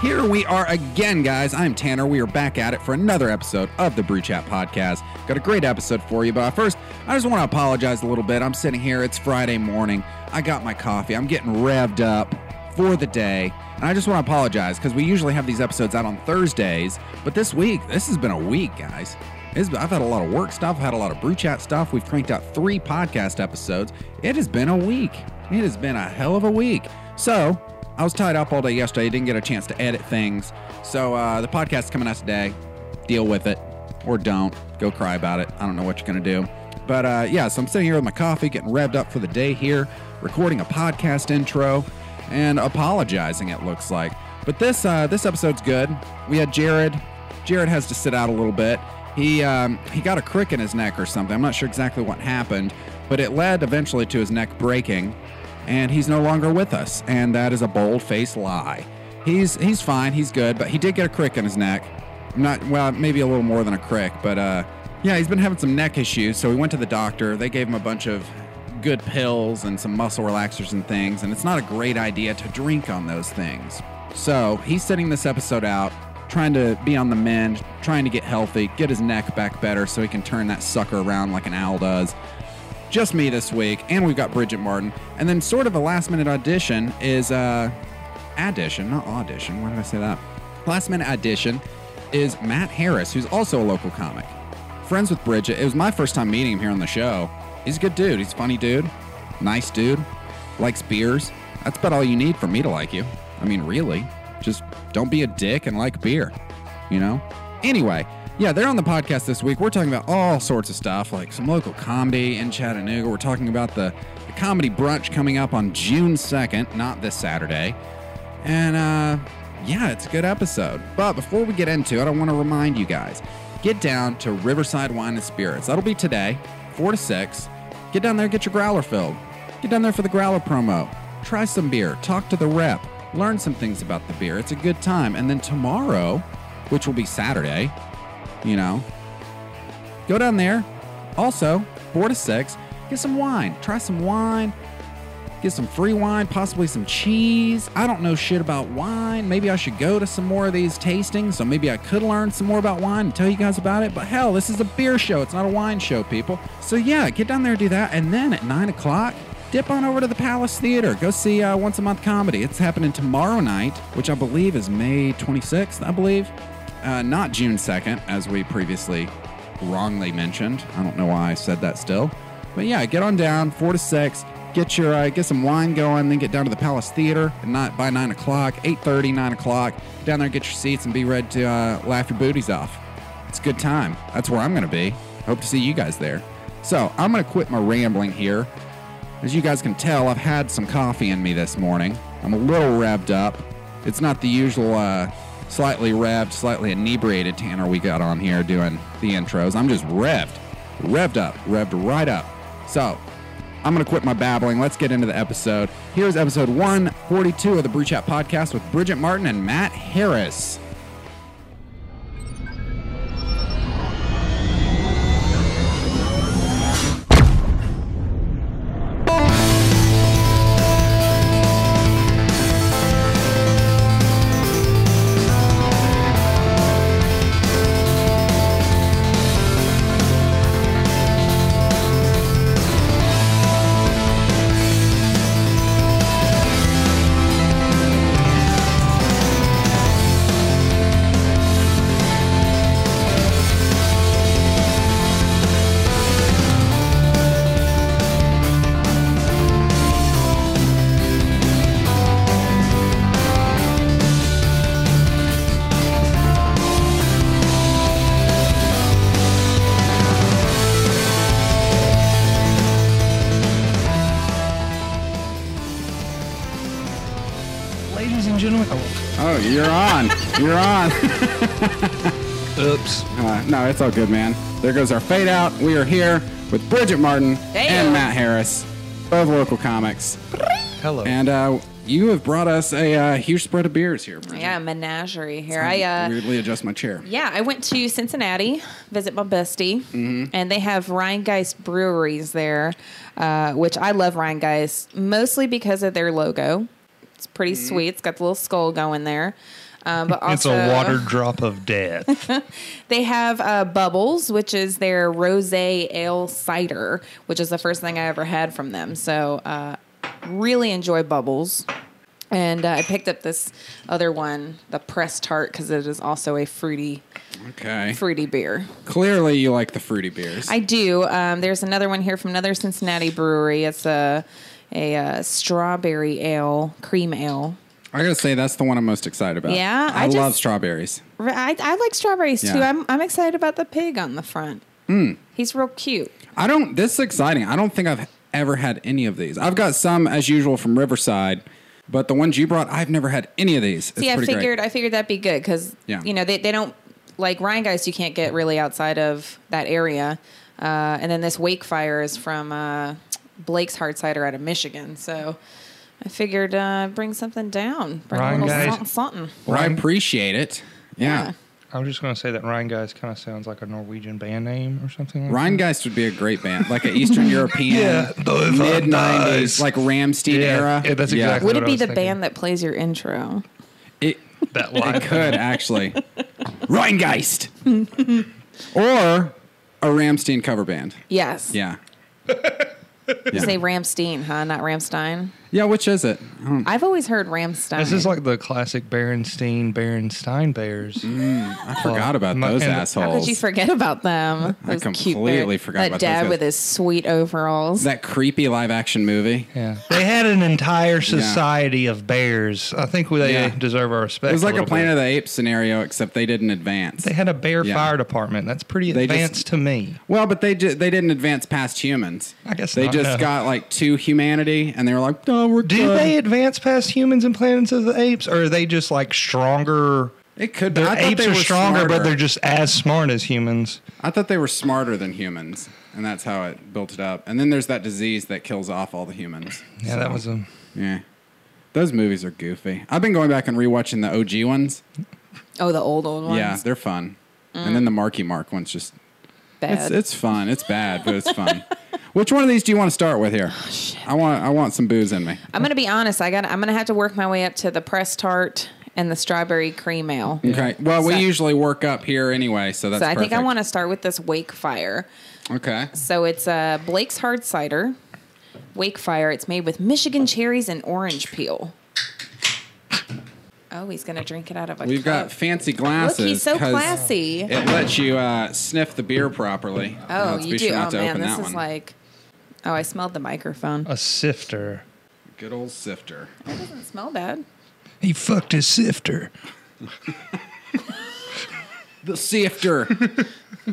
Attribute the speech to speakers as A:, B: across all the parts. A: Here we are again, guys. I'm Tanner. We are back at it for another episode of the Brew Chat Podcast. Got a great episode for you, but first, I just want to apologize a little bit. I'm sitting here, it's Friday morning. I got my coffee, I'm getting revved up for the day. And I just want to apologize because we usually have these episodes out on Thursdays, but this week, this has been a week, guys. It's been- I've had a lot of work stuff, I've had a lot of brew chat stuff. We've cranked out three podcast episodes. It has been a week. It has been a hell of a week. So I was tied up all day yesterday. Didn't get a chance to edit things. So uh, the podcast's coming out today. Deal with it or don't. Go cry about it. I don't know what you're going to do. But uh, yeah, so I'm sitting here with my coffee, getting revved up for the day here, recording a podcast intro and apologizing, it looks like. But this uh, this episode's good. We had Jared. Jared has to sit out a little bit. He um, he got a crick in his neck or something. I'm not sure exactly what happened, but it led eventually to his neck breaking and he's no longer with us, and that is a bold-faced lie. He's he's fine, he's good, but he did get a crick in his neck. Not well, maybe a little more than a crick, but uh, yeah, he's been having some neck issues. So he went to the doctor. They gave him a bunch of good pills and some muscle relaxers and things, and it's not a great idea to drink on those things. So he's sitting this episode out, trying to be on the mend, trying to get healthy, get his neck back better, so he can turn that sucker around like an owl does just me this week, and we've got Bridget Martin. And then sort of a last minute audition is uh addition, not audition. Why did I say that? Last minute audition is Matt Harris, who's also a local comic. Friends with Bridget. It was my first time meeting him here on the show. He's a good dude. He's a funny dude. Nice dude. Likes beers. That's about all you need for me to like you. I mean, really. Just don't be a dick and like beer you know? Anyway, yeah, they're on the podcast this week. We're talking about all sorts of stuff, like some local comedy in Chattanooga. We're talking about the, the comedy brunch coming up on June 2nd, not this Saturday. And uh, yeah, it's a good episode. But before we get into it, I want to remind you guys get down to Riverside Wine and Spirits. That'll be today, 4 to 6. Get down there, get your growler filled. Get down there for the growler promo. Try some beer, talk to the rep, learn some things about the beer. It's a good time. And then tomorrow, which will be Saturday, you know, go down there. Also, 4 to 6, get some wine. Try some wine get some free wine, possibly some cheese. I don't know shit about wine. Maybe I should go to some more of these tastings, so maybe I could learn some more about wine and tell you guys about it. But hell, this is a beer show, it's not a wine show, people. So yeah, get down there and do that. And then at 9 o'clock, dip on over to the Palace Theater. Go see uh, Once a Month Comedy. It's happening tomorrow night, which I believe is May 26th, I believe. Uh, not June 2nd, as we previously wrongly mentioned. I don't know why I said that still. But yeah, get on down four to six. Get your uh, get some wine going, then get down to the Palace Theater and not by nine o'clock, 8.30, 9 o'clock. Get down there, get your seats, and be ready to uh, laugh your booties off. It's a good time. That's where I'm going to be. Hope to see you guys there. So I'm going to quit my rambling here. As you guys can tell, I've had some coffee in me this morning. I'm a little revved up. It's not the usual uh, slightly revved, slightly inebriated Tanner we got on here doing the intros. I'm just revved, revved up, revved right up. So I'm going to quit my babbling. Let's get into the episode. Here's episode 142 of the Brew Chat podcast with Bridget Martin and Matt Harris.
B: Ladies and gentlemen, oh,
A: Oh, you're on. You're on.
B: oops.
A: Uh, no, it's all good, man. There goes our fade out. We are here with Bridget Martin and
C: Damn.
A: Matt Harris, both local comics.
B: Hello.
A: And uh, you have brought us a uh, huge spread of beers here, Bridget.
C: Yeah, menagerie here.
A: I
C: I uh,
A: weirdly adjust my chair.
C: yeah, I went to Cincinnati visit my bestie,
D: Mm-hmm.
C: and they have Rheingeist breweries there, uh, which I love Rheingeist mostly because of their logo. It's pretty sweet. It's got the little skull going there. Um, but also,
D: Mm-hmm. It's a water drop of death.
C: They have uh, Bubbles, which is their rose ale cider, which is the first thing I ever had from them. So, uh, really enjoy Bubbles. And uh, I picked up this other one, the pressed tart, because it is also a fruity,
A: Okay.
C: fruity beer.
A: Clearly, you like the fruity beers.
C: I do. Um, there's another one here from another Cincinnati brewery. It's a a, uh strawberry ale, cream ale.
A: I gotta say that's the one I'm most excited about.
C: Yeah,
A: I,
C: I
A: love
C: just-
A: strawberries.
C: R- I, I like strawberries too.
A: Yeah.
C: I'm I'm excited about the pig on the front. He's real cute.
A: I don't. This is exciting. I don't think I've ever had any of these. I've got some as usual from Riverside, but the ones you brought, I've never had any of these. It's
C: See, I
A: pretty
C: figured
A: great.
C: I figured that'd be good because
A: Yeah.
C: you know they, they don't like Rhine Geist. You can't get really outside of that area. Uh, and then this Wake Fire is from uh, Blake's Hard Cider out of Michigan. So I figured uh, bring something down, bring
D: Rhine
C: a little
D: Geist.
C: something, something.
A: Well, I appreciate it. Yeah.
C: Yeah.
D: I'm just going to say that Rheingeist kind of sounds like a Norwegian band name or something like
A: Rheingeist would be a great band, like an Eastern European
D: Yeah, those are
A: mid '90s,
D: nice.
A: like Ramstein
D: Yeah,
A: era.
D: yeah, that's exactly-
C: Would
D: what I
C: it be
D: was
C: the
D: thinking.
C: band that plays your intro?
A: It,
D: that. That
A: it
D: live
A: could actually. Rheingeist, or a Ramstein cover band.
C: Yes.
A: Yeah.
C: You
A: Yeah.
C: say Ramstein, huh? Not Ramstein.
A: Yeah. Which is it?
C: I've always heard Ramstein.
D: This is like the classic Berenstein, Berenstein Bears.
A: Mm. I forgot about
D: Oh, my-
A: those
D: and-
A: assholes.
C: How could you forget about them?
A: I
C: Those cute
A: completely
C: bear-
A: forgot
C: that
A: about those
C: dad
A: guys.
C: with his sweet overalls.
A: that creepy live action movie.
D: Yeah, they had an entire society of bears. I think they
A: Yeah.
D: deserve our respect.
A: It was like a
D: little
A: Planet
D: bit.
A: of the Apes scenario, except they didn't advance.
D: They had a bear
A: Yeah.
D: fire department. That's pretty
A: They just-
D: advanced to me.
A: well, but they ju- they didn't advance past humans.
D: I guess
A: they
D: not,
A: just
D: no.
A: got like to humanity, and they were like, "No, we're
D: Do
A: good."
D: they advance past humans and Planets of the Apes, or are they just like stronger?
A: It could. be.
D: Their
A: I thought
D: apes
A: they were
D: are stronger,
A: smarter.
D: but they're just as smart as humans.
A: I thought they were smarter than humans, and that's how it built it up. And then there's that disease that kills off all the humans.
D: Yeah, that was a.
A: Yeah, those movies are goofy. I've been going back and rewatching the OG ones.
C: oh, the old old ones.
A: Yeah, they're fun. And then the Marky Mark one's just
C: Mm. Bad.
A: It's it's fun. It's bad, but it's fun. Which one of these do you want to start with here?
C: Oh,
A: I want I want some booze in me.
C: I'm gonna be honest. I got. I'm gonna have to work my way up to the pressed tart and the strawberry cream ale.
A: Okay. Well, we
C: So-
A: usually work up here anyway, so that's
C: so I think I
A: perfect.
C: want to start with this Wake Fire.
A: Okay.
C: So it's uh, Blake's hard cider, Wake Fire. It's made with Michigan cherries and orange peel. Oh, he's gonna drink it out of a.
A: We've
C: cup.
A: got fancy
C: Look,
A: glasses.
C: he's so
A: 'cause
C: classy.
A: It lets you uh, sniff the beer properly.
C: oh,
A: Let's
C: you
A: be
C: do.
A: sure not
C: oh
A: to
C: man,
A: open
C: this
A: that one.
C: is
A: Uh,
C: like. Oh, I smelled the microphone.
D: A sifter.
A: good old sifter.
C: It doesn't smell bad.
D: He fucked his sifter.
A: The sifter.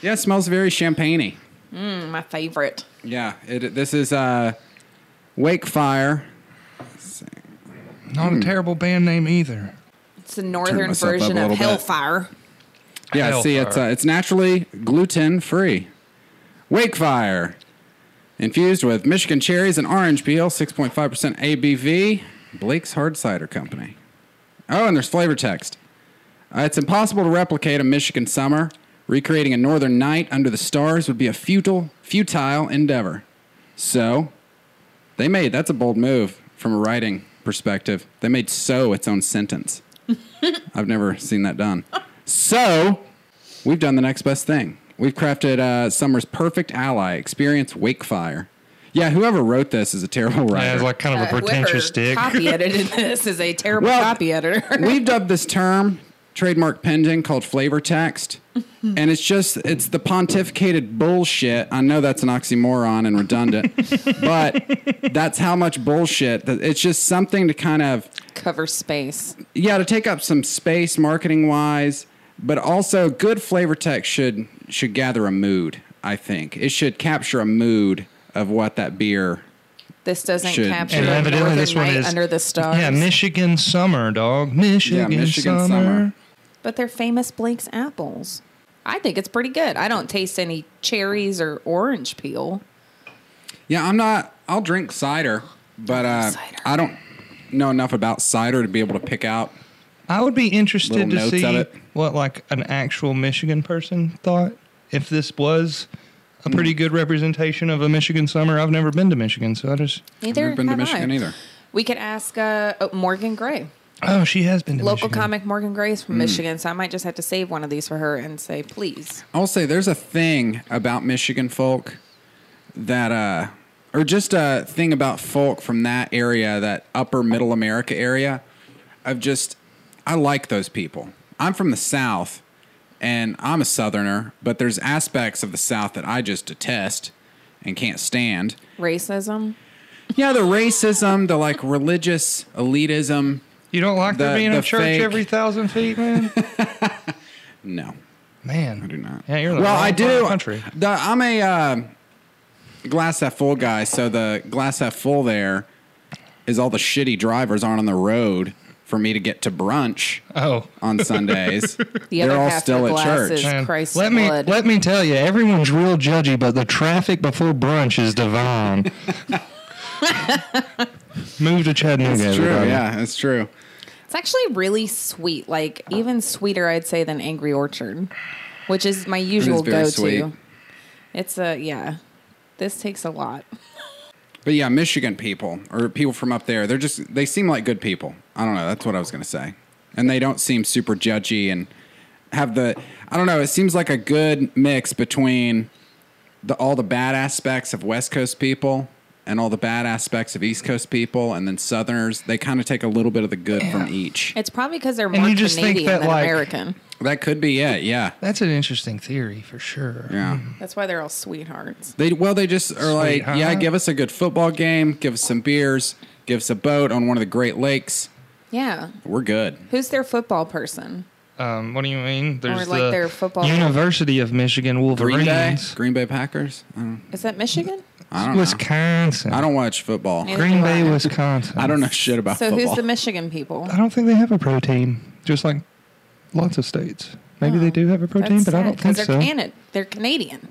A: yeah, it smells very champagne
C: Mm, my favorite.
A: Yeah, it, this is uh, Wake Fire.
D: Not a terrible band name either.
C: It's the
A: Turn
C: northern
A: myself up
C: version
A: a
C: of
A: little bit.
C: Hellfire.
A: Yeah, see,
D: Hellfire.
A: it's uh, it's naturally gluten free. Wakefire, infused with Michigan cherries and orange peel, six point five percent ABV. Blake's Hard Cider Company. Oh, and there's flavor text. Uh, it's impossible to replicate a Michigan summer. Recreating a northern night under the stars would be a futile, futile endeavor. So, they made that's a bold move from a writing perspective. They made so its own sentence. I've never seen that done. So, we've done the next best thing. We've crafted uh, Summer's perfect ally, Experience Wakefire. Yeah, whoever wrote this is a terrible writer.
D: Yeah, it's like kind of a
C: Uh,
D: pretentious
C: whoever
D: dick.
C: Copy edited this is a terrible
A: Well-
C: copy editor.
A: We've dubbed this term trademark pending called flavor text. And it's just it's the pontificated bullshit. I know that's an oxymoron and redundant, but that's how much bullshit. that- It's just something to kind of
C: Cover space.
A: yeah, to take up some space marketing wise, but also good flavor text should should gather a mood, I think. It should capture a mood of what that beer
C: This doesn't
A: Should-
C: capture
D: And
C: the
D: evidently,
C: northern
D: this one
C: night
D: is
C: under the stars.
D: Yeah, Michigan summer, dog. Michigan,
A: Michigan
D: summer.
A: summer.
C: but they're famous Blake's apples. I think it's pretty good. I don't taste any cherries or orange peel.
A: Yeah, I'm not. I'll drink cider, but uh,
C: Cider.
A: I don't know enough about cider to be able to pick out.
D: I would be interested
A: Little
D: to
A: notes of
D: see
A: it.
D: what like an actual Michigan person thought if this was a
C: Hmm.
D: pretty good representation of a Michigan summer. I've never been to Michigan, so I just
C: Neither
A: never been to
C: have I.
A: Michigan either.
C: We could ask uh, oh, Morgan Gray.
D: Oh, she has been to
C: Local
D: Michigan. Mm.
C: comic Morgan Grace from Michigan, so I might just have to save one of these for her and say, please.
A: I'll say there's a thing about Michigan folk that, uh, or just a thing about folk from that area, that upper middle America area, of just, I like those people. I'm from the South and I'm a Southerner, but there's aspects of the South that I just detest and can't stand.
C: Racism.
A: Yeah, the racism, the like religious elitism.
D: You don't like
A: The-
D: there being
A: the
D: a church
A: fake-
D: every thousand feet, man.
A: No.
D: man, I
A: do not.
D: Yeah, you're in the
A: well,
D: wrong
A: I
D: part of
A: do.
D: the Country.
A: The, I'm a uh, glass half full guy, so the glass half full there is all the shitty drivers aren't on the road for me to get to brunch
D: Oh.
A: on Sundays.
C: The
A: They're
C: other
A: all
C: half of
A: still
C: the
A: at
C: glass
A: church.
C: is-
D: Man,
C: Christ's
D: let me
C: blood.
D: let me tell you, everyone's real judgy, but the traffic before brunch is divine. Move to Chattanooga.
A: It's true.
D: everybody.
A: Yeah, it's true.
C: It's actually really sweet, like even sweeter, I'd say, than Angry Orchard, which is my usual
A: very
C: go
A: sweet.
C: to. It's a, yeah, this takes a lot.
A: But yeah, Michigan people or people from up there, they're just they seem like good people. I don't know, that's what I was going to say. And they don't seem super judgy and have the I don't know, it seems like a good mix between the all the bad aspects of West Coast people and all the bad aspects of East Coast people and then Southerners, they kind of take a little bit of the good from each.
C: It's probably because they're
D: And
C: more
D: you just think
C: Canadian
D: that,
C: than
D: like-
C: American.
A: That could be it. Yeah.
D: That's an interesting theory for sure.
A: Yeah.
C: That's why they're all sweethearts.
A: They well, they just are like,
D: Sweetheart.
A: yeah, give us a good football game, give us some beers, give us a boat on one of the Great Lakes.
C: Yeah.
A: We're good.
C: Who's their football person?
D: Um, what do you mean? There's
C: like
D: the
C: their football-
D: University of Michigan
A: Green Bay,
D: Wolverines,
A: Green Bay Packers. I don't,
C: Is that Michigan?
A: I don't know.
D: Wisconsin.
A: I don't watch football.
C: Yeah.
D: Green Bay,
C: Why?
D: Wisconsin.
A: I don't know shit about
C: So
A: football.
C: who's the Michigan people?
D: I don't think they have a pro team, just like lots of states. Maybe they do have a pro team,
C: Oh, That's
D: but I don't
C: sad, 'cause
D: think
C: they're
D: so.
C: Cana- they're Canadian.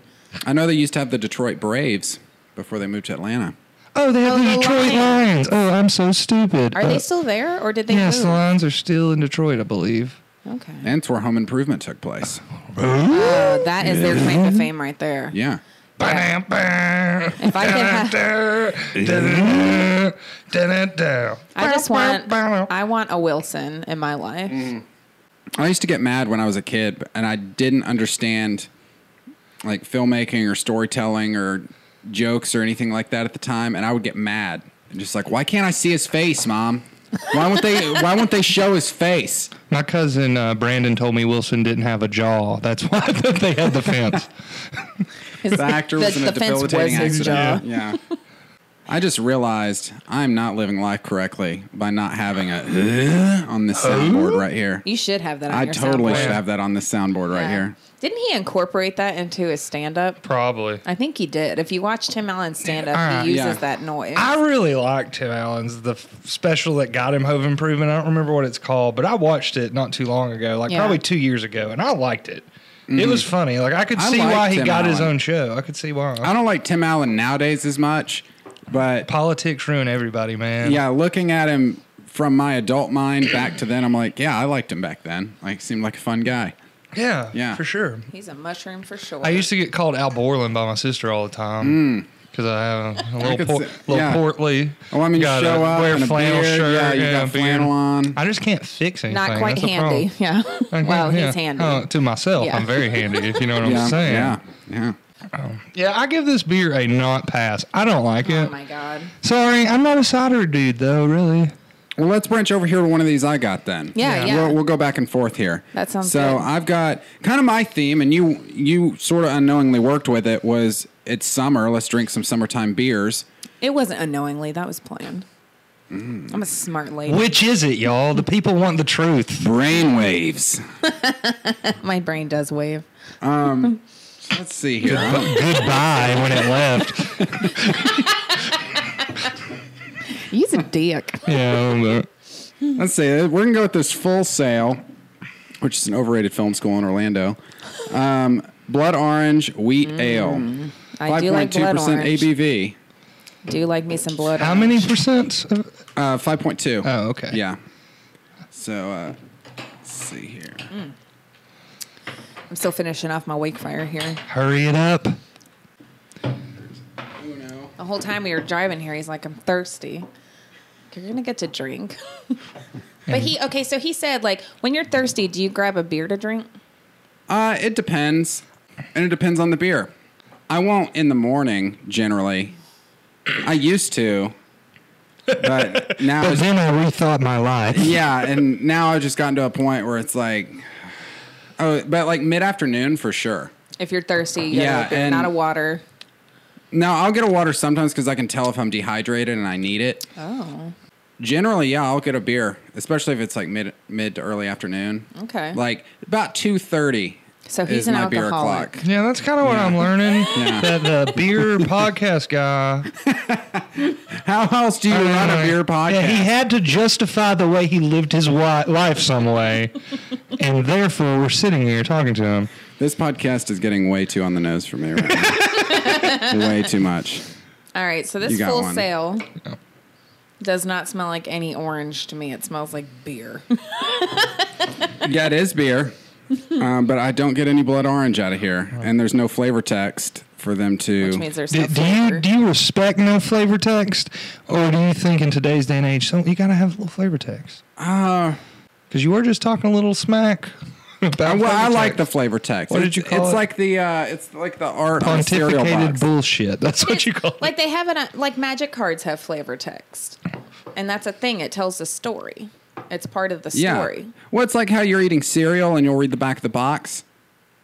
A: I know they used to have the Detroit Braves before they moved to Atlanta.
D: Oh, they have
C: Oh,
D: the
C: the
D: Detroit Lions.
C: Lions.
D: Oh, I'm so stupid.
C: Are
D: Uh,
C: they still there, or did they
D: yes, the
C: move?
D: Lions are still in Detroit, I believe.
C: Okay.
A: And it's where home improvement took place.
C: Uh, that is their claim to fame right there.
A: Yeah.
D: Ba-dam, ba-dam,
C: If I could have-
D: da-da-da, da-da-da, da-da-da.
C: I just want
D: Ba-dam, ba-dam.
C: I want a Wilson in my life.
A: Mm-hmm. I used to get mad when I was a kid and I didn't understand like filmmaking or storytelling or jokes or anything like that at the time and I would get mad. And just like, why can't I see his face, mom? Why won't they why won't they show his face?
D: My cousin uh, Brandon told me Wilson didn't have a jaw. That's why they had the fence.
A: the actor
C: The-
A: was in a
C: the fence was
A: debilitating
C: his
A: accident. Yeah. I just realized I'm not living life correctly by not having a on this soundboard right here.
C: You should have that on
A: I
C: your
A: totally
C: soundboard.
A: should have that on this soundboard right
C: Yeah.
A: here.
C: Didn't he incorporate that into his stand up?
D: Probably.
C: I think he did. If you watch Tim Allen stand up,
D: Uh,
C: he uses
A: yeah.
C: that noise.
D: I really liked Tim Allen's the f- special that got him Home Improvement. I don't remember what it's called, but I watched it not too long ago, like
C: Yeah.
D: probably two years ago, and I liked it. It was funny. Like I could
A: I
D: see
A: like
D: why he
A: Tim
D: got his
A: Allen.
D: own show. I could see why.
A: I don't like Tim Allen nowadays as much, but
D: Politics ruin everybody, man.
A: yeah, looking at him from my adult mind back to then, I'm like, yeah, I liked him back then. Like, seemed like a fun guy.
D: yeah,
A: Yeah.
D: for sure.
C: He's a mushroom for sure.
D: I used to get called Al Borland by my sister all the time because I have a little,
A: Mm. could
D: por-
A: see-
D: little
A: yeah.
D: portly.
A: Oh, I mean, you
D: Gotta
A: show up in a beard, yeah, you got
D: beard.
A: flannel on.
D: I just can't fix anything.
C: Not quite
D: That's the
C: handy.
D: problem.
C: Yeah.
D: I
C: well,
D: can't-
C: he's
D: yeah.
C: handy.
D: Oh, to myself,
C: Yeah.
D: I'm very handy. If you know what I'm
A: yeah,
D: saying.
A: yeah, yeah.
D: Yeah, I give this beer a not pass. I don't like
C: oh
D: it.
C: my god.
D: Sorry, I'm not a cider dude though, really.
A: Well, let's branch over here to one of these I got then.
C: Yeah, Yeah. yeah.
A: We'll, we'll go back and forth here.
C: That sounds
A: so.
C: good.
A: I've got kind of my theme, and you you sort of unknowingly worked with it. Was it's summer? Let's drink some summertime beers.
C: It wasn't unknowingly. That was planned.
A: Mm.
C: I'm a smart lady.
D: Which is it, y'all? The people want the truth.
A: Brainwaves.
C: my brain does wave.
A: Let's see here. I'm-
D: Goodbye when it left.
C: He's a dick.
D: Yeah. but-
A: Let's see. We're gonna go with this full sale, which is an overrated film school in Orlando. Um, Blood Orange Wheat Ale,
C: Mm. I do like blood
A: percent
C: orange.
A: ABV.
C: Do like me some blood
D: How
C: orange.
D: many percent? of-
A: Uh, Five point two.
D: Oh, okay.
A: Yeah. So uh, let's see here.
C: Mm. I'm still finishing off my wake fire here.
D: Hurry it up.
A: Uno.
C: The whole time we were driving here, he's like, I'm thirsty. You're going to get to drink. But he okay, so he said like when you're thirsty, do you grab a beer to drink?
A: Uh, it depends, and it depends on the beer. I won't in the morning generally. I used to, but now
E: But
A: it's,
E: then I rethought my life.
A: yeah, and now I've just gotten to a point where it's like, oh, but like mid afternoon for sure.
C: If you're thirsty, you yeah,
A: Yeah,
C: a beer,
A: and-
C: not a water.
A: Now I'll get a water sometimes because I can tell if I'm dehydrated and I need it.
C: Oh,
A: Generally, yeah, I'll get a beer, especially if it's like mid mid to early afternoon.
C: Okay.
A: like about two thirty.
C: So he's
A: is
C: an
A: my
C: alcoholic.
A: beer o'clock.
D: Yeah, that's kind of what I'm learning.
A: Yeah.
D: That the beer podcast guy.
A: How else do you run a beer podcast?
E: Yeah, he had to justify the way he lived his wi- life some way.
D: And therefore, we're sitting here talking to him.
A: This podcast is getting way too on the nose for me right now. way too much.
C: all right. So
A: You
C: this
A: got
C: full
A: one.
C: sale does not smell like any orange to me. It smells like beer.
A: Yeah, it is beer, um, but I don't get any blood orange out of here, and there's no flavor text for them to.
C: Which means there's
D: Do,
C: no
D: do you
C: flavor.
D: do you respect no flavor text, or do you think in today's day and age, so you gotta have a little flavor text?
A: Uh,
D: Because you were just talking a little smack about.
A: well, I
D: flavor
A: like the
D: text.
A: flavor text.
D: What did you call
A: It's
D: it?
A: like the uh, it's like the art on a cereal
D: pontificated
A: box.
D: bullshit. That's what you call it.
C: like they have it on, like magic cards have flavor text, and that's a thing. It tells a story. It's part of the
A: yeah.
C: story.
A: Well, it's like how you're eating cereal and you'll read the back of the box.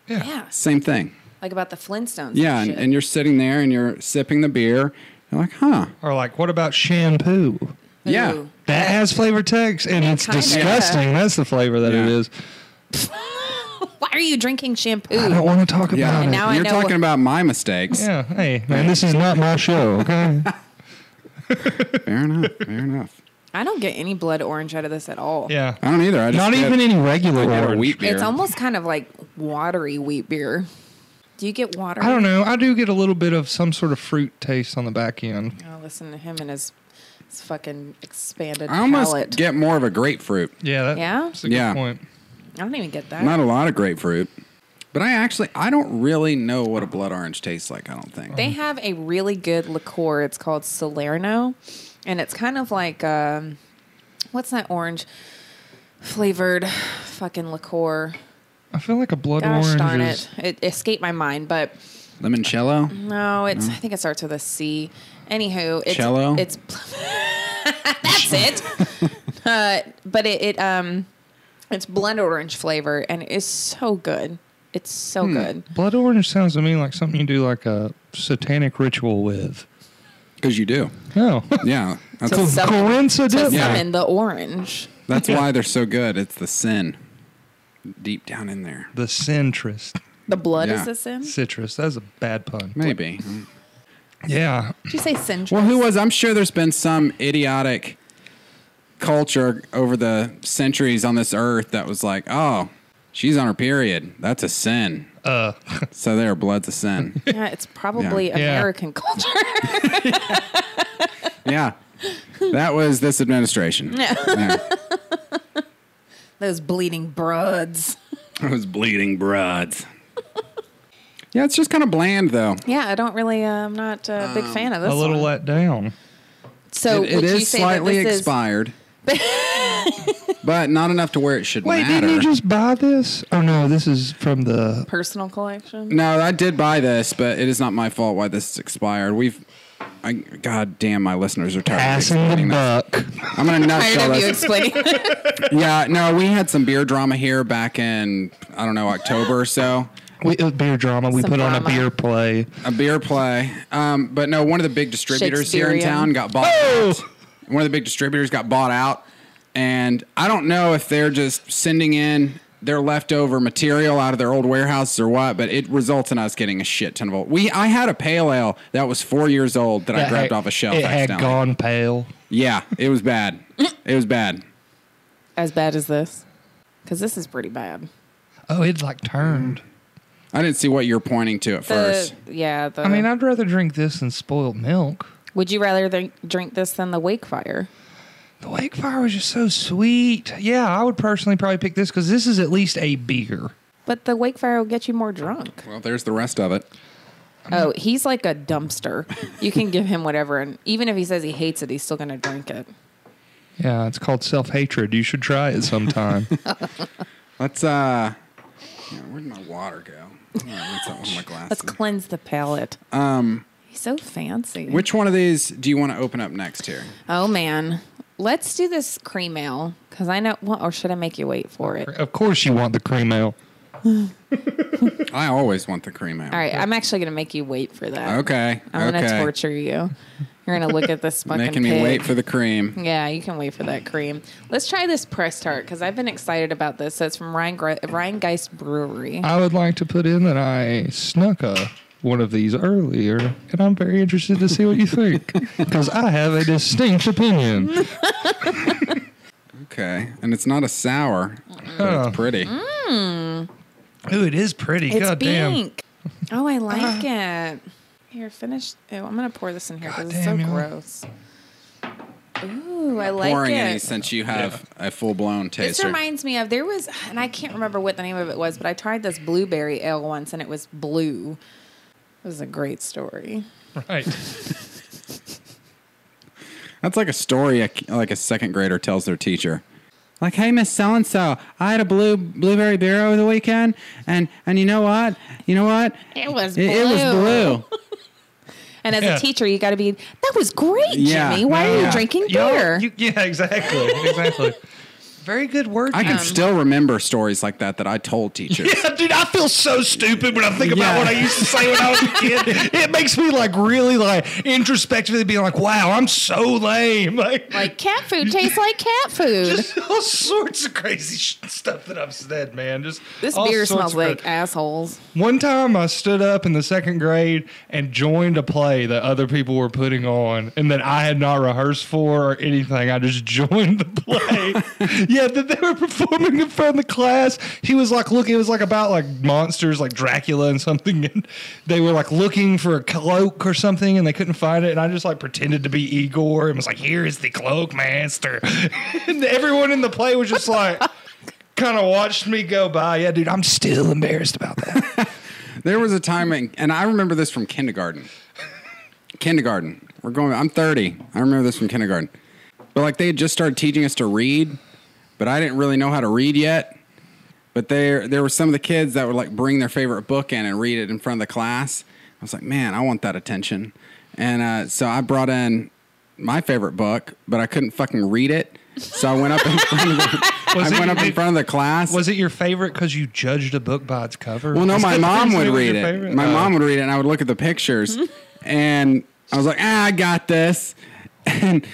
C: Yeah.
A: Same thing.
C: Like about the Flintstones.
A: Yeah, and,
C: And, shit.
A: and you're sitting there and you're sipping the beer. You're like, huh?
D: Or like, what about shampoo?
A: Yeah.
C: Ooh.
D: That has flavor text, and it's
C: kinda.
D: disgusting. That's the flavor that it
A: Yeah.
D: is.
C: Why are you drinking shampoo?
D: I don't want to talk about
A: Yeah.
D: it.
C: And now I
A: you're
C: know
A: talking
C: what-
A: about my mistakes.
D: yeah, hey, man,
E: And this is not my show, okay?
A: Fair enough. Fair enough.
C: I don't get any blood orange out of this at all.
D: Yeah.
A: I don't either. I just
E: Not
A: get-
E: even any regular
A: I get a
E: orange.
A: wheat beer.
C: It's almost kind of like watery wheat beer. Do you get water?
D: I don't know. I do get a little bit of some sort of fruit taste on the back end.
C: Oh, listen to him and his, his fucking expanded
A: I almost
C: palate.
A: get more of a grapefruit.
D: Yeah, that,
C: Yeah?
D: that's a good
A: Yeah.
D: point.
C: I don't even get that.
A: Not a lot of grapefruit, but I actually I don't really know what a blood orange tastes like. I don't think.
C: they have a really good liqueur. It's called Salerno, and it's kind of like um, what's that orange flavored fucking liqueur?
D: I feel like a blood
C: Gosh
D: orange
C: darn
D: is.
C: it! It escaped my mind, but
A: Limoncello.
C: no, it's I think it starts with a C. Anywho, it's
A: Mm-hmm. Cello?
C: it's that's it. uh, but it, it um, it's blend orange flavor, and it's so good. It's so
A: Hmm.
C: good.
D: Blood orange sounds to me like something you do like a satanic ritual with.
A: Because you do.
D: Oh,
A: Yeah. That's,
C: To sup- to
D: coincidentally.
C: summon the orange.
A: that's why they're so good. It's the sin deep down in there.
D: The citrus.
C: The blood
A: Yeah.
C: is a sin.
D: Citrus. That's a bad pun.
A: Maybe.
D: Yeah.
C: Did you say sin?
A: Well, who was? I'm sure there's been some idiotic culture over the centuries on this earth that was like, oh, she's on her period. That's a sin. Uh. So their blood's a sin.
C: Yeah, it's probably
D: Yeah.
C: American culture.
A: yeah. That was this administration. Yeah.
C: Those bleeding broods.
A: I was bleeding broads. yeah, it's just kind of bland though.
C: Yeah, I don't really. Uh, I'm not a big fan of this.
D: a little
C: one.
D: let down.
C: So
A: Um, it it
C: would you
A: is
C: say that
A: slightly
C: this is-
A: expired, but not enough to where it should
D: Wait,
A: matter.
D: didn't you just buy this? Oh, no, this is from the.
C: personal collection.
A: no, I did buy this, but it is not my fault why this is expired. We've, I, God damn, my listeners are tired. of
E: Passing the
A: explaining this.
E: buck.
A: I'm gonna
C: Tired
A: nutshell
C: of you
A: this.
C: explaining.
A: Yeah, no, we had some beer drama here back in I don't know October or so.
D: We, uh, beer drama. We
C: Some
D: put on a
C: drama.
D: beer play.
A: a beer play. Um, but no, one of the big distributors here in
C: Shakespearean.
A: town got bought.
D: Oh!
A: Out. One of the big distributors got bought out, and I don't know if they're just sending in their leftover material out of their old warehouses or what, but it results in us getting a shit ton of old. We I had a pale ale that was four years old that, I
D: That
A: grabbed
D: had-
A: off a shelf.
D: It had
A: accidentally.
D: gone pale.
A: Yeah, it was bad. it was bad.
C: as bad as this, because this is pretty bad.
D: Oh, it like turned.
C: Mm-hmm.
A: I didn't see what you're pointing to at
C: The,
A: first.
C: yeah. The,
D: I mean, I'd rather drink this than spoiled milk.
C: would you rather th- drink this than the Wake Fire?
D: The Wake Fire was just so sweet. Yeah, I would personally probably pick this because this is at least a beer.
C: But the Wake Fire will get you more drunk.
A: Well, there's the rest of it.
C: Oh, he's like a dumpster. You can give him whatever, and even if he says he hates it, he's still gonna drink it.
D: Yeah, it's called self hatred. You should try it sometime.
A: Let's uh, yeah, where'd my water go? Oh, that's not one of my glasses.
C: Let's cleanse the palate. Um, he's so fancy.
A: Which one of these do you want to open up next here?
C: Oh man, let's do this cream ale because I know. Well, or should I make you wait for it?
D: of course, you want the cream ale.
A: I always want the cream ale.
C: All right, I'm actually gonna make you wait for that.
A: Okay.
C: I'm
A: okay.
C: gonna torture you. You're gonna look at this fucking
A: Making me
C: pig.
A: wait for the cream.
C: Yeah, you can wait for that cream. Let's try this pressed tart because I've been excited about this. So it's from Ryan Gre- Ryan Geist Brewery.
D: I would like to put in that I snuck a one of these earlier, and I'm very interested to see what you think because I have a distinct opinion.
A: Okay. And it's not a sour, but
D: Oh.
A: it's pretty.
C: Mm,
D: Ooh, it is pretty.
C: It's
D: God damn.
C: pink. Oh, I
A: Uh-huh.
C: like it. Here, finish. Oh, I'm gonna pour this in here because it's so
D: Goddamn, y'all.
C: gross. Ooh, I like
A: Pouring
C: it.
A: any since you have a full blown
C: This
A: taster.
C: reminds me of there was, and I can't remember what the name of it was, but I tried this blueberry ale once, and it was blue. It was a great story.
D: Right.
A: That's like a story a, like a second grader tells their teacher. Like, hey, Miss So and So, I had a blue blueberry beer over the weekend, and and you know what? You know what?
C: It was
A: It, it was blue.
C: And as
D: Yeah.
C: a teacher, you got to be. That was great,
A: Yeah.
C: Jimmy. Why are
A: Yeah.
C: you drinking
D: Y'all-
C: beer?
D: you- yeah, exactly. Exactly. Very good word.
A: I
C: Um,
A: can still remember stories like that that I told teachers.
F: Yeah, dude, I feel so stupid when I think about
A: Yeah.
F: what I used to say when I was a kid. It makes me like really like introspectively being like, wow, I'm so lame. Like,
C: like cat food tastes like cat food.
F: just all sorts of crazy sh- stuff that I've said, man. Just
C: this
F: all
C: beer
F: sorts
C: smells
F: of
C: like
F: cra-
C: assholes.
D: One time I stood up in the second grade and joined a play that other people were putting on and that I had not rehearsed for or anything. I just joined the play. yeah, that they were performing in front of the class. He was like looking, it was like about like monsters like Dracula and something. And they were like looking for a cloak or something and they couldn't find it. And I just like pretended to be Igor and was like, here is the cloak master. and everyone in the play was just like, kind of watched me go by. Yeah, dude, I'm still embarrassed about that.
A: There was a time, in, and I remember this from kindergarten. kindergarten. We're going. I'm 30. I remember this from kindergarten. But like they had just started teaching us to read, but I didn't really know how to read yet. But there, there were some of the kids that would like bring their favorite book in and read it in front of the class. I was like, man, I want that attention. And uh, so I brought in my favorite book, but I couldn't fucking read it. So I went up in front of the,
D: Was
A: I
D: it-
A: went up in
D: it-
A: front of the class.
D: Was it your favorite because you judged a book by its cover?
A: Well, no,
D: Is
A: my
D: that the
A: mom
D: reason
A: would
D: it was
A: read
D: your
A: it.
D: favorite?
A: My
D: Oh.
A: mom would read it, and I would look at the pictures, and I was like, "Ah, I got this." And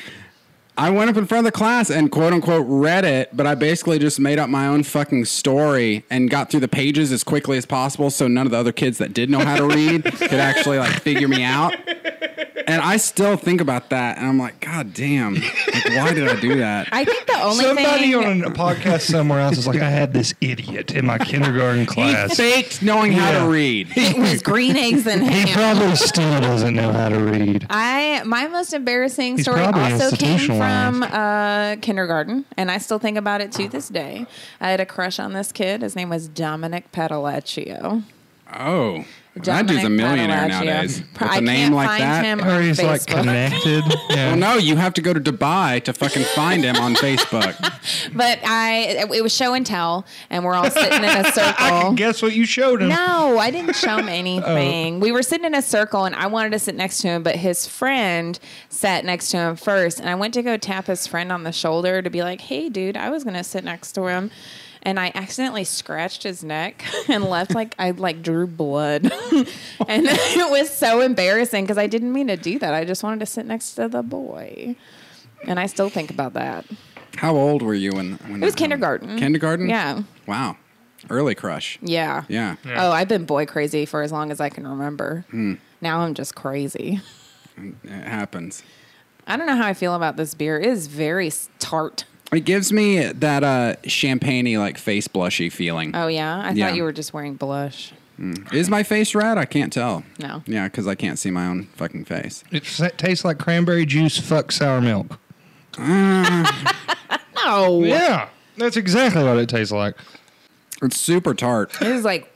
A: I went up in front of the class and quote unquote read it, but I basically just made up my own fucking story and got through the pages as quickly as possible, so none of the other kids that did know how to read could actually like figure me out. And I still think about that, and I'm like, God damn, like, why did I do that?
C: I think the only
D: Somebody
C: thing.
D: on a podcast somewhere else is like, I had this idiot in my kindergarten class.
A: Faked knowing how
D: Yeah.
A: to read.
C: it was green eggs and
D: He
C: ham.
D: probably still doesn't know how to read.
C: I my most embarrassing
D: He's
C: story
D: probably
C: also came
D: institutionalized.
C: from uh, kindergarten, and I still think about it to this day. I had a crush on this kid. His name was Dominic Padalaccio.
A: Oh, that dude's a millionaire nowadays. With
C: I
A: a name
C: can't
A: like
C: find
A: that.
C: him
D: Or
C: on
D: he's like
C: Facebook.
D: connected. Yeah.
A: Well, no, you have to go to Dubai to fucking find him on Facebook.
C: But I, it was show and tell, and we're all sitting in a circle.
D: Guess what you showed him?
C: No, I didn't show him anything. We were sitting in a circle and I wanted to sit next to him, but his friend sat next to him first. And I went to go tap his friend on the shoulder to be like, hey, dude, I was going to sit next to him. And I accidentally scratched his neck and left like I like drew blood. and it was so embarrassing because I didn't mean to do that. I just wanted to sit next to the boy. And I still think about that.
A: How old were you when? when
C: It was
A: that happened?
C: kindergarten.
A: Kindergarten.
C: Yeah.
A: Wow. Early crush.
C: Yeah.
A: Yeah.
C: Oh, I've been boy crazy for as long as I can remember. Now I'm just crazy.
A: It happens.
C: I don't know how I feel about this beer. It is very s- tart.
A: It gives me that uh, champagne like face blushy feeling.
C: Oh yeah, I
A: Yeah.
C: thought you were just wearing blush.
A: Is my face red? I can't tell.
C: No.
A: Yeah, because I can't see my own fucking face.
D: It s- tastes like cranberry juice, fuck sour milk.
C: No,
D: Yeah. That's exactly what it tastes like.
A: It's super tart.
C: it is like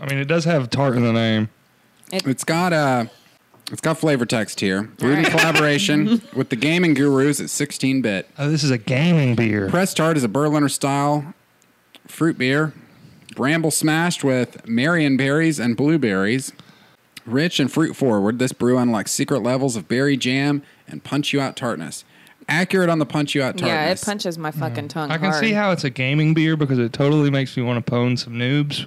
D: I mean, it does have tart in the name.
A: It's got a. It's got flavor text here. Brewed in
C: right.
A: collaboration with the gaming gurus at 16 bit.
G: Oh, this is a gaming beer.
A: Pressed hard is a Berliner style fruit beer. Bramble smashed with Marion berries and blueberries. Rich and fruit forward, this brew unlocks secret levels of berry jam and punch you out tartness. Accurate on the punch you out tartness.
C: Yeah, it punches my fucking tongue.
D: I can
C: hard.
D: see how it's a gaming beer because it totally makes me want to pwn some noobs.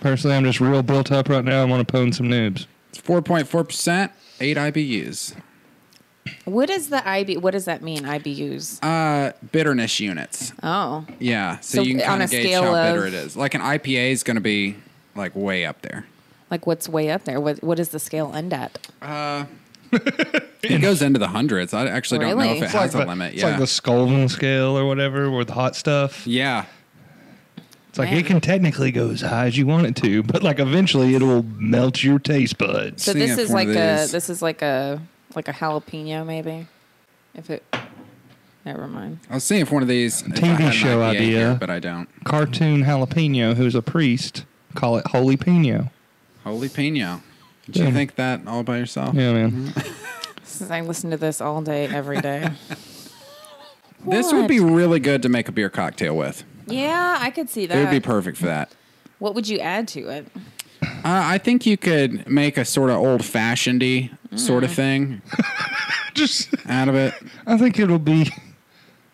D: Personally, I'm just real built up right now. I want to pwn some noobs.
A: It's 4.4%, 8 IBUs.
C: What is the IB? What does that mean? IBUs.
A: Uh, bitterness units.
C: Oh,
A: Yeah, so,
C: So
A: you can
C: on
A: kind
C: a
A: of gauge
C: scale
A: how
C: of-
A: bitter it is. Like an IPA is going to be like way up there.
C: like what's way up there? What What is the scale end at?
A: It goes into the hundreds. I actually don't know
C: Really?
A: if it
C: It's
A: has
D: Like
A: a
D: the-
A: limit.
D: It's
A: Yeah,
D: like the Skolven scale or whatever with hot stuff.
A: yeah.
D: It's like
C: Man.
D: it can technically go as high as you want it to, but like eventually it'll melt your taste buds.
C: So this
A: Seeing it
C: is
A: for
C: like
A: what it
C: a
A: is.
C: this is like a like a jalapeno maybe. If it. Never mind.
A: I was seeing if one of these if I
D: TV
A: had an
D: show
A: IPA here,
D: idea.
A: but I don't.
D: Cartoon jalapeno, who's a priest, call it holy pino.
A: Holy pino! Did you
D: Yeah.
A: think that all by yourself?
D: Yeah, man.
C: Since I listen to this all day every day.
A: This would be really good to make a beer cocktail with.
C: Yeah, I could see
A: It would
C: that.
A: be perfect for that.
C: what would you add to it?
A: Uh, I think you could make a sort of old fashioned y sort
C: Mm.
A: of thing
D: just,
A: out of it.
D: I think it'll be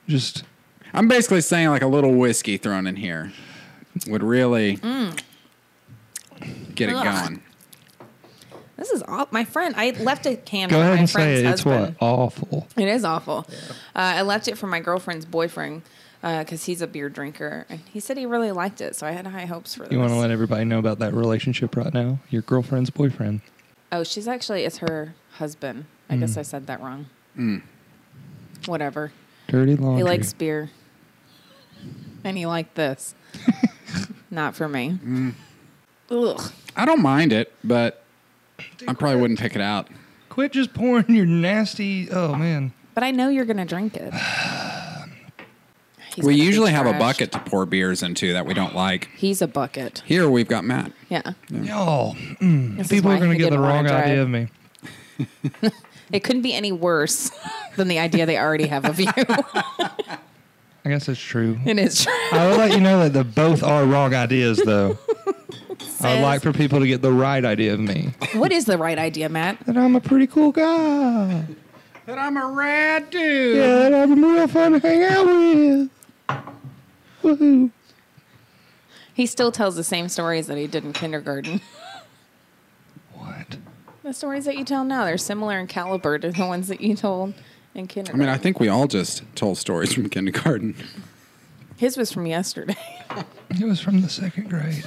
D: just
A: I'm basically saying like a little whiskey thrown in here would really get it
C: Mm. Ugh.
A: going.
C: This is aw- my friend. I left a can.
D: go
C: for
D: ahead
C: my
D: and say
C: friend's
D: it. It's
C: husband.
D: what awful.
C: It is awful. Uh, I left it for my girlfriend's boyfriend because he's a beer drinker, and he said he really liked it. So I had high hopes for this.
D: You want to let everybody know about that relationship right now? Your girlfriend's boyfriend.
C: oh, she's actually it's her husband. I
D: Hmm.
C: guess I said that wrong.
A: Hmm.
C: Whatever.
D: Dirty laundry.
C: He likes beer, and he liked this. Not for me.
A: Hmm.
C: Ugh.
A: I don't mind it, but I probably wouldn't pick it out.
D: Quit just pouring your nasty. Oh man.
C: But I know you're gonna drink it. He's
A: we
C: gonna be
A: usually have a
C: trashed.
A: bucket to pour beers into that we don't like.
C: He's a bucket.
A: Here we've got Matt.
C: Yeah.
D: Y'all,
C: This is
D: people
C: why
D: are gonna
C: he
D: get the
C: didn't wanna
D: wrong
C: drive.
D: idea of me.
C: It couldn't be any worse than the idea they already have of you.
D: I guess that's true.
C: it is true.
D: I will let you know that the both are wrong ideas, though. I would
C: Says-
D: like for people to get the right idea of me.
C: What is the right idea, Matt?
D: That I'm a pretty cool guy.
A: That I'm a rad dude.
D: Yeah, that I'm real fun to hang out with. Woohoo.
C: He still tells the same stories that he did in kindergarten.
D: What?
C: The stories that you tell now, they're similar in caliber to the ones that you told in
A: I
C: kindergarten.
A: mean, I think we all just told stories from kindergarten.
C: His was from yesterday.
D: It was from the second grade.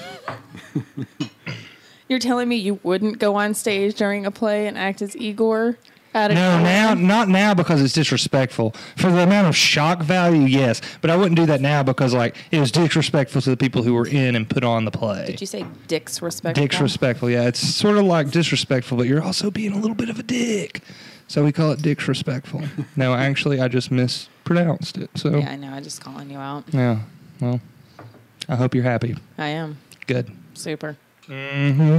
C: You're telling me you wouldn't go on stage during a play and act as Igor? At a
G: No, now not now because it's disrespectful. For the amount of shock value, yes, but I wouldn't do that now because like it was disrespectful to the people who were in and put on the play.
C: Did you say dick's respectful?
D: Disrespectful, yeah. It's sort of like disrespectful, but you're also being a little bit of a dick. So we call it disrespectful. no, actually, I just mispronounced it. So,
C: Yeah, I know. I'm just calling you out.
D: yeah. Well, I hope you're happy.
C: I am.
D: Good.
C: Super. Mm-hmm.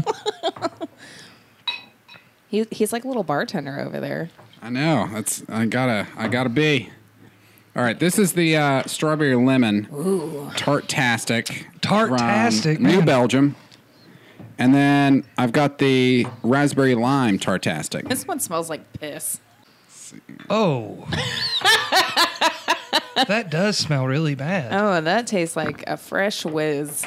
C: he, he's like a little bartender over there.
A: I know. That's I gotta I gotta be. All right, this is the uh, strawberry lemon tartastic.
D: Tartastic,
A: from New
D: man.
A: Belgium. And then I've got the raspberry lime tartastic.
C: This one smells like piss.
G: Oh. that does smell really bad.
C: Oh, that tastes like a fresh whiz.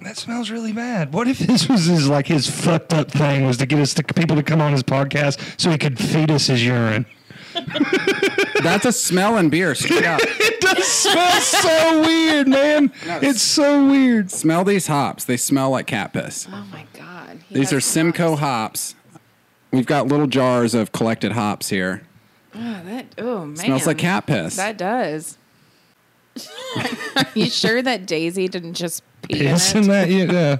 G: That smells really bad. What if this was his like his fucked up thing was to get us to people to come on his podcast so he could feed us his urine?
A: That's a smell in beer. Straight up.
G: It does smell so weird, man. It's so weird.
A: smell these hops. They smell like cat piss.
C: Oh my god. He
A: These
C: has
A: are Simcoe
C: hops.
A: hops. We've got little jars of collected hops here.
C: Oh, that oh man.
A: Smells like cat piss.
C: That does. you sure that Daisy didn't just pee in
D: Isn't
C: it?
D: that yeah, yeah?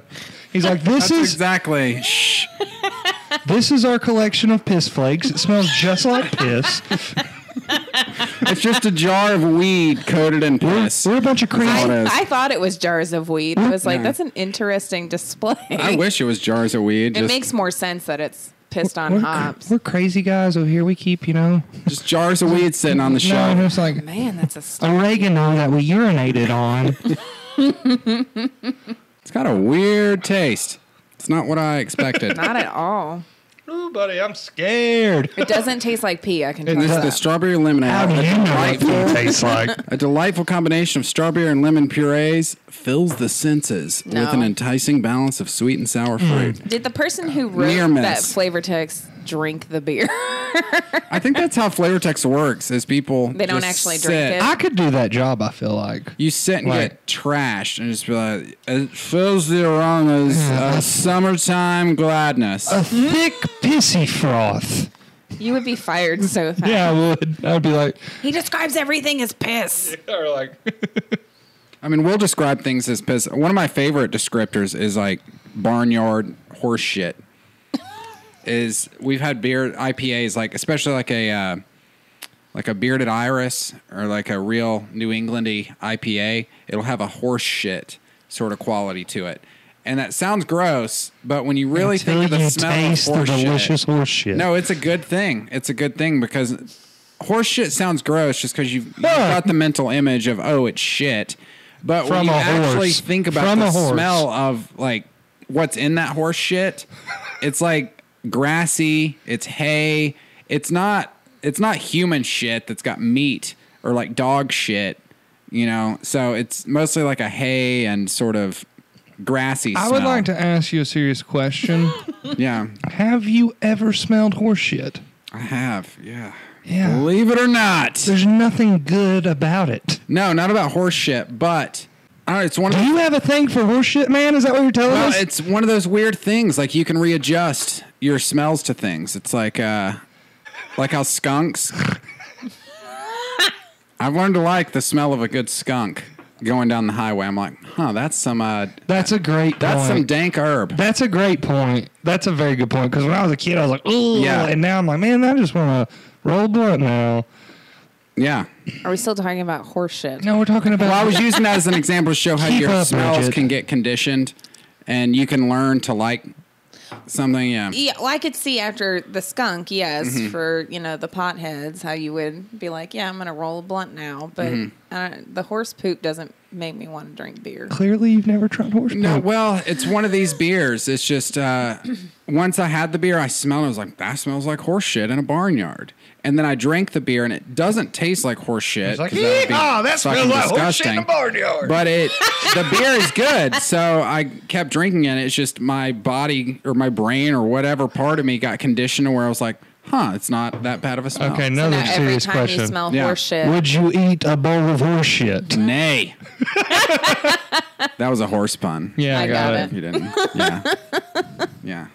D: He's like, this
A: That's
D: is
A: exactly. Shh.
D: this is our collection of piss flakes. It smells just like piss.
A: It's just a jar of weed coated in piss.
D: We're a bunch of
A: all it
D: crazy.
A: is.
C: I thought it was jars of weed. I was like,
A: No.
C: that's an interesting display.
A: I wish it was jars of weed.
C: it
A: just-
C: makes more sense that it's pissed on
D: we're,
C: hops.
D: we're crazy guys over here. We keep, you know,
A: Just jars of weed sitting on the
D: no,
A: shelf.
D: it's like
C: Man, that's a st-
D: oregano that we urinated on.
A: It's got a weird taste. It's not what I expected.
C: not at all.
H: Ooh, buddy, I'm scared.
C: It doesn't taste like pee. I can tell
A: And
C: you
A: this is the
C: that.
A: strawberry lemonade.
D: How do
A: A
D: you know what
A: delightful-
D: it tastes like?
A: A delightful combination of strawberry and lemon purees fills the senses with
C: No.
A: an enticing balance of sweet and sour fruit.
C: Did the person who wrote
A: Near
C: that
A: miss.
C: flavor text drink the beer?
A: I think that's how flavor text works. Is people
C: They don't
A: just
C: actually
A: sit.
C: drink it.
D: I could do that job. I feel like
A: You sit and
D: Like-
A: get trashed and just be like, it fills the aromas of summertime gladness.
D: a thick pissy froth.
C: you would be fired so fast.
D: Yeah, I would. I would be like,
C: He describes everything as piss.
H: or like,
A: I mean, we'll describe things as piss. One of my favorite descriptors is like barnyard horse shit. is we've had beer IPAs like especially like a uh, like a bearded iris or like a real New Englandy IPA. It'll have a horse shit sort of quality to it. And that sounds gross, but when you really
D: until
A: think of the
D: you
A: smell
D: taste
A: of
D: the
A: horse shit-
D: delicious horse shit.
A: no, it's a good thing. It's a good thing because horse shit sounds gross just because you've, you've got the mental image of oh it's shit. But when
D: Ah. From
A: you
D: a
A: actually
D: horse.
A: think about
D: From
A: the
D: a horse.
A: smell of like what's in that horse shit, it's like grassy, it's hay, it's not it's not human shit that's got meat or like dog shit, you know. So it's mostly like a hay and sort of grassy
H: I would like to ask you a serious question.
A: Yeah.
D: Have you ever smelled horse shit?
A: I have, yeah.
D: Yeah.
A: Believe it or not.
D: There's nothing good about it.
A: No, not about horse shit, but I don't know, it's one of
D: Do you have a thing for horse shit, man? Is that what you're telling
A: well,
D: us?
A: it's one of those weird things. Like you can readjust your smells to things. It's like uh like how skunks I've learned to like the smell of a good skunk going down the highway. I'm like, huh, that's some uh
D: That's a great.
A: that's
D: point.
A: some dank herb.
D: That's a great point. That's a very good point. Because when I was a kid, I was like, "Ooh,"
A: Yeah.
D: and now I'm like, "Man, I just want to roll blunt now."
A: Yeah.
C: Are we still talking about horse shit?
D: No, we're talking about.
A: Well, I was using that as an example to show how
D: Keep
A: your
D: up,
A: smells
D: Bridget.
A: can get conditioned and you can learn to like something, yeah.
C: Yeah, well, I could see after the skunk, yes,
A: Mm-hmm.
C: for you know the potheads, how you would be like, yeah, I'm gonna roll a blunt now, but
A: Mm-hmm.
C: uh, the horse poop doesn't make me want to drink beer.
D: Clearly, you've never tried horse.
A: No,
D: poop.
A: well, it's one of these beers. It's just uh, once I had the beer, I smelled. it. I was like, that smells like horse shit in a barnyard. And then I drank the beer, and it doesn't taste like horse shit.
D: like,
A: 'cause that would be
D: "Yeehaw, that smells
A: fucking
D: like horse shit in a
A: disgusting."
D: barnyard.
A: But it, the beer is good, so I kept drinking it. It's just my body or my brain or whatever part of me got conditioned to where I was like, huh, it's not that bad of a smell.
D: okay,
C: Oh, So
D: another
C: now every
D: serious
C: time
D: question.
C: you smell
A: Yeah.
C: horse shit,
D: Would you eat a bowl of horse shit?
A: Nay. that was a horse pun.
D: Yeah,
C: I got it.
A: You didn't. Yeah. Yeah.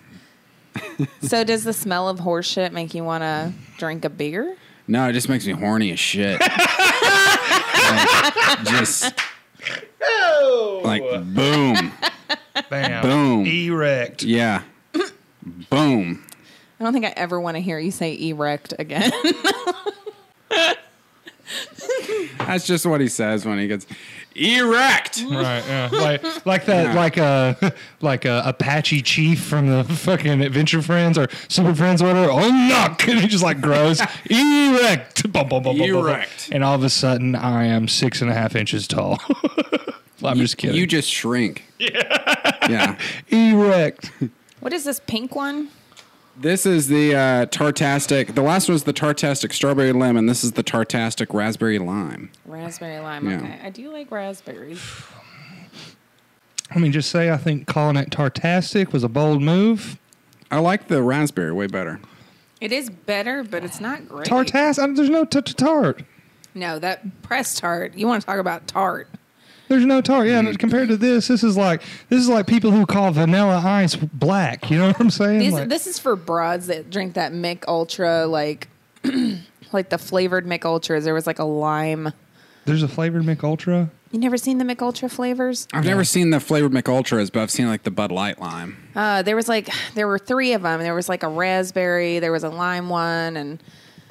C: so does the smell of horse shit make you want to drink a beer?
A: No, it just makes me horny as shit. Like, just like boom,
H: Bam.
A: Boom.
H: Erect.
A: yeah, boom.
C: I don't think I ever want to hear you say erect again.
A: That's just what he says when he gets erect.
D: Right, yeah. like like that, like a like a Apache chief from the fucking Adventure Friends or Super Friends, or whatever. Oh, knock! And he just like grows erect, bum, bum, bum, bum, bum, bum.
A: Erect.
D: and all of a sudden, I am six and a half inches tall. I'm just kidding.
A: You just shrink. Yeah, yeah.
D: erect.
C: what is this pink one?
A: This is the uh, tartastic. The last one was the tartastic strawberry lemon. This is the tartastic raspberry lime.
C: Raspberry lime.
A: Yeah.
C: Okay, I do like raspberries.
D: Let me just say, I think calling it tartastic was a bold move.
A: I like the raspberry way better.
C: It is better, but it's not great.
D: Tartas? I- There's no t- t- tart.
C: No, that pressed tart. You want to talk about tart?
D: There's no tart. Yeah,
C: Mm.
D: and compared to this, this is like this is like people who call vanilla ice black. You know what I'm saying?
C: These,
D: Like-
C: this is for broads that drink that Mick Ultra, like like the flavored Mick Ultras. There was like a lime.
D: There's a flavored Mick Ultra.
C: You never seen the Mick Ultra flavors?
A: I've never seen the flavored McUltras, but I've seen like the Bud Light lime.
C: Uh, there was like there were three of them. There was like a raspberry. There was a lime one, and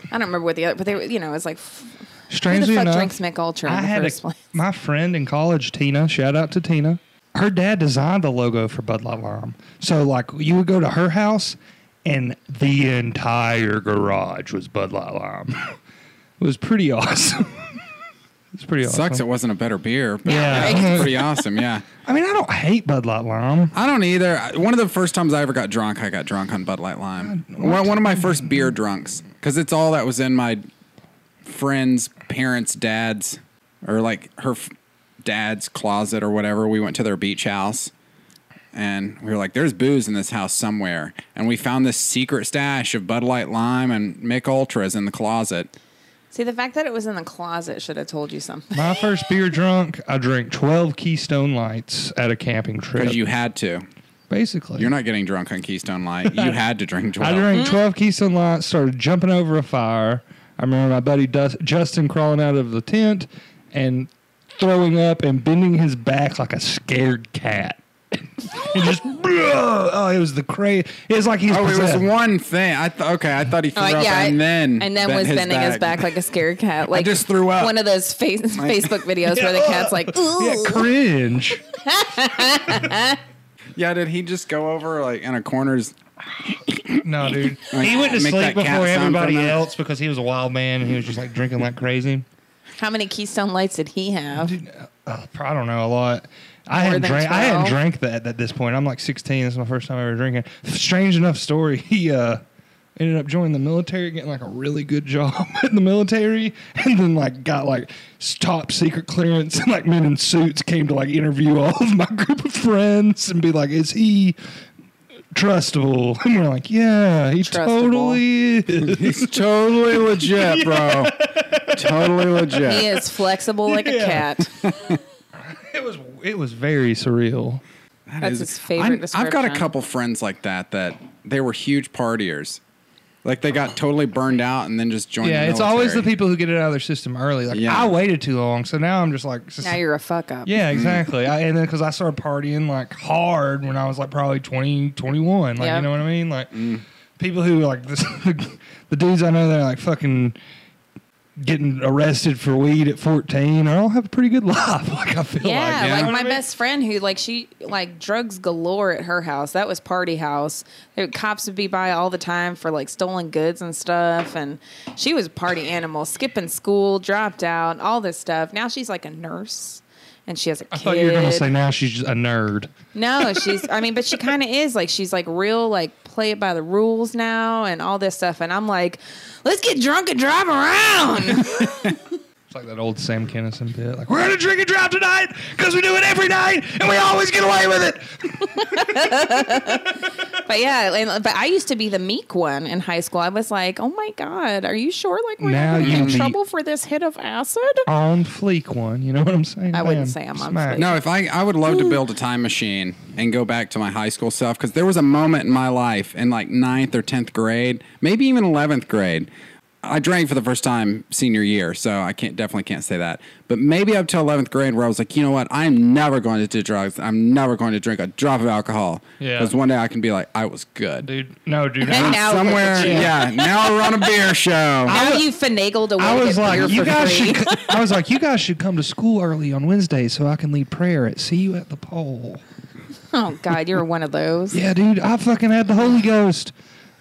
C: I don't remember what the other. But they, were- you know, it was like f-
D: Strangely
C: fuck
D: enough,
C: drinks Mick Ultra in
D: I
C: the
D: had a-
C: first place?
D: my friend in college, Tina. Shout out to Tina. Her dad designed the logo for Bud Light Lime. So like, you would go to her house, and the entire garage was Bud Light Lime. it was pretty awesome. it's pretty awesome.
A: Sucks it wasn't a better beer. But
D: Yeah.
A: it's pretty awesome. Yeah.
D: I mean, I don't hate Bud Light Lime.
A: I don't either. I- One of the first times I ever got drunk, I got drunk on Bud Light Lime. One, one of my first beer drunks, because it's all that was in my friend's parents' dad's or like her f- dad's closet or whatever. We went to their beach house, and we were like, "There's booze in this house somewhere," and we found this secret stash of Bud Light Lime and Mick Ultras in the closet.
C: See, the fact that it was in the closet should have told you something.
D: My first beer drunk, I drank 12 Keystone Lights at a camping trip.
A: Because you had to.
D: basically.
A: You're not getting drunk on Keystone Light. You had to drink 12.
D: I drank 12 Keystone Lights, started jumping over a fire. I remember my buddy Dus Justin crawling out of the tent and throwing up and bending his back like a scared cat. and just, oh, it was the crazy. It was like he's
A: Oh, it was
D: possessed.
A: one thing. I th- okay, I thought he threw
C: Uh,
A: up and then
C: and then
A: bent
C: was bending his back like a scared cat. Like
A: just threw up.
C: One of those face, Facebook videos where the cat's like, "Ooh,
D: Yeah, cringe.
A: Yeah, did he just go over like in a corner's?
D: No, dude.
A: Like,
D: he went to
A: make that cat
D: sleep before
A: sound for a
D: everybody
A: minute.
D: else because he was a wild man and he was just like drinking like crazy.
C: how many Keystone Lights did he have?"
D: Uh, I don't know a lot. I hadn't
C: than
D: drank. I
C: 12?
D: hadn't drank that at this point. I'm like 16. This is my first time ever drinking. Strange enough story. He uh, ended up joining the military, getting like a really good job in the military, and then like got like s- top secret clearance. And like men in suits came to like interview all of my group of friends and be like, "Is he trustable?" And we're like, "Yeah, he
C: Trustable.
D: totally is."
A: He's totally legit, bro. Totally legit.
C: He is flexible like a
D: Yeah.
C: cat.
D: it was it was very surreal.
C: That's his favorite
A: I've got a
C: description.
A: couple friends like that that they were huge partiers. Like they got totally burned out and then just joined.
D: Yeah,
A: the
D: it's always the
A: military.
D: people who get it out of their system early. Like
A: Yeah.
D: I waited too long, so now I'm just like, s-
C: Now you're a fuck up.
D: yeah, exactly. I, and then because I started partying like hard when I was like probably 20, 21. like
C: Yeah.
D: you know what I mean. Like
A: Mm.
D: people who like this, the dudes I know that are like fucking getting arrested for weed at 14 are all have a pretty good life. Like I feel
C: Yeah,
D: like, you know
C: like
D: what
C: my
D: I mean?
C: best friend who like she like drugs galore at her house. That was party house. There- cops would be by all the time for like stolen goods and stuff. And she was a party animal, skipping school, dropped out, all this stuff. Now she's like a nurse, and she has a
D: I
C: kid.
D: thought you were gonna say now she's just a nerd.
C: No, she's. I mean, but she kind of is like she's like real, like play it by the rules now, and all this stuff. And I'm like, let's get drunk and drive around.
D: It's like that old Sam Kennison bit. Like we're gonna drink and drive tonight because we do it every night and we always get away with it.
C: but yeah, and, but I used to be the meek one in high school. I was like, oh my god, are you sure? Like we're
D: Now
C: not gonna
D: you
C: get in
D: meek. Oh,
C: trouble for this hit of acid?
D: on fleek one. You know what I'm saying?
C: I wouldn't say I'm on fleek.
A: No, if I I would love to build a time machine and go back to my high school stuff because there was a moment in my life in like ninth or tenth grade, maybe even eleventh grade. I drank for the first time senior year, so I can't definitely can't say that. But maybe up to eleventh grade, where I was like, you know what, I'm never going to do drugs. I'm never going to drink a drop of alcohol.
D: Yeah.
A: Because one day I can be like, I was good.
D: Dude, no, dude.
C: And
D: I,
C: now look
A: Somewhere,
C: at you.
A: yeah. Now we're on a beer show.
C: Now you finagled away.
D: I was like, you
C: for
D: guys
C: free.
D: should. co- I was like, you guys should come to school early on Wednesday so I can lead prayer at see you at the pole.
C: oh god, you were one of those.
D: Yeah, dude, I fucking had the Holy Ghost.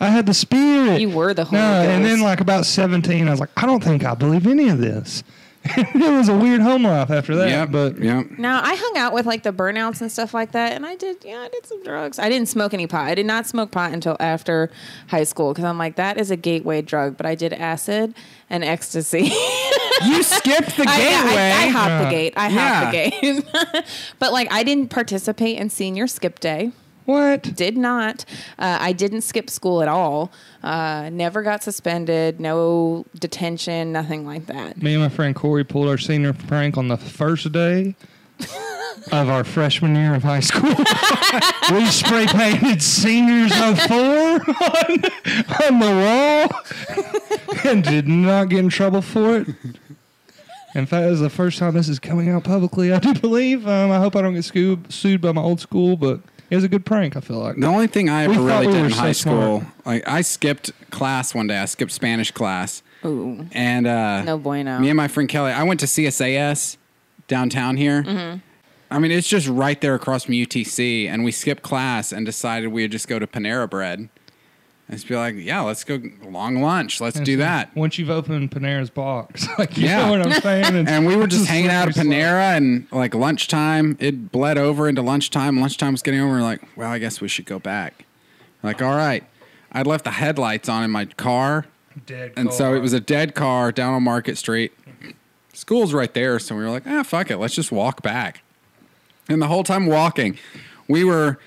D: I had the Spirit.
C: You were the Holy
D: and then
C: Ghost.
D: like about seventeen, I was like, I don't think I believe any of this. it was a weird home life after that.
A: Yep,
D: but
A: yep.
C: Now I hung out with like the burnouts and stuff like that, and I did, yeah, I did some drugs. I didn't smoke any pot. I did not smoke pot until after high school because I'm like that is a gateway drug. But I did acid and ecstasy.
A: You skipped the gateway.
C: I, I, I hopped the gate. I hopped
A: Yeah.
C: the gate. but like I didn't participate in senior skip day.
D: what?
C: Did not. Uh, I didn't skip school at all. Uh, never got suspended. No detention. Nothing like that.
D: Me and my friend Corey pulled our senior prank on the first day of our freshman year of high school. we spray painted seniors of four on, on the wall and did not get in trouble for it. In fact, this is the first time this is coming out publicly, I do believe. Um, I hope I don't get scoo- sued by my old school, but it was a good prank, I feel like.
A: The only thing I
D: We
A: ever
D: thought
A: really
D: we
A: did
D: were
A: in
D: so
A: high school, like I skipped class one day. I skipped Spanish class.
C: Ooh.
A: And uh,
C: No bueno.
A: Me and my friend Kelly, I went to CSAS downtown here.
C: Mm-hmm.
A: I mean, it's just right there across from UTC, and we skipped class and decided we'd just go to Panera Bread. I just be like, yeah, let's go long lunch. Let's do that.
D: Once you've opened Panera's box, like you
A: Yeah.
D: know what I'm saying. It's-
A: And we were just
D: it's a
A: hanging out at
D: slippery slope.
A: Panera and like lunchtime, it bled over into lunchtime. Lunchtime was getting over. We're like, well, I guess we should go back. Like, all right. I'd left the headlights on in my car.
D: Dead
A: And so
D: car.
A: it was a dead car down on Market Street. School's right there. So we were like, ah, fuck it. Let's just walk back. And the whole time walking, we were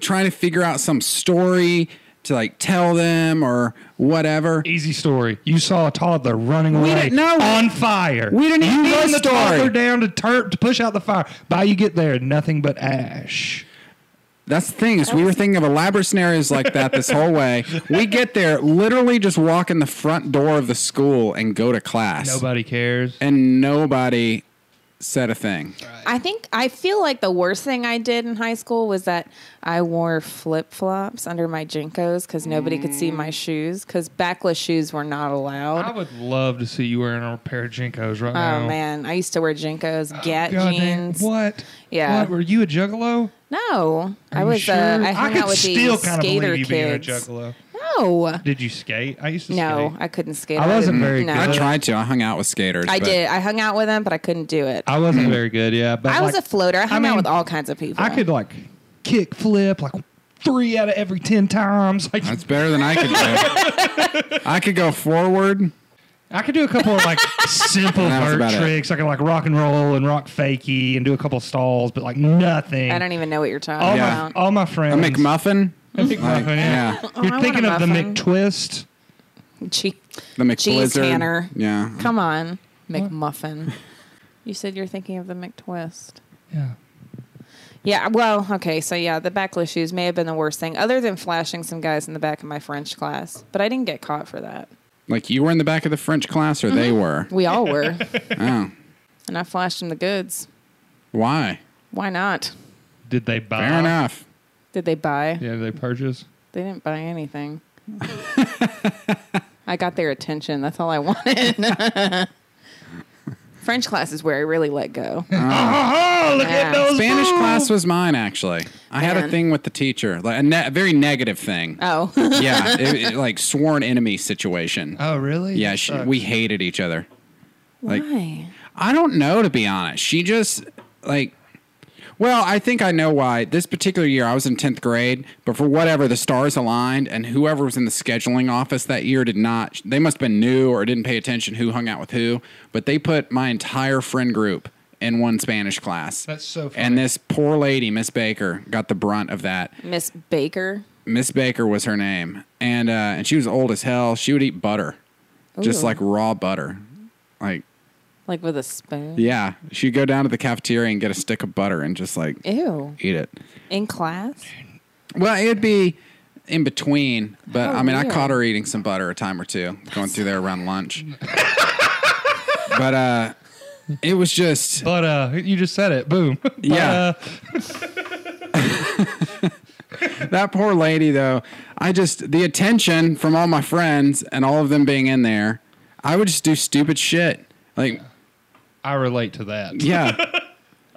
A: trying to figure out some story to like tell them or whatever.
D: easy story. You saw a toddler running away
A: didn't know.
D: on fire.
A: We didn't even
D: You
A: need a
D: run the
A: story.
D: toddler down to tur- to push out the fire. By you get there, nothing but ash.
A: That's the thing is we were thinking of elaborate scenarios like that this whole way. We get there, literally just walk in the front door of the school and go to class.
D: Nobody cares.
A: And nobody said a thing.
C: I think I feel like the worst thing I did in high school was that I wore flip flops under my jinkos because nobody could see my shoes because backless shoes were not
D: Mm. I
C: allowed.
D: would love to see you wearing a pair of jinkos right now.
C: Oh man, I used to wear jinkos, Gat
D: Oh, God damn-
C: jeans.
D: What?
C: Yeah.
D: What, were you a juggalo?
C: No, I
D: Are you
C: was.
D: sure?
C: Uh, I hung
D: could
C: out with
D: still
C: these
D: kinda
C: skater
D: believe you being a
C: kids.
D: juggalo.
C: No,
D: Did you skate? I used to
C: no,
D: skate.
C: I couldn't skate.
D: I wasn't
C: didn't-
D: very
C: no.
D: good.
A: I tried to. I hung out with skaters.
C: I
A: but-
C: did. I hung out with them, but I couldn't do it. I,
D: I wasn't very good, yeah. But
C: was
D: like,
C: a floater. I hung
D: mean,
C: out with all kinds of people.
D: I could like kick flip like three out of every ten times. Like
A: That's better than I could do. I could go forward.
D: I could do a couple of like simple
A: That's
D: vert
A: about it.
D: tricks. I could like rock and roll and rock fakey and do a couple stalls, but like nothing.
C: I don't even know what you're talking
D: all
A: Yeah.
C: about.
D: my all my friends.
A: A McMuffin.
D: A McMuffin,
A: Like,
D: yeah.
A: yeah.
C: Oh, I
D: You're
C: want
D: thinking
C: a
D: of the
C: muffin.
D: McTwist.
C: Gee-
A: The McBlizzard.
C: Jeez, Tanner.
A: Yeah.
C: Come on, McMuffin. you said you're thinking of the McTwist.
D: Yeah.
C: Yeah, well, okay, so yeah, the backless shoes may have been the worst thing, other than flashing some guys in the back of my French class. But I didn't get caught for that.
A: Like you were in the back of the French class, or
C: Mm-hmm.
A: they were.
C: We all were,
A: Oh,
C: and I flashed them the goods.
A: why?
C: Why not?
D: Did they buy?
A: Fair enough.
C: Did they buy?
D: Yeah, did they purchase.
C: They didn't buy anything. I got their attention. That's all I wanted. French class is where I really let go.
D: Oh, look
C: Yeah.
D: at those.
A: Spanish class was mine actually. I had a
C: Oh. Man.
A: thing with the teacher, like a, ne- a very negative thing.
C: Oh,
A: yeah, it, it- like sworn enemy situation.
D: Oh, really?
A: yeah, she, we hated each other. Like,
C: why?
A: I don't know to be honest. She just like well, I think I know why. This particular year I was in 10th grade, but for whatever the stars aligned and whoever was in the scheduling office that year did not they must have been new or didn't pay attention who hung out with who, but they put my entire friend group in one Spanish class.
D: That's so funny.
A: And this poor lady, Miss Baker, got the brunt of that.
C: Miss Baker.
A: Miss Baker was her name, and uh, and she was old as hell. She would eat butter, just
C: Ooh.
A: like raw butter, like
C: Like with a spoon?
A: yeah. She'd go down to the cafeteria and get a stick of butter and just like
C: Ew.
A: eat it.
C: In class?
A: Well, it'd be in between, but
C: Oh,
A: I mean, I
C: weird.
A: caught her eating some butter a time or two, going through there around lunch. but uh, it was just
D: But uh, you just said it. Boom. But,
A: Yeah.
D: uh,
A: that poor lady though i just the attention from all my friends and all of them being in there i would just do stupid shit like
D: I relate to that.
A: yeah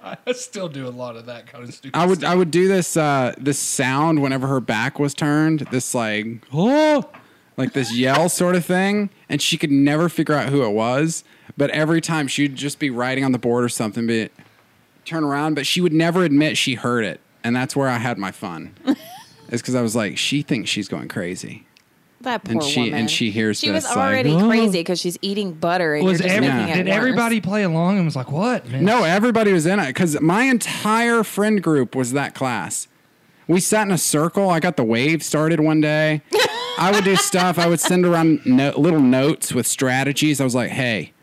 D: I still do a lot of that kind of stupid.
A: i would i would do this uh this sound whenever her back was turned this like oh like this yell sort of thing and she could never figure out who it was but every time she'd just be writing on the board or something be turn around but she would never admit she heard it and that's where i had my fun is because i was like she thinks she's going crazy
C: That poor
A: And she-
C: woman.
A: and she hears
C: She
A: this, like,
C: was already
D: "Oh."
C: crazy because she's eating butter and
D: was
C: you're just
D: every,
C: making it
D: did
C: worse.
D: everybody play along and was like, "What? Man?
A: No, everybody was in it because my entire friend group was that class. We sat in a circle. I got the wave started one day. I would do stuff. I would send around no, little notes with strategies. I was like, "Hey,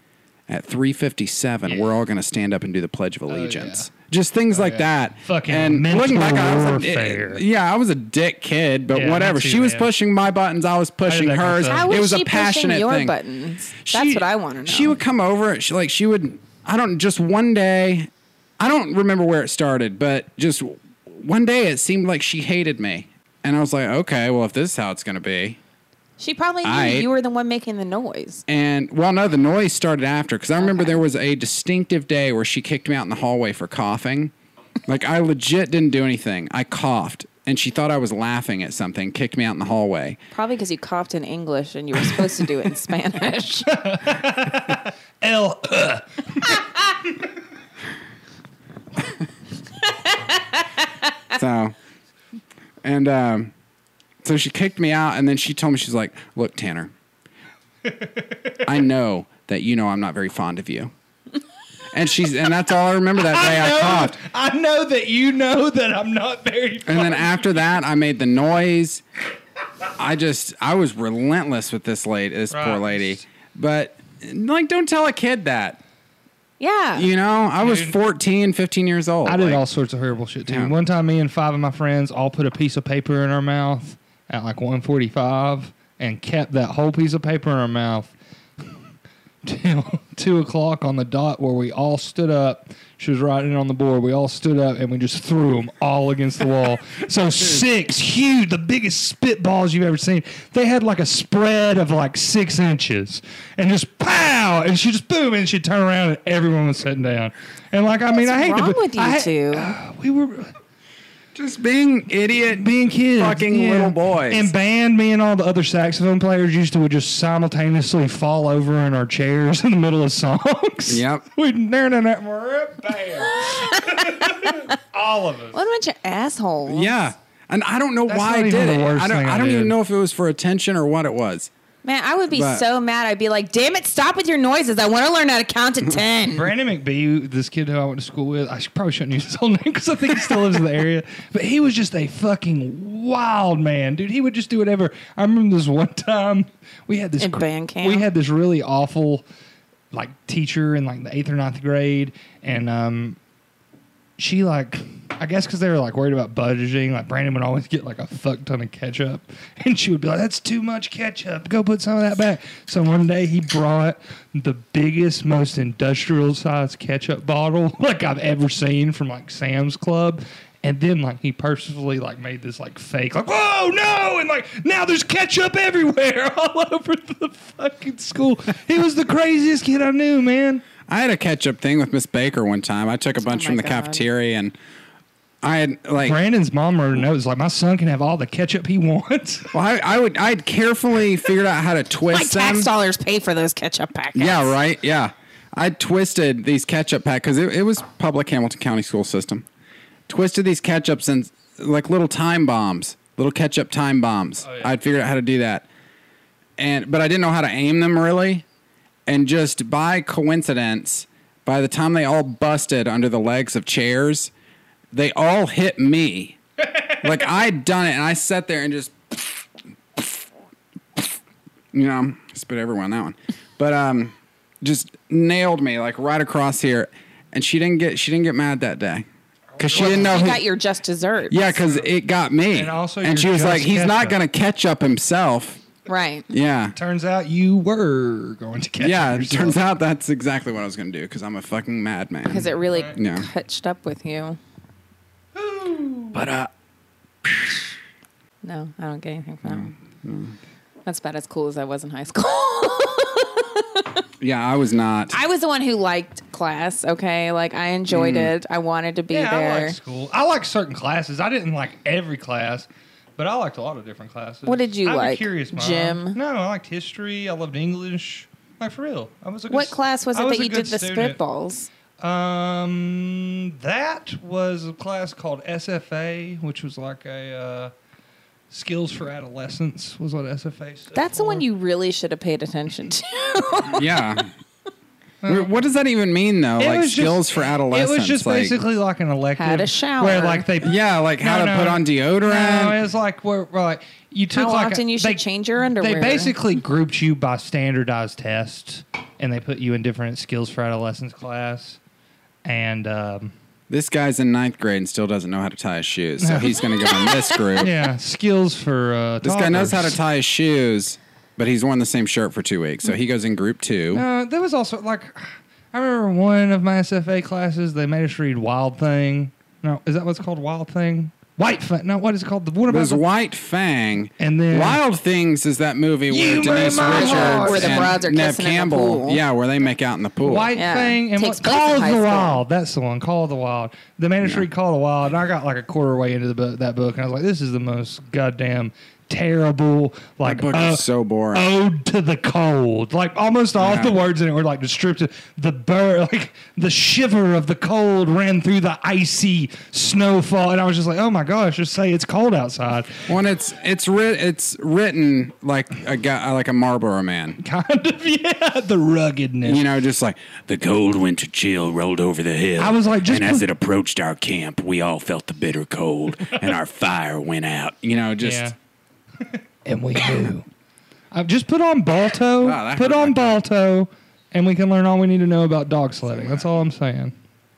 A: at 3:57, we're all going to stand up and do the Pledge
D: Oh,
A: of Allegiance." Just things like that.
D: Fucking
A: and
D: mental
A: looking back, I was a,
D: warfare.
A: yeah, I was a dick kid, but
D: Yeah, me
A: whatever.
D: too,
A: She was
D: man.
A: pushing my buttons. I was pushing
D: that go
A: hers.
D: so?
C: How was
A: it was
C: she
A: a passionate
C: pushing your
A: thing.
C: buttons?
A: She-
C: That's what I want to know.
A: She would come over. She like she would. I don't just one day. I don't remember where it started, but just one day it seemed like she hated me, and I was like, okay, well if this is how it's gonna be,
C: She probably knew
A: I-
C: you were the one making the noise.
A: and well no, the noise started after because I remember there was a distinctive day where she kicked me out in the hallway for coughing. Like I legit didn't do anything. I coughed. and she thought I was laughing at something, kicked me out in the hallway.
C: Probably because you coughed in English and you were supposed to do it in Spanish.
D: L.
A: So, and um, so she kicked me out, and then she told me she's like, "Look, Tanner, I know that you know I'm not very fond of you." And she's and that's all I remember that day. I, coughed,
D: I know that you know that I'm not very.
A: and then after that, I made the noise. I just I was relentless with this lady, this poor
D: Right.
A: lady. But like, don't tell a kid that.
C: yeah.
A: You know, I was 14, 15 years old.
D: I did
A: Like,
D: all sorts of horrible shit too.
A: Yeah.
D: One time, me and five of my friends all put a piece of paper in our mouth at like 1:45 and kept that whole piece of paper in our mouth till two o'clock on the dot, where we all stood up. She was writing it on the board. We all stood up and we just threw them all against the wall. So six huge, the biggest spitballs you've ever seen. They had like a spread of like six inches, and just pow, and she just boom, and she'd turn around and everyone was sitting down. And like, I mean, I hate
C: What's
D: to,
C: wrong
D: be-
C: with you
D: I ha-
C: two?
D: we were
A: just being idiot,
D: being kids,
A: Fucking little boys.
D: And band, me and all the other saxophone players used to would just simultaneously fall over in our chairs in the middle of songs.
A: Yep.
D: We'd nerd in that bam. all of us.
C: What about your asshole?
A: Yeah. And I don't know why
D: not
A: I
D: even
A: did
D: the
A: it.
D: worst
A: I don't,
D: thing I
A: I don't even
D: did.
A: know if it was for attention or what it was.
C: Man, I would be
A: But-
C: so mad. I'd be like, damn it, stop with your noises. I want to learn how to count to 10.
D: Brandon McBee, this kid who I went to school with, I should, probably shouldn't use his whole name because I think he still lives in the area. But he was just a fucking wild man, dude. He would just do whatever. I remember this one time we had this
C: In
D: gr-
C: band camp?
D: We had this really awful like teacher in like the eighth or ninth grade, and um, she like I guess because they were like worried about budgeting, like Brandon would always get like a fuck ton of ketchup, and she would be like, "That's too much ketchup. Go put some of that back." So one day he brought the biggest, most industrial sized ketchup bottle like I've ever seen from like Sam's Club, and then like he purposefully like made this like fake like whoa no and like now there's ketchup everywhere all over the fucking school. He was the craziest kid I knew, man.
A: I had a ketchup thing with Miss Baker one time. I took
D: Oh
A: a bunch
C: my
A: from the
C: God.
A: cafeteria and I had like
D: Brandon's mom wrote a note. It's like my son can have all the ketchup he wants.
A: well, I, I would I had carefully figured out how to
C: My
A: twist them.
C: tax dollars pay for those ketchup packets.
A: Yeah, right. Yeah. I twisted these ketchup pack because it, it was public Hamilton County school system. Twisted these ketchups and like little time bombs, little ketchup time bombs. I'd figured out how to do that, and but I didn't know how to aim them really. And just by coincidence, by the time they all busted under the legs of chairs, they all hit me. like I'd done it, and I sat there and just you know, spit everywhere on that one. But um, just nailed me like right across here, and she didn't get she didn't get mad that day because she didn't know.
C: You
A: Who,
C: got your just dessert.
A: yeah, because it got me.
D: And also
A: and
D: you're
A: she was
D: just
A: like, he's not
D: ketchup."
A: gonna catch up himself.
C: Right.
A: Yeah.
D: Turns out you were going to catch
A: Yeah,
D: it
A: it
D: yourself.
A: turns out that's exactly what I was gonna do because I'm a fucking madman.
C: Because it really
A: Yeah.
C: catched up with you.
A: but uh,
C: No, I don't get anything from that. one. That's about as cool as I was in high school.
A: yeah, I was not.
C: I was the one who liked class, okay? Like, I enjoyed
A: Mm.
C: it. I wanted to be
D: Yeah, I
C: there.
D: liked school. I liked certain classes. I didn't like every class, but I liked a lot of different classes.
C: What did you
D: I have a
C: like?
D: Curious mind.
C: Gym?
D: No, I liked history. I loved English. Like for real, I was a. Good,
C: what class was
D: I
C: it that
D: a
C: you
D: good
C: did the
D: student.
C: spitballs?
D: Um, that was a class called SFA, which was like a uh, skills for adolescents. Was what SFA stood
C: That's the
D: for.
C: one you really should have paid attention to.
A: yeah. Wh- what does that even mean though?
D: It
A: like
D: was just-
A: skills for adolescents.
D: It was just
A: like,
D: basically like an elective.
C: How to shower.
D: Where like they
A: Yeah, like how
D: No,
A: to
D: no.
A: put on deodorant.
D: No, it was like where, where like you took
C: How
D: like a-
C: often you should
D: they-
C: change your underwear.
D: They basically grouped you by standardized tests, and they put you in different skills for adolescence class. And um,
A: This guy's in ninth grade and still doesn't know how to tie his shoes, so he's going to go in this group.
D: yeah, skills for uh,
A: This guy knows how to
D: toddlers.
A: tie his shoes, but he's worn the same shirt for two weeks, so he goes in group two.
D: Uh, there was also like, I remember one of my SFA classes. They made us read Wild Thing. No, is that what's called Wild Thing? White Fang. No, what is it called? The one
A: It
D: about
A: was
D: the-
A: White Fang.
D: And then-
A: Wild Things is that movie where
D: You
A: Denise
D: made my
A: Richards
D: heart.
C: Where the
A: and
C: broads are
A: Neve
C: kissing in the
A: Campbell,
C: pool.
A: yeah, where they make out in the pool.
D: White
C: Yeah.
D: Thing and
C: Takes
D: what,
C: place
D: Call
C: in
D: of
C: high
D: the
C: school.
D: Wild. That's the one. Call of the Wild. The man who read Call of the Wild, and I got like a quarter way into the book, that book, and I was like, "This is the most goddamn terrible like
A: That book
D: uh,
A: is so boring.
D: ode to the cold." Like almost all
A: Yeah.
D: the words in it were like descriptive. The bird, like the shiver of the cold ran through the icy snowfall, and I was just like, "Oh my gosh!" Just say it's cold outside.
A: When it's it's writ it's written like a guy like a Marlboro man.
D: Kind of, yeah. The ruggedness.
A: You know, just like the cold winter chill rolled over the hill.
D: I was like, just
A: and as
D: put-
A: it approached our camp, we all felt the bitter cold, and our fire went out. You know, just
D: yeah. and we knew. Uh, just put on Balto.
A: Wow, that
D: put
A: hurt
D: on
A: like
D: Balto, and we can learn all we need to know about dog sledding. That's all I'm saying.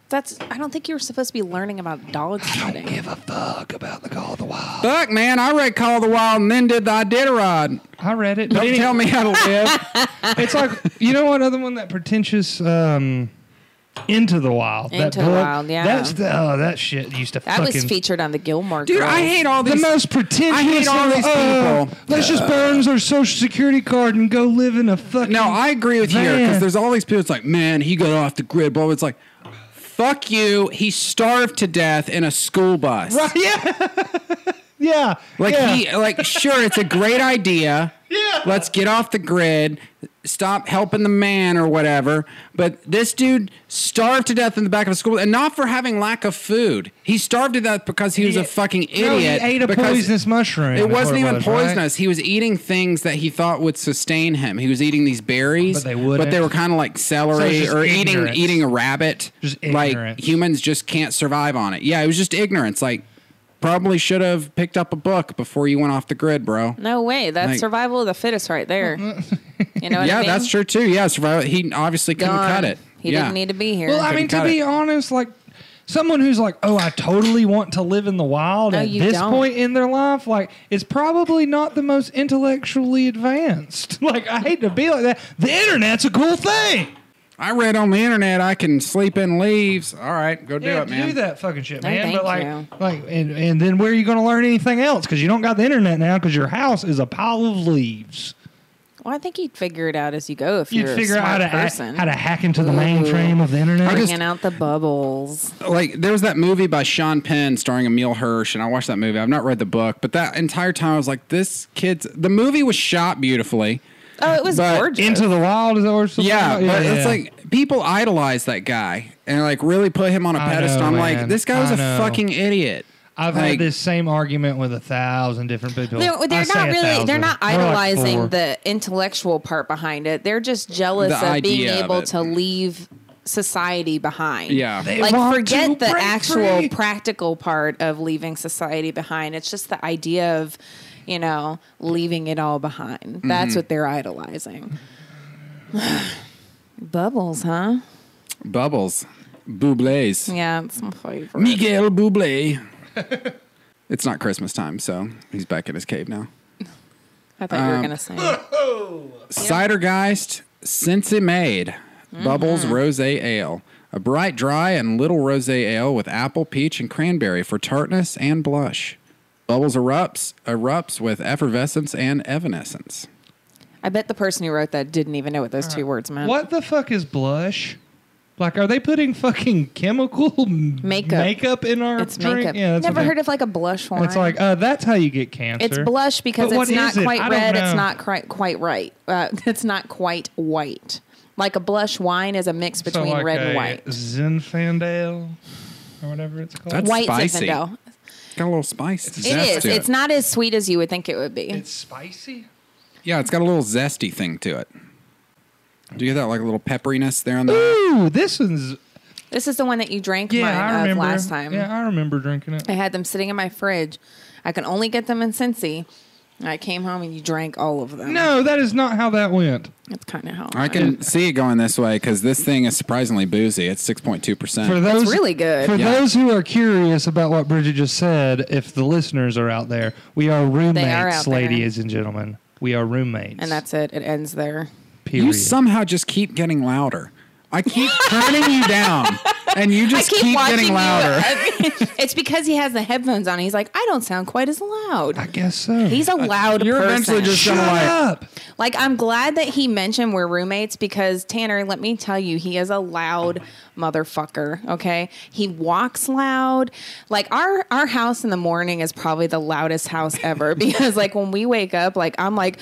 C: That's. I don't think you were supposed to be learning about dog sledding.
D: a fuck about the Call of the Wild.
A: fuck, man. I read Call of the Wild and then did the Iditarod.
D: I read it.
A: Don't
D: but any-
A: tell me how to live.
D: It's like you know what other one that pretentious. um into the wild. that
C: Into the
D: book,
C: Wild, yeah.
D: That's the, oh, that shit used to
C: That
D: fucking.
C: was featured on the Gilmore
A: Dude,
C: Girls.
A: I hate all
D: the
A: these.
D: most pretentious.
A: I hate all
D: of the-
A: these
D: oh,
A: people.
D: Let's just burn our social security card and go live in a fucking.
A: No, I agree with you because
D: van.
A: there's all these people. It's like, man, he got off the grid. But it's like, fuck you. He starved to death in a school bus.
D: Right, yeah, yeah.
A: Like
D: yeah.
A: he, like sure, it's a great idea.
D: Yeah.
A: Let's get off the grid. Stop helping the man or whatever. But this dude starved to death in the back of a school, and not for having lack of food. He starved to death because he was a fucking
D: No,
A: idiot.
D: he ate a
A: because
D: poisonous mushroom. is
A: It
D: what
A: wasn't even
D: was, right?
A: poisonous. He was eating things that he thought would sustain him. He was eating these berries,
D: But they wouldn't.
A: But they were kind of like celery
D: just
A: or
D: ignorance.
A: eating eating a rabbit.
D: Just
A: Like
D: ignorance.
A: humans just can't survive on it. Yeah, it was just ignorance. Like probably should have picked up a book before you went off the grid, bro.
C: No way. That's
A: Like-
C: survival of the fittest right there. You know what I
A: yeah,
C: mean?
A: that's true too. Yeah, survival. He obviously couldn't
C: Gone.
A: cut it.
C: He
A: Yeah.
C: didn't need to be here.
D: Well, I
A: Couldn't
D: mean, to
A: cut
D: be
A: it.
D: honest, like someone who's like, "Oh, I totally want to live in the wild."
C: No,
D: at
C: you
D: this
C: don't.
D: point in their life, like, it's probably not the most intellectually advanced. Like, I hate to be like that. The internet's a cool thing.
A: I read on the internet I can sleep in leaves. All right, go do
D: Yeah,
A: it, man.
D: do that fucking shit,
C: No,
D: man.
C: thank
D: but like,
C: you.
D: like, and, and then where are you going to learn anything else? Because you don't got the internet now. Because your house is a pile of leaves.
C: well, I think you'd figure it out as you go if
D: You'd
C: you're
D: figure
C: a
D: out how
C: smart
D: to
C: person.
D: how to hack into the mainframe of the internet.
C: bringing out the bubbles.
A: like there was that movie by Sean Penn starring Emil Hirsch, and I watched that movie. I've not read the book, but that entire time I was like, this kid's. The movie was shot beautifully.
C: Oh, it was
A: But
C: gorgeous.
D: Into the wild is that what it's supposed
A: Yeah,
D: to be?
A: but it's
D: yeah.
A: like people idolize that guy and like really put him on a
D: I know,
A: pedestal. I'm like,
D: man.
A: this guy was
D: I
A: a
D: know.
A: fucking idiot.
D: I've
A: like,
D: had this same argument with a thousand different people.
C: they're,
D: I
C: they're
D: say
C: not
D: a
C: really. They're
D: thousand.
C: not
D: More like
C: idolizing
D: four.
C: the intellectual part behind it. They're just jealous
A: The
C: of being
A: idea of
C: able
A: it.
C: to leave society behind.
A: Yeah. They
C: like
D: want
C: forget
D: to
C: the
D: break
C: actual
D: free.
C: practical part of leaving society behind. It's just the idea of, you know, leaving it all behind.
A: Mm-hmm.
C: That's what they're idolizing. Bubbles, huh?
A: Bubbles, Bublé's,
C: Yeah, it's my favorite.
A: Miguel Bublé. it's not Christmas time, so he's back in his cave now.
C: I thought
D: um,
C: you were gonna say.
A: Cidergeist Cincy Made Bubbles
C: Mm-hmm.
A: Rosé Ale. A bright, dry, and little rosé ale with apple, peach, and cranberry for tartness and blush. Bubbles erupts erupts with effervescence and evanescence.
C: I bet the person who wrote that didn't even know what those two words
D: Uh,
C: meant.
D: What the fuck is blush? Like, are they putting fucking chemical makeup makeup in our
C: It's
D: drink?
C: makeup.
D: Yeah, that's
C: Never
D: what
C: heard of like a blush
D: they-
C: wine.
D: It's like uh, that's how you get cancer.
C: It's blush because
D: But what
C: it's not
D: is it?
C: quite
D: I don't
C: red. It's
D: know.
C: not quite quite right. Uh, it's not quite white. Like a blush wine is a mix
D: So
C: between
D: like
C: red
D: a
C: and white.
D: Zinfandel or whatever it's called.
A: That's
C: White
A: spicy.
C: Zinfandel.
A: Got a little spice.
C: It
A: zest
C: is.
A: to
C: It's not as sweet as you would think it would be.
D: it's spicy.
A: Yeah, it's got a little zesty thing to it. Do you get that like a little pepperiness there on the?
D: Ooh, this is
C: this is the one that you drank
D: yeah. I
C: mine of
D: remember
C: last time.
D: Yeah, I remember drinking it.
C: I had them sitting in my fridge. I can only get them in Cincy. I came home and you drank all of them.
D: No, that is not how that went.
C: that's kind of how
A: I can see it going this way because this thing is surprisingly boozy. It's six point two
D: For
A: percent.
D: those
C: really good.
D: For
A: Yeah.
D: those who are curious about what Bridget just said, if the listeners are out there, we are roommates,
C: out there.
D: ladies and gentlemen. We are roommates.
C: And that's it. It ends there.
D: period.
A: You somehow just keep getting louder. I keep turning you down. and you just keep, getting louder.
C: You. it's because he has the headphones on. He's like, I don't sound quite as loud.
D: I guess so.
C: He's a loud
A: You're
C: person.
A: eventually just gonna like
D: up.
C: Like I'm glad that he mentioned we're roommates because Tanner, let me tell you, he is a loud motherfucker, okay? He walks loud. Like our our house in the morning is probably the loudest house ever because like when we wake up, like I'm like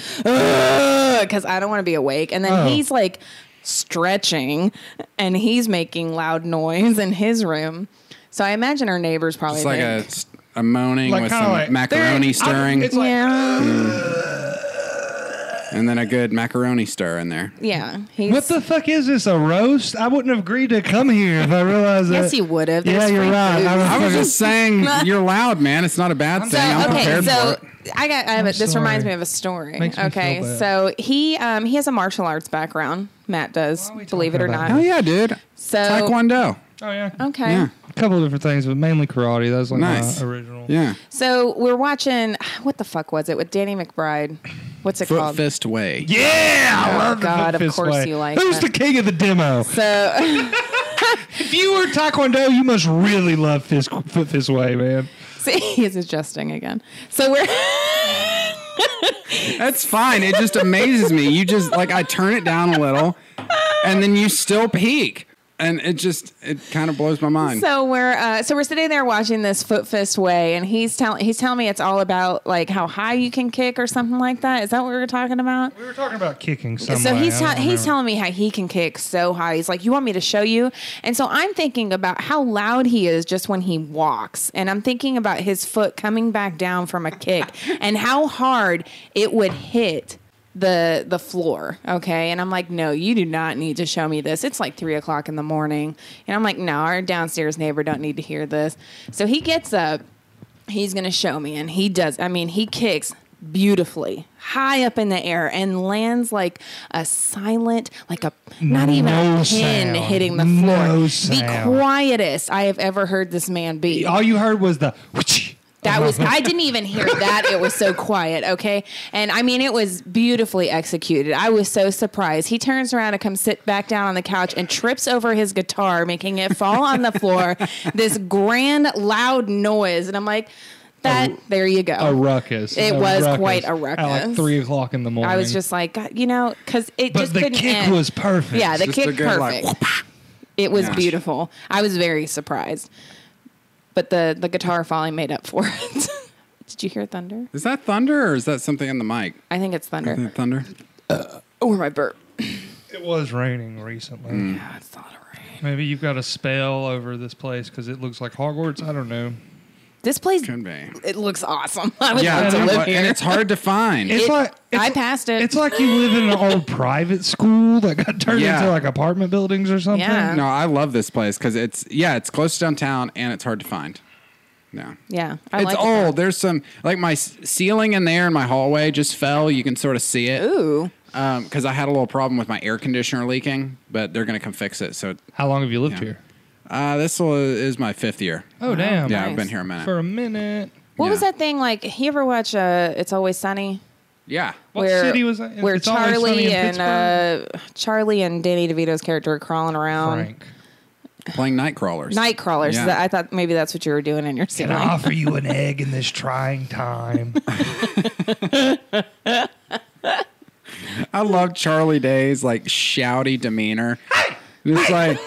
C: cuz I don't want to be awake and then
D: Oh.
C: he's like stretching and he's making loud noise in his room. So I imagine our neighbors probably
A: It's like a,
C: think,
A: a moaning
D: Like,
A: with
D: kinda
A: some
D: like-
A: macaroni
D: There- I-
A: stirring,
D: it's like-
C: yeah,
A: and then a good macaroni stir in there.
C: yeah. He's,
D: What the fuck is this? A roast? I wouldn't have agreed to come here if I realized that.
C: Yes, he would have.
D: Yeah,
C: There's
D: you're
C: free
D: right.
C: food.
D: I was
A: I was just saying, you're loud, man. It's not a bad thing.
C: So
A: I'm
C: okay,
A: prepared
C: so
A: for it.
C: I got. I have a, this
D: sorry.
C: reminds me of a story.
D: Makes me
C: okay,
D: feel bad.
C: so he um he has a martial arts background. Matt does,
D: Why are we
C: believe it or
D: talking
C: not.
D: about
A: Hell Oh, yeah, dude.
C: So
A: Taekwondo.
D: oh yeah.
C: okay,
A: Yeah.
D: A couple of different things, but mainly karate. That was like
A: Nice.
D: my original.
A: Yeah.
C: so we're watching. What the fuck was it with Danny McBride? What's it
A: Foot
C: called?
A: fist way.
D: Yeah, I
C: Oh,
D: love the
C: God,
D: foot
C: of
D: fist
C: course
D: way.
C: you like
D: Who's
C: that.
D: the king of the demo?
C: So
D: If you were Taekwondo, you must really love fist, foot fist way, man.
C: see, he's adjusting again. So we're.
A: That's fine. It just amazes me. You just like I turn it down a little, and then you still peak, and it just it kind of blows my mind.
C: So we're uh, so we're sitting there watching this foot fist way, and he's telling he's telling me it's all about like how high you can kick or something like that. Is that what we were talking about?
D: We were talking about kicking. Some
C: so
D: way.
C: he's
D: I
C: tell
D: don't
C: he's
D: remember.
C: telling me how he can kick so high. He's like, "You want me to show you?" And so I'm thinking about how loud he is just when he walks, and I'm thinking about his foot coming back down from a kick and how hard it would hit the the floor. Okay, and I'm like, "No, you do not need to show me this. It's like three o'clock in the morning," and I'm like, "No, our downstairs neighbor don't need to hear this." So he gets up he's going to show me and he does i mean he kicks beautifully high up in the air and lands like a silent like a not even
D: No
C: a pin
D: sound.
C: hitting the
D: No
C: floor the
D: sound.
C: quietest i have ever heard this man be
D: All you heard was the. whoosh.
C: that was
D: Uh-huh.
C: I didn't even hear that. It was so quiet, okay? And I mean it was beautifully executed. I was so surprised. He turns around and comes sit back down on the couch and trips over his guitar, making it fall on the floor. This grand loud noise. And I'm like, that there you go.
D: a ruckus.
C: It
D: A
C: was
D: ruckus
C: quite a
D: At like
C: ruckus.
D: three o'clock in the morning.
C: I was just like, God, you know, because it
D: But
C: just
D: the
C: couldn't
D: kick
C: end.
D: was perfect.
C: Yeah, the
A: Just a
C: kick
A: good, like,
C: perfect. it was
A: Yeah.
C: beautiful. I was very surprised, but the the guitar falling made up for it. Did you hear thunder?
A: Is that thunder or is that something in the mic?
C: I think it's thunder.
A: Is
D: Mm-hmm.
A: that thunder?
C: Or my burp.
D: It was raining recently.
C: It's not a rain.
D: Maybe you've got a spell over this place because it looks like Hogwarts. I don't know.
C: This place,
A: Could be.
C: it looks awesome. I would
A: Yeah,
C: love to
A: and,
C: live here.
A: and it's hard to find.
D: It's
C: It-
D: like it's,
C: I passed it.
D: It's like you live in an old private school that got turned
A: Yeah.
D: into like apartment buildings or something.
C: Yeah.
A: no, I love this place because it's yeah, it's close to downtown and it's hard to find. Yeah.
C: yeah, I
A: it's
C: like it.
A: old. There's some like my s- ceiling in there in my hallway just fell. You can sort of see it.
C: Ooh,
A: because I had a little problem with my air conditioner leaking, but they're gonna come fix it. So
D: How long have you lived here?
A: uh, this will, is my fifth year.
D: Oh damn!
A: yeah,
C: nice.
A: I've been here a minute.
D: For a minute.
C: what was
A: Yeah.
C: that thing like? You ever watch uh, "It's Always Sunny"?
A: yeah,
D: What
C: where,
D: city was that? in?
C: Where
D: It's Always Sunny
C: Charlie
D: in
C: and uh, Charlie and Danny DeVito's character are crawling around.
D: Frank.
A: playing night crawlers.
C: Night crawlers.
A: Yeah.
C: I thought maybe that's what you were doing in your
D: Can I
C: ceiling.
D: offer you an egg in this trying time?
A: I love Charlie Day's like shouty demeanor. It's like,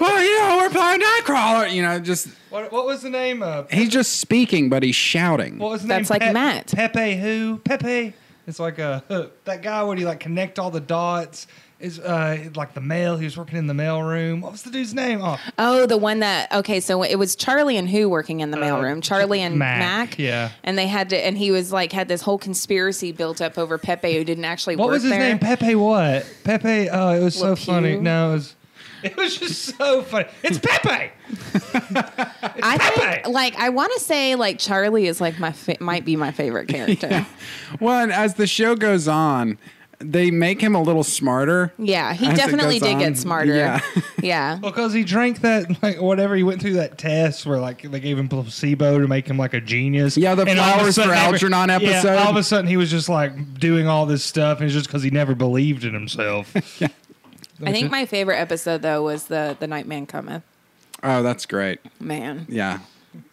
A: well, you know, we're playing night crawler. You know, just
D: what, what was the name of?
A: he's just speaking, but he's shouting.
D: What was the
C: That's
D: name?
C: like Matt.
D: Pepe who? Pepe. It's like a that guy where you like connect all the dots. Is uh like the mail? He was working in the mail room. What was the dude's name? Oh,
C: oh, the one that. Okay, so it was Charlie and who working in the mailroom. Charlie and Mac,
D: Uh, Mac, yeah.
C: And they had to, and he was like had this whole conspiracy built up over Pepe who didn't actually
D: what
C: work
D: was his
C: there.
D: name? Pepe what? Pepe. Oh, it was so
C: Lepew?
D: funny. No, it was. It was just so funny. It's Pepe.
C: I think,
D: Pepe!
C: like I want to say like Charlie is like my fa- might be my favorite character. yeah.
A: Well, and as the show goes on, they make him a little smarter.
C: he
A: As it
C: definitely
A: goes
C: did
A: on,
C: get smarter.
A: yeah.
C: yeah.
D: Because he drank that like whatever he went through that test where like they gave him placebo to make him like a genius.
A: Yeah, the
D: And all of a
A: Flowers for
D: sudden every-
A: Algernon
D: yeah,
A: episode.
D: all of a sudden he was just like doing all this stuff, and it's just because he never believed in himself.
C: I think my favorite episode though was the the Nightman Cometh.
A: Oh, that's great.
C: Man,
A: Yeah.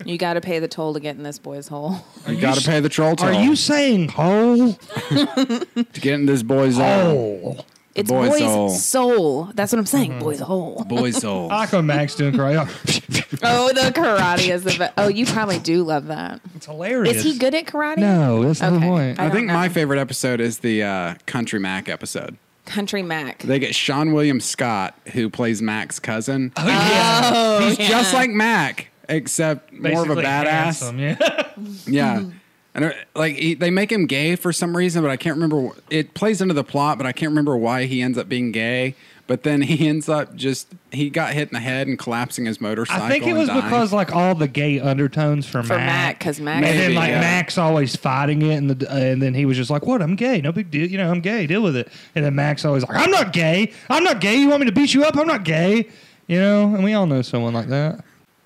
C: you got to pay the toll to get in this boy's hole.
A: you got to pay the troll toll
D: Are you saying ho?
A: to get in this boy's
D: Oh.
A: hole.
C: It's
A: boy's
C: boy's
A: hole. Mm-hmm.
C: soul. That's what I'm saying. Boy's hole.
A: Boy's hole.
D: Aqua Max doing karate.
C: Oh, the karate is the best. Oh, you probably do love that.
D: It's hilarious.
C: Is he good at karate?
D: No, that's not the point.
C: I
A: I
C: don't
A: think
C: know.
A: my favorite episode is the uh, Country Mac episode.
C: Country Mac.
A: They get Sean William Scott, who plays Mac's cousin.
C: Oh,
A: He's just like Mac, except more of a
D: Basically
A: badass.
D: handsome, yeah.
A: Yeah. And uh, like he, they make him gay for some reason, but I can't remember. wh- It plays into the plot, but I can't remember why he ends up being gay. But then he ends up just he got hit in the head and collapsing his motorcycle.
D: I think it
A: and
D: was
A: dying.
D: because like all the gay undertones for,
C: for Mac,
D: Mac.
C: because Mac.
D: and then
A: Maybe,
D: like
A: yeah.
D: Mac's always fighting it, and the, and then he was just like, "What? I'm gay. No big deal. You know, I'm gay. Deal with it." And then Mac's always like, "I'm not gay. I'm not gay. You want me to beat you up? I'm not gay." You know, and we all know someone like that.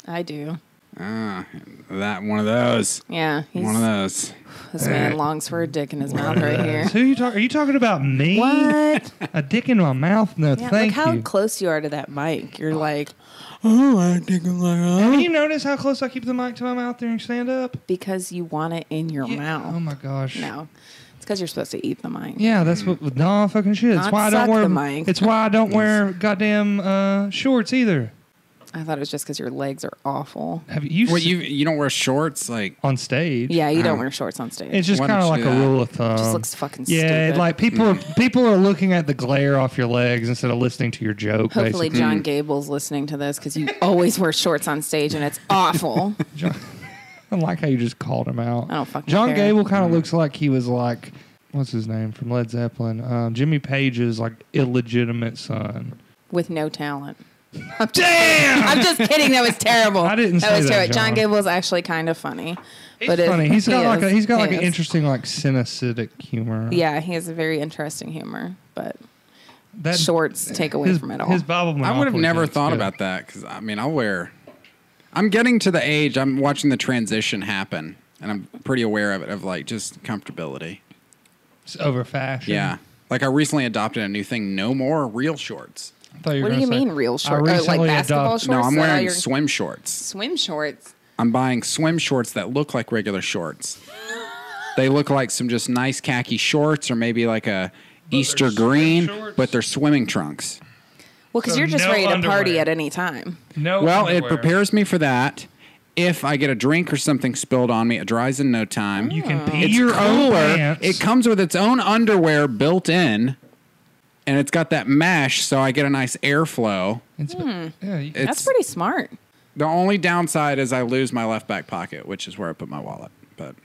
C: I do.
A: Ah, that one of those,
C: Yeah, he's,
A: one of those.
C: this man longs for a dick in his mouth right here.
D: Who you talk? Are you talking about me?
C: What?
D: A dick in my mouth? No,
C: Yeah,
D: thank
C: look how
D: you. Oh.
C: close you are to that mic. You're like
D: Have you noticed how close I keep the mic to my mouth during stand up?
C: because you want it in your mouth.
D: Oh my gosh.
C: No, it's because you're supposed to eat the mic.
D: Yeah, that's what. No fucking shit. It's
C: Mm. Not
D: why I don't
C: suck
D: wear.
C: the mic.
D: It's why I don't wear goddamn uh, shorts either.
C: I thought it was just because your legs are awful.
D: Have you?
A: What
D: se-
A: you you don't wear shorts like?
D: on stage?
C: Yeah, you
A: Oh.
C: don't wear shorts on stage.
D: It's just
A: Why
D: kind of
A: don't
D: like
A: you
D: a
A: do that? Mm.
D: rule of thumb.
C: just looks fucking
D: yeah,
C: stupid.
D: like people are people are looking at the glare off your legs instead of listening to your joke. basically.
C: Hopefully, John Gable's listening to this because you always wear shorts on stage and it's awful.
D: I like how you just called him out.
C: I don't fucking
D: John
C: care.
D: Gable kind of
A: Mm.
D: looks like he was like, what's his name from Led Zeppelin? Um, Jimmy Page's like illegitimate son.
C: with no talent. I'm just, I'm just kidding. That was terrible.
D: I didn't
C: That
D: say
C: was
D: that,
C: terrible.
D: John.
C: John Gable is actually kind of funny.
D: He's
C: but it-
D: funny. He's got
C: he
D: like a,
C: is.
D: he's got like
C: He
D: an
C: is.
D: interesting like cynicistic humor.
C: Yeah, he has a very interesting humor, but
D: that
C: shorts take away
D: his,
C: from it all.
D: His Bible.
A: I would have
D: Monopoly
A: never
D: joke's
A: thought
D: good.
A: about that because I mean I'll wear. I'm getting to the age I'm watching the transition happen, and I'm pretty aware of it of like just comfortability.
D: It's over fashion.
A: Yeah. Like I recently adopted a new thing, no more real shorts.
D: I thought you were
C: what do you
D: gonna say,
C: mean real
D: I
C: shorts? Oh, like
D: recently
C: basketball
D: adopt-
C: shorts?
A: no, I'm
C: Uh,
A: wearing
C: your
A: swim shorts.
C: swim shorts.
A: I'm buying swim shorts that look like regular shorts. they look like some just nice khaki shorts or maybe like a Easter
D: swim
A: green,
D: shorts?
A: but they're swimming trunks.
C: Well, because
D: So
C: you're just
D: no
C: ready to party
D: underwear.
C: at any time.
D: No.
A: well, it
D: underwear.
A: prepares me for that. If I get a drink or something spilled on me, it dries in no time.
C: Oh.
D: You
C: Hmm.
D: can pee
A: it's
D: your own
A: cooler.
D: pants.
A: It comes with its own underwear built in, and it's got that mesh, so I get a nice airflow.
D: It's- yeah, you-
A: Hmm. It's,
C: That's pretty smart.
A: The only downside is I lose my left back pocket, which is where I put my wallet. But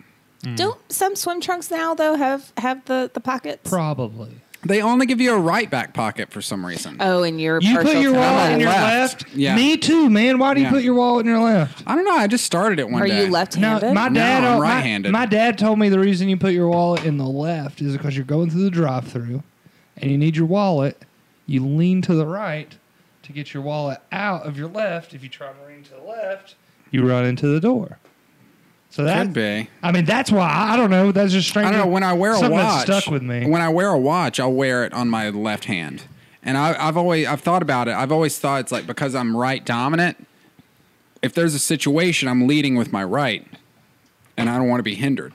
D: Mm.
C: Don't some swim trunks now though have have the the pockets?
D: probably.
A: they only give you a right back pocket for some reason.
C: oh, and your
D: You
C: partial
D: put your
C: to the
D: wallet in your
A: left.
D: left.
A: Yeah.
D: Me too, man. Why do you
A: Yeah.
D: put your wallet in your left?
A: I don't know. I just started it one
C: Are
A: day.
C: you left-handed?
D: my
A: No,
D: dad.
A: I'm
D: oh, my-
A: right-handed.
D: My, dad told me the reason you put your wallet in the left is because you're going through the drive-through, and you need your wallet. You lean to the right to get your wallet out of your left. If you try to lean to the left, you run into the door. So that
A: Could be.
D: I mean, that's why I, I don't know. That's just strange.
A: I don't know. When I wear a
D: something
A: watch,
D: that stuck with me.
A: When I wear a watch, I'll wear it on my left hand, and I, I've always I've thought about it. I've always thought it's like because I'm right dominant. If there's a situation, I'm leading with my right, and I don't want to be hindered.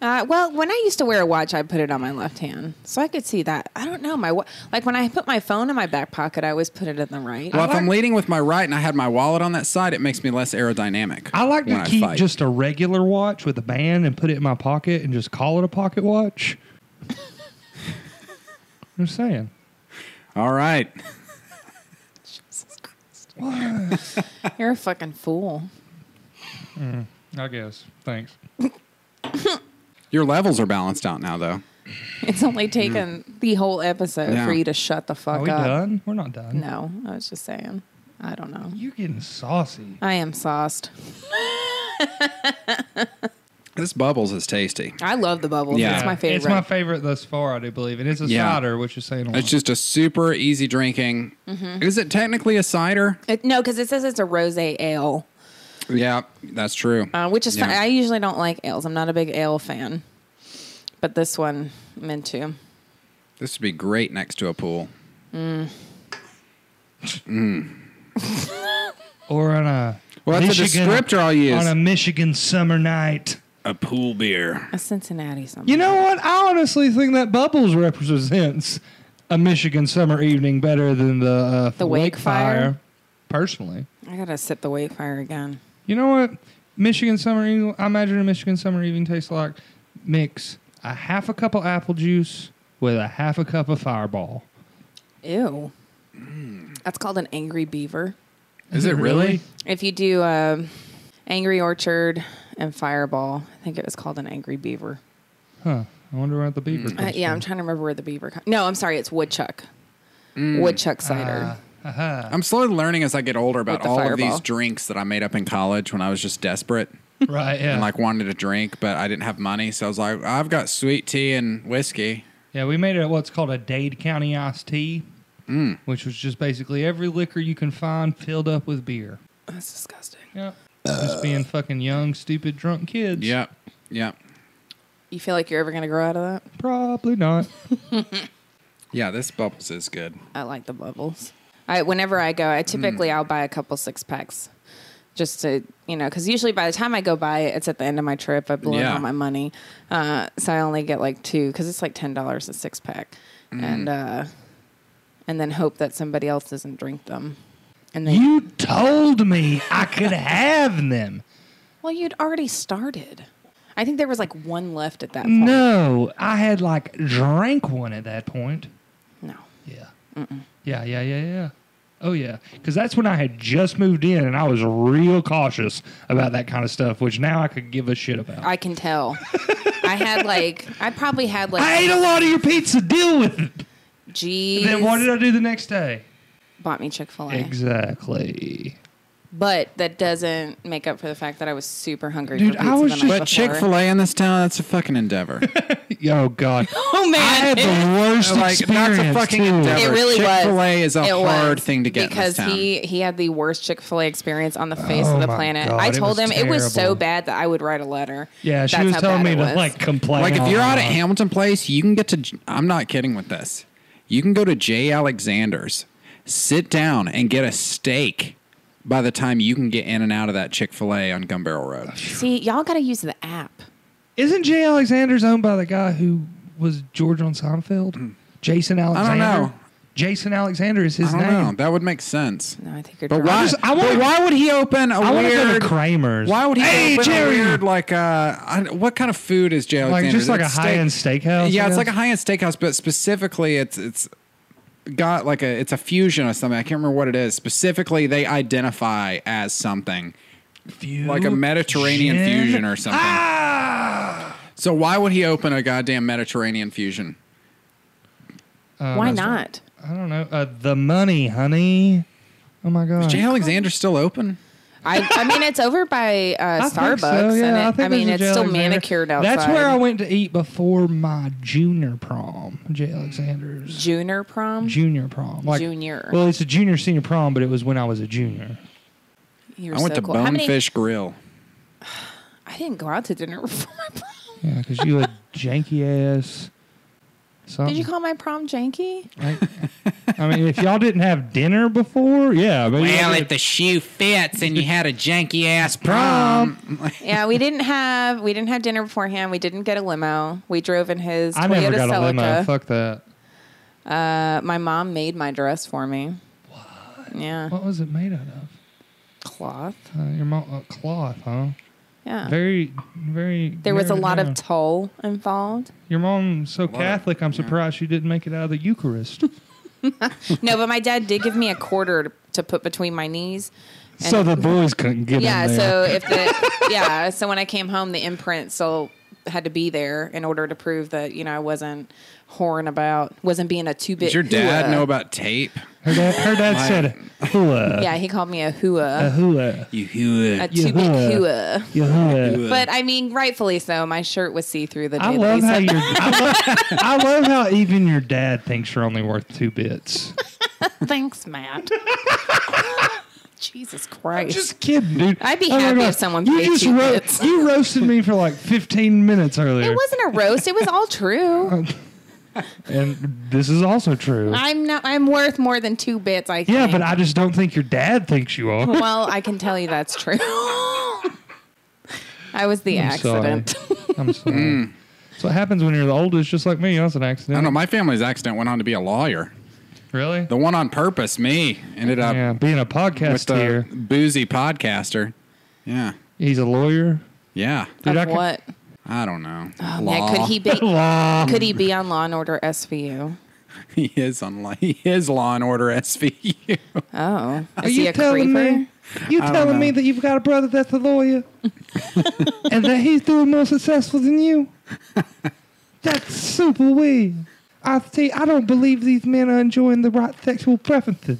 C: Uh, well, when I used to wear a watch, I put it on my left hand, so I could see that. I don't know my wa- like when I put my phone in my back pocket, I always put it in the right.
A: Well, if I'm leading with my right and I had my wallet on that side, it makes me less aerodynamic.
D: I like
A: when
D: to keep
A: fight.
D: just a regular watch with a band and put it in my pocket and just call it a pocket watch. I'm just saying.
A: All right.
C: You're a fucking fool.
D: I guess. Thanks.
A: Your levels are balanced out now, though.
C: It's
D: Mm.
C: only taken the whole episode
A: Yeah.
C: for you to shut the fuck
D: Are we
C: up.
D: done? We're not done.
C: No, I was just saying. I don't know.
D: You're getting saucy.
C: I am sauced.
A: This bubbles is tasty.
C: I love the bubbles.
A: Yeah.
C: It's my favorite.
D: It's my favorite thus far, I do believe. And it's a
A: Yeah.
D: cider, which is saying a lot.
A: It's just a super easy drinking.
C: Mm-hmm.
A: Is it technically a cider?
C: It- no, because it says it's a rosé ale,
A: Yeah, that's true.
C: uh, which is fun.
A: Yeah.
C: I usually don't like ales. I'm not a big ale fan, but this one I'm into.
A: This would be great next to a pool. Mm.
D: or on a
A: Well, that's a descriptor I'll use.
D: on a Michigan summer night.
A: A pool beer.
C: A Cincinnati something.
D: You know what? I honestly think that Bubbles represents a Michigan summer evening better than the uh,
C: The wake fire?
D: Personally,
C: I gotta set the wake fire again.
D: you know what? Michigan summer evening. I imagine a Michigan summer evening tastes like mix a half a cup of apple juice with a half a cup of Fireball.
C: Ew. That's called an angry beaver.
A: Is it really?
C: If you do um, Angry Orchard and Fireball, I think it was called an Angry Beaver.
D: Huh? I wonder where the beaver.
C: Uh,
D: comes
C: yeah, I'm trying to remember where the beaver. Co- no, I'm sorry, it's woodchuck.
A: Mm.
C: Woodchuck cider.
A: I'm slowly learning as I get older about
C: With the
A: all of
C: fireball.
A: these drinks that I made up in college when I was just desperate
D: from. right. Yeah.
A: and like wanted a drink, but I didn't have money. So I was like, I've got sweet tea and whiskey.
D: Yeah, we made a, what's called a Dade County iced tea, which was just basically every liquor you can find filled up with beer.
C: That's disgusting.
D: Yeah. just being fucking young, stupid, drunk kids.
A: Yep. Yep.
C: You feel like you're ever gonna grow out of that?
D: Probably not.
A: Yeah, this bubbles is good.
C: I like the bubbles. I whenever I go,
D: Mm.
C: I typically I'll buy a couple six packs, just to you know, because usually by the time I go buy it, it's at the end of my trip. I blow
A: Yeah.
C: all my money, uh, so I only get like two because it's like ten dollars a six pack,
D: Mm.
C: and uh, and then hope that somebody else doesn't drink them. And then,
D: you told me I could have them.
C: well, you'd already started. I think there was like one left at that point.
D: No, I had like drank one at that point.
C: no.
D: Yeah. Yeah, yeah, yeah, yeah. Oh, yeah. Because that's when I had just moved in and I was real cautious about that kind of stuff, which now I could give a shit about.
C: I can tell. I had like I probably had like
D: I ate a lot of your pizza. Deal with it.
C: Jeez.
D: Then what did I do the next day?
C: bought me Chick Fil A.
D: Exactly.
C: But that doesn't make up for the fact that I was super hungry.
D: Dude,
C: for
D: I
C: pizza
D: was
C: the
D: just-
C: night
A: But Chick fil A in this town, that's a fucking endeavor.
D: Oh God,
C: Oh
D: I
C: man,
D: had the worst
A: like,
D: experience.
A: that's a fucking
D: too.
A: endeavor.
C: it really was.
A: Chick-fil-A is a
C: It
A: hard
C: was,
A: thing to get in this
C: because
A: town.
C: he he had the worst Chick Fil A experience on the face
D: Oh
C: of the
D: my
C: planet.
D: God,
C: I
D: it
C: told
D: was
C: him it was so
D: terrible.
C: bad that I would write a letter.
D: Yeah, she
C: That's
D: was
C: how
D: telling
C: bad
D: me
C: it
D: to
C: was.
D: like complain.
A: Like if
D: all
A: you're out at
D: night.
A: Hamilton Place, you can get to. I'm not kidding with this. You can go to J. Alexander's, sit down, and get a steak. By the time you can get in and out of that Chick Fil A on Gun Barrel Road,
C: See, y'all got to use the app.
D: isn't Jay Alexander's owned by the guy who was George on Seinfeld? Jason Alexander.
A: Mm. know.
D: Jason Alexander is
A: I
D: his
A: don't
D: name.
A: know. That would make sense.
C: No, I think you're.
A: But
C: drunk.
A: why?
D: just- I
A: but
D: wanna-
A: why would he open a
D: I want to go
A: weird?
D: to Kramer's.
A: why would he
D: Hey,
A: open
D: Jerry!
A: a weird like? Uh, I, what kind of food is J.
D: Like
A: Alexander's?
D: just like a
A: It's
D: high end
A: steak-
D: steakhouse.
A: Yeah,
D: I
A: it's like a
D: guess?
A: high end steakhouse, but specifically, it's it's got like a it's a fusion of something. I can't remember what it is. Specifically, they identify as something like a Mediterranean
D: Fusion?
A: fusion or something.
D: Ah!
A: So why would he open a goddamn Mediterranean fusion?
C: Why
D: Oh,
C: not?
D: I don't know. Uh, the money, honey. Oh my God.
A: Jay Alexander's still open?
C: I, I mean, it's over by uh,
D: I think
C: Starbucks,
D: so,
C: and
D: yeah.
C: it, I,
D: think
C: mean,
D: there's
C: it's
D: a Jay
C: still
D: Alexander.
C: manicured outside.
D: That's where I went to eat before my junior prom. Jay Alexander's
C: Junior prom.
D: junior prom. Like,
C: Junior.
D: Well, it's a junior senior prom, but it was when I was a junior.
C: You're
A: I went
C: so
A: to
C: cool. How many-
A: Bonefish Grill.
C: I didn't go out to dinner before my prom.
D: Yeah, because you a janky ass. Something.
C: Did you call my prom janky?
D: I mean, if y'all didn't have dinner before, yeah. Maybe y'all did.
A: the shoe fits and you had a janky ass
C: um,
D: prom.
C: Yeah, we didn't have we didn't have dinner beforehand. We didn't get a limo. We drove in his
D: I
C: Toyota
D: never got a limo.
C: Celica.
D: Fuck that.
C: Uh, my mom made my dress for me. What? Yeah,
D: What was it made out of?
C: cloth.
D: Uh, your mom uh, cloth, huh?
C: Yeah.
D: Very, very.
C: Oh. there was a
D: narrowed
C: lot
D: down.
C: of toll involved.
D: Your mom's so Catholic, I'm surprised she didn't make it out of the Eucharist.
C: No, but my dad did give me a quarter to, to put between my knees. And-
D: so the boys couldn't get
C: yeah,
D: in there.
C: so if the yeah, so when I came home, the imprint still had to be there in order to prove that you know I wasn't whoring about, wasn't being a two bit.
A: Does your dad know about tape?
D: her dad, her dad said, hua,
C: Yeah, he called me a
D: Uh,
C: hua,
D: hua,
A: You hear
C: a
A: it.
C: two bit
D: hua.
C: hua.
D: ya hua.
C: But I mean, rightfully so. My shirt was see through the day
D: I
C: that
D: love
C: he
D: how
C: said
D: your I love, I love how even your dad thinks you're only worth two bits.
C: thanks, Matt. Jesus Christ.
D: Just kidding, dude.
C: I'd be
D: my
C: happy
D: God.
C: if someone
D: you
C: paid
D: just
C: two
D: ro-
C: bits.
D: you roasted me for like 15 minutes earlier.
C: it wasn't a roast, it was all true.
D: and this is also true.
C: I'm not. I'm worth more than two bits. I
D: yeah,
C: think.
D: but I just don't think your dad thinks you are.
C: Well, I can tell you that's true. I was the
D: I'm sorry.
C: accident.
D: I'm sorry. So it happens when you're the oldest, just like me. That's
A: Mm.
D: an
A: I don't
D: accident.
A: know. My family's accident went on to be a lawyer.
D: Really?
A: The one on purpose, me, ended up
D: yeah, being a
A: with uh,
D: podcast
A: the
D: here.
A: boozy podcaster. Yeah.
D: He's a lawyer.
A: Yeah.
D: Dude, I
C: of
D: could-
C: what?
A: I don't know.
C: Um, Yeah, could he be?
D: Law.
C: Could he be on Law and Order SVU?
A: He is on. Law- He is Law and Order SVU.
C: Oh, is
D: Are
C: he
D: you
C: a
D: telling
C: creeper?
D: me? You telling me that you've got a brother that's a lawyer, and that he's doing more successful than you? That's super weird. I see. I don't believe these men are enjoying the right sexual preferences.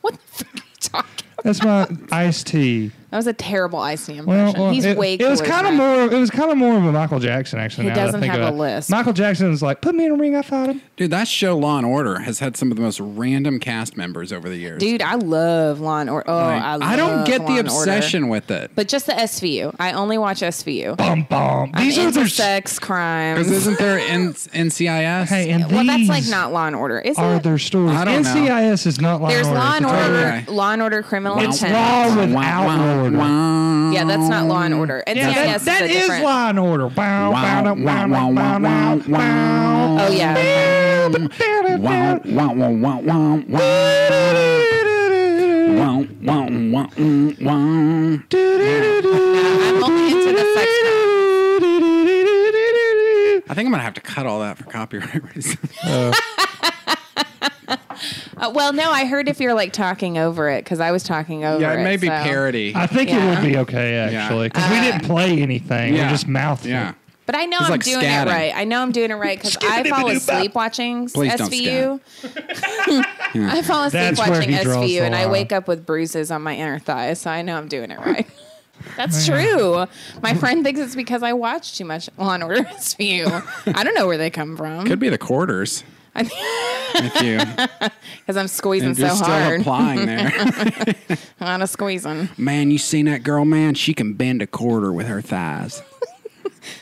C: What the fuck are you talking?
D: That's my iced tea.
C: That was a terrible ICM
D: Well,
C: impression.
D: well,
C: He's
D: it,
C: way
D: it was
C: cooler
D: kind of
C: than I-
D: more. It was kind of more of a Michael Jackson actually.
C: He
D: now that I
C: doesn't
D: think
C: have
D: about
C: a
D: it.
C: list.
D: Michael Jackson was like, "Put me in a ring, I fought him."
A: Dude, that show Law and Order has had some of the most random cast members over the years.
C: Dude, I love Law and Order. Oh,
A: Like,
C: I, love
A: I don't get
C: Law
A: the
C: and Order.
A: obsession with it.
C: But just the SVU. I only watch SVU.
D: Bum bum.
C: These
D: These
C: I'm
D: are
C: into
D: the
C: sex
A: Because
C: crimes.
A: isn't there N- NCIS?
D: Hey, and
C: Well, that's
D: these
C: like not Law and Order, is
D: are
C: it?
D: their stories.
A: I don't know.
D: NCIS is not law
C: There's
D: and order.
C: Law and
D: It's a
A: totally
C: Order,
A: right.
C: Law and Order Criminal
D: It's
C: Intent.
D: law without
A: Wow,
D: order.
A: wow,
C: Yeah, that's not Law and
A: Mm.
C: Order. NCIS
D: Yeah, that-
C: is
D: that
C: a
D: is
C: different-
D: law and order. Bow,
A: Wow,
D: bow,
A: wow,
D: wow, wow,
A: wow,
D: wow,
A: wow,
D: wow,
A: wow.
D: wow.
C: Oh yeah.
A: wow, wow, wow, wow, wow, wow, wow, wow, wow, wow.
C: I'm only into the sex.
A: I think I'm gonna have to cut all that for copyright reasons.
C: Uh, well, no, I heard if you're like talking over it because I was talking over
A: yeah,
C: it.
A: it may be
C: so-
A: parody.
D: I think it
C: Yeah. Uh,
D: would be okay actually because we didn't play anything.
A: yeah.
D: We just mouthed
A: yeah,
D: it.
C: But I know
A: It's
C: I'm
A: like
C: doing
A: scatting.
C: it right. I know I'm doing it right because I fall asleep watching
A: Please don't
C: SVU. I fall asleep
D: That's where
C: watching
D: he draws
C: SVU
D: the
C: and I
D: line.
C: wake up with bruises on my inner thigh, so I know I'm doing it right. That's true. My friend thinks it's because I watch too much Law and Order SVU. I don't know where they come from.
A: could be the quarters. If you
C: Because I'm squeezing
A: if you're
C: so
A: still
C: hard.
A: applying there,
C: A lot of squeezing.
A: man, you seen that girl, man? She can bend a quarter with her thighs.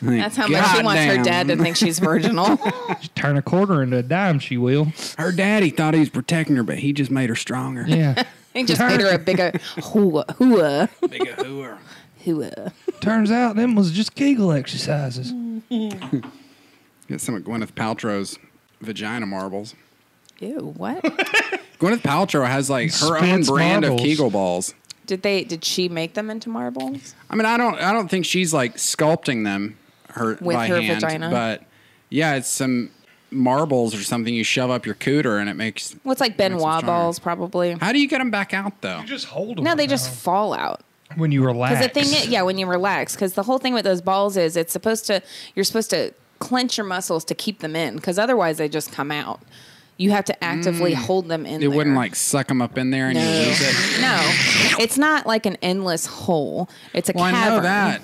C: That's how much she wants her dad to think she's virginal.
D: Just Turn a quarter into a dime, she will.
A: Her daddy thought he was protecting her, but he just made her stronger.
D: Yeah.
C: he just made her a bigger hua hua
A: Big a hooer.
C: hua.
D: Turns out them was just Kegel exercises.
A: Get some of Gwyneth Paltrow's vagina marbles.
C: Ew, what?
A: Gwyneth Paltrow has like her own
D: Spence
A: brand
D: marbles.
A: of Kegel balls.
C: Did they? Did she make them into marbles?
A: I mean, I don't, I don't think she's like sculpting them her
C: With
A: by
C: her
A: hand,
C: vagina?
A: but yeah, it's some marbles or something you shove up your cooter and it makes.
C: What's like
A: makes them
C: Benoit
A: stronger.
C: balls, probably.
A: How do you get them back out though?
D: Just hold them.
C: No, they
A: Oh,
C: just fall out.
D: when you relax.
C: Because the thing, is, yeah, when you relax, because the whole thing with those balls is it's supposed to, you're supposed to clench your muscles to keep them in, because otherwise they just come out. You have to actively hold them in.
A: Mm. It wouldn't
C: there.
A: like suck them up in there and
C: No.
A: you lose it.
C: no, it's not like an endless hole. It's a
A: Well, I
C: cavern.
A: know that.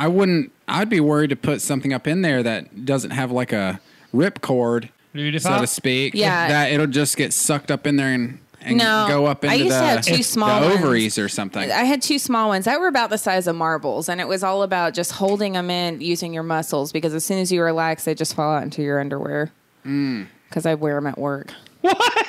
A: I wouldn't. I'd be worried to put something up in there that doesn't have like a rip cord,
D: Dude, if
A: so
D: I-
A: to speak.
C: Yeah.
A: that it'll just get sucked up in there and, and
C: No,
A: go up
C: I
A: into
C: used
A: the,
C: to have two
A: the
C: small ones.
A: ovaries or something.
C: I had two small ones that were about the size of marbles, and it was all about just holding them in using your muscles because as soon as you relax, they just fall out into your underwear.
A: Mm.
C: Because I wear them at work.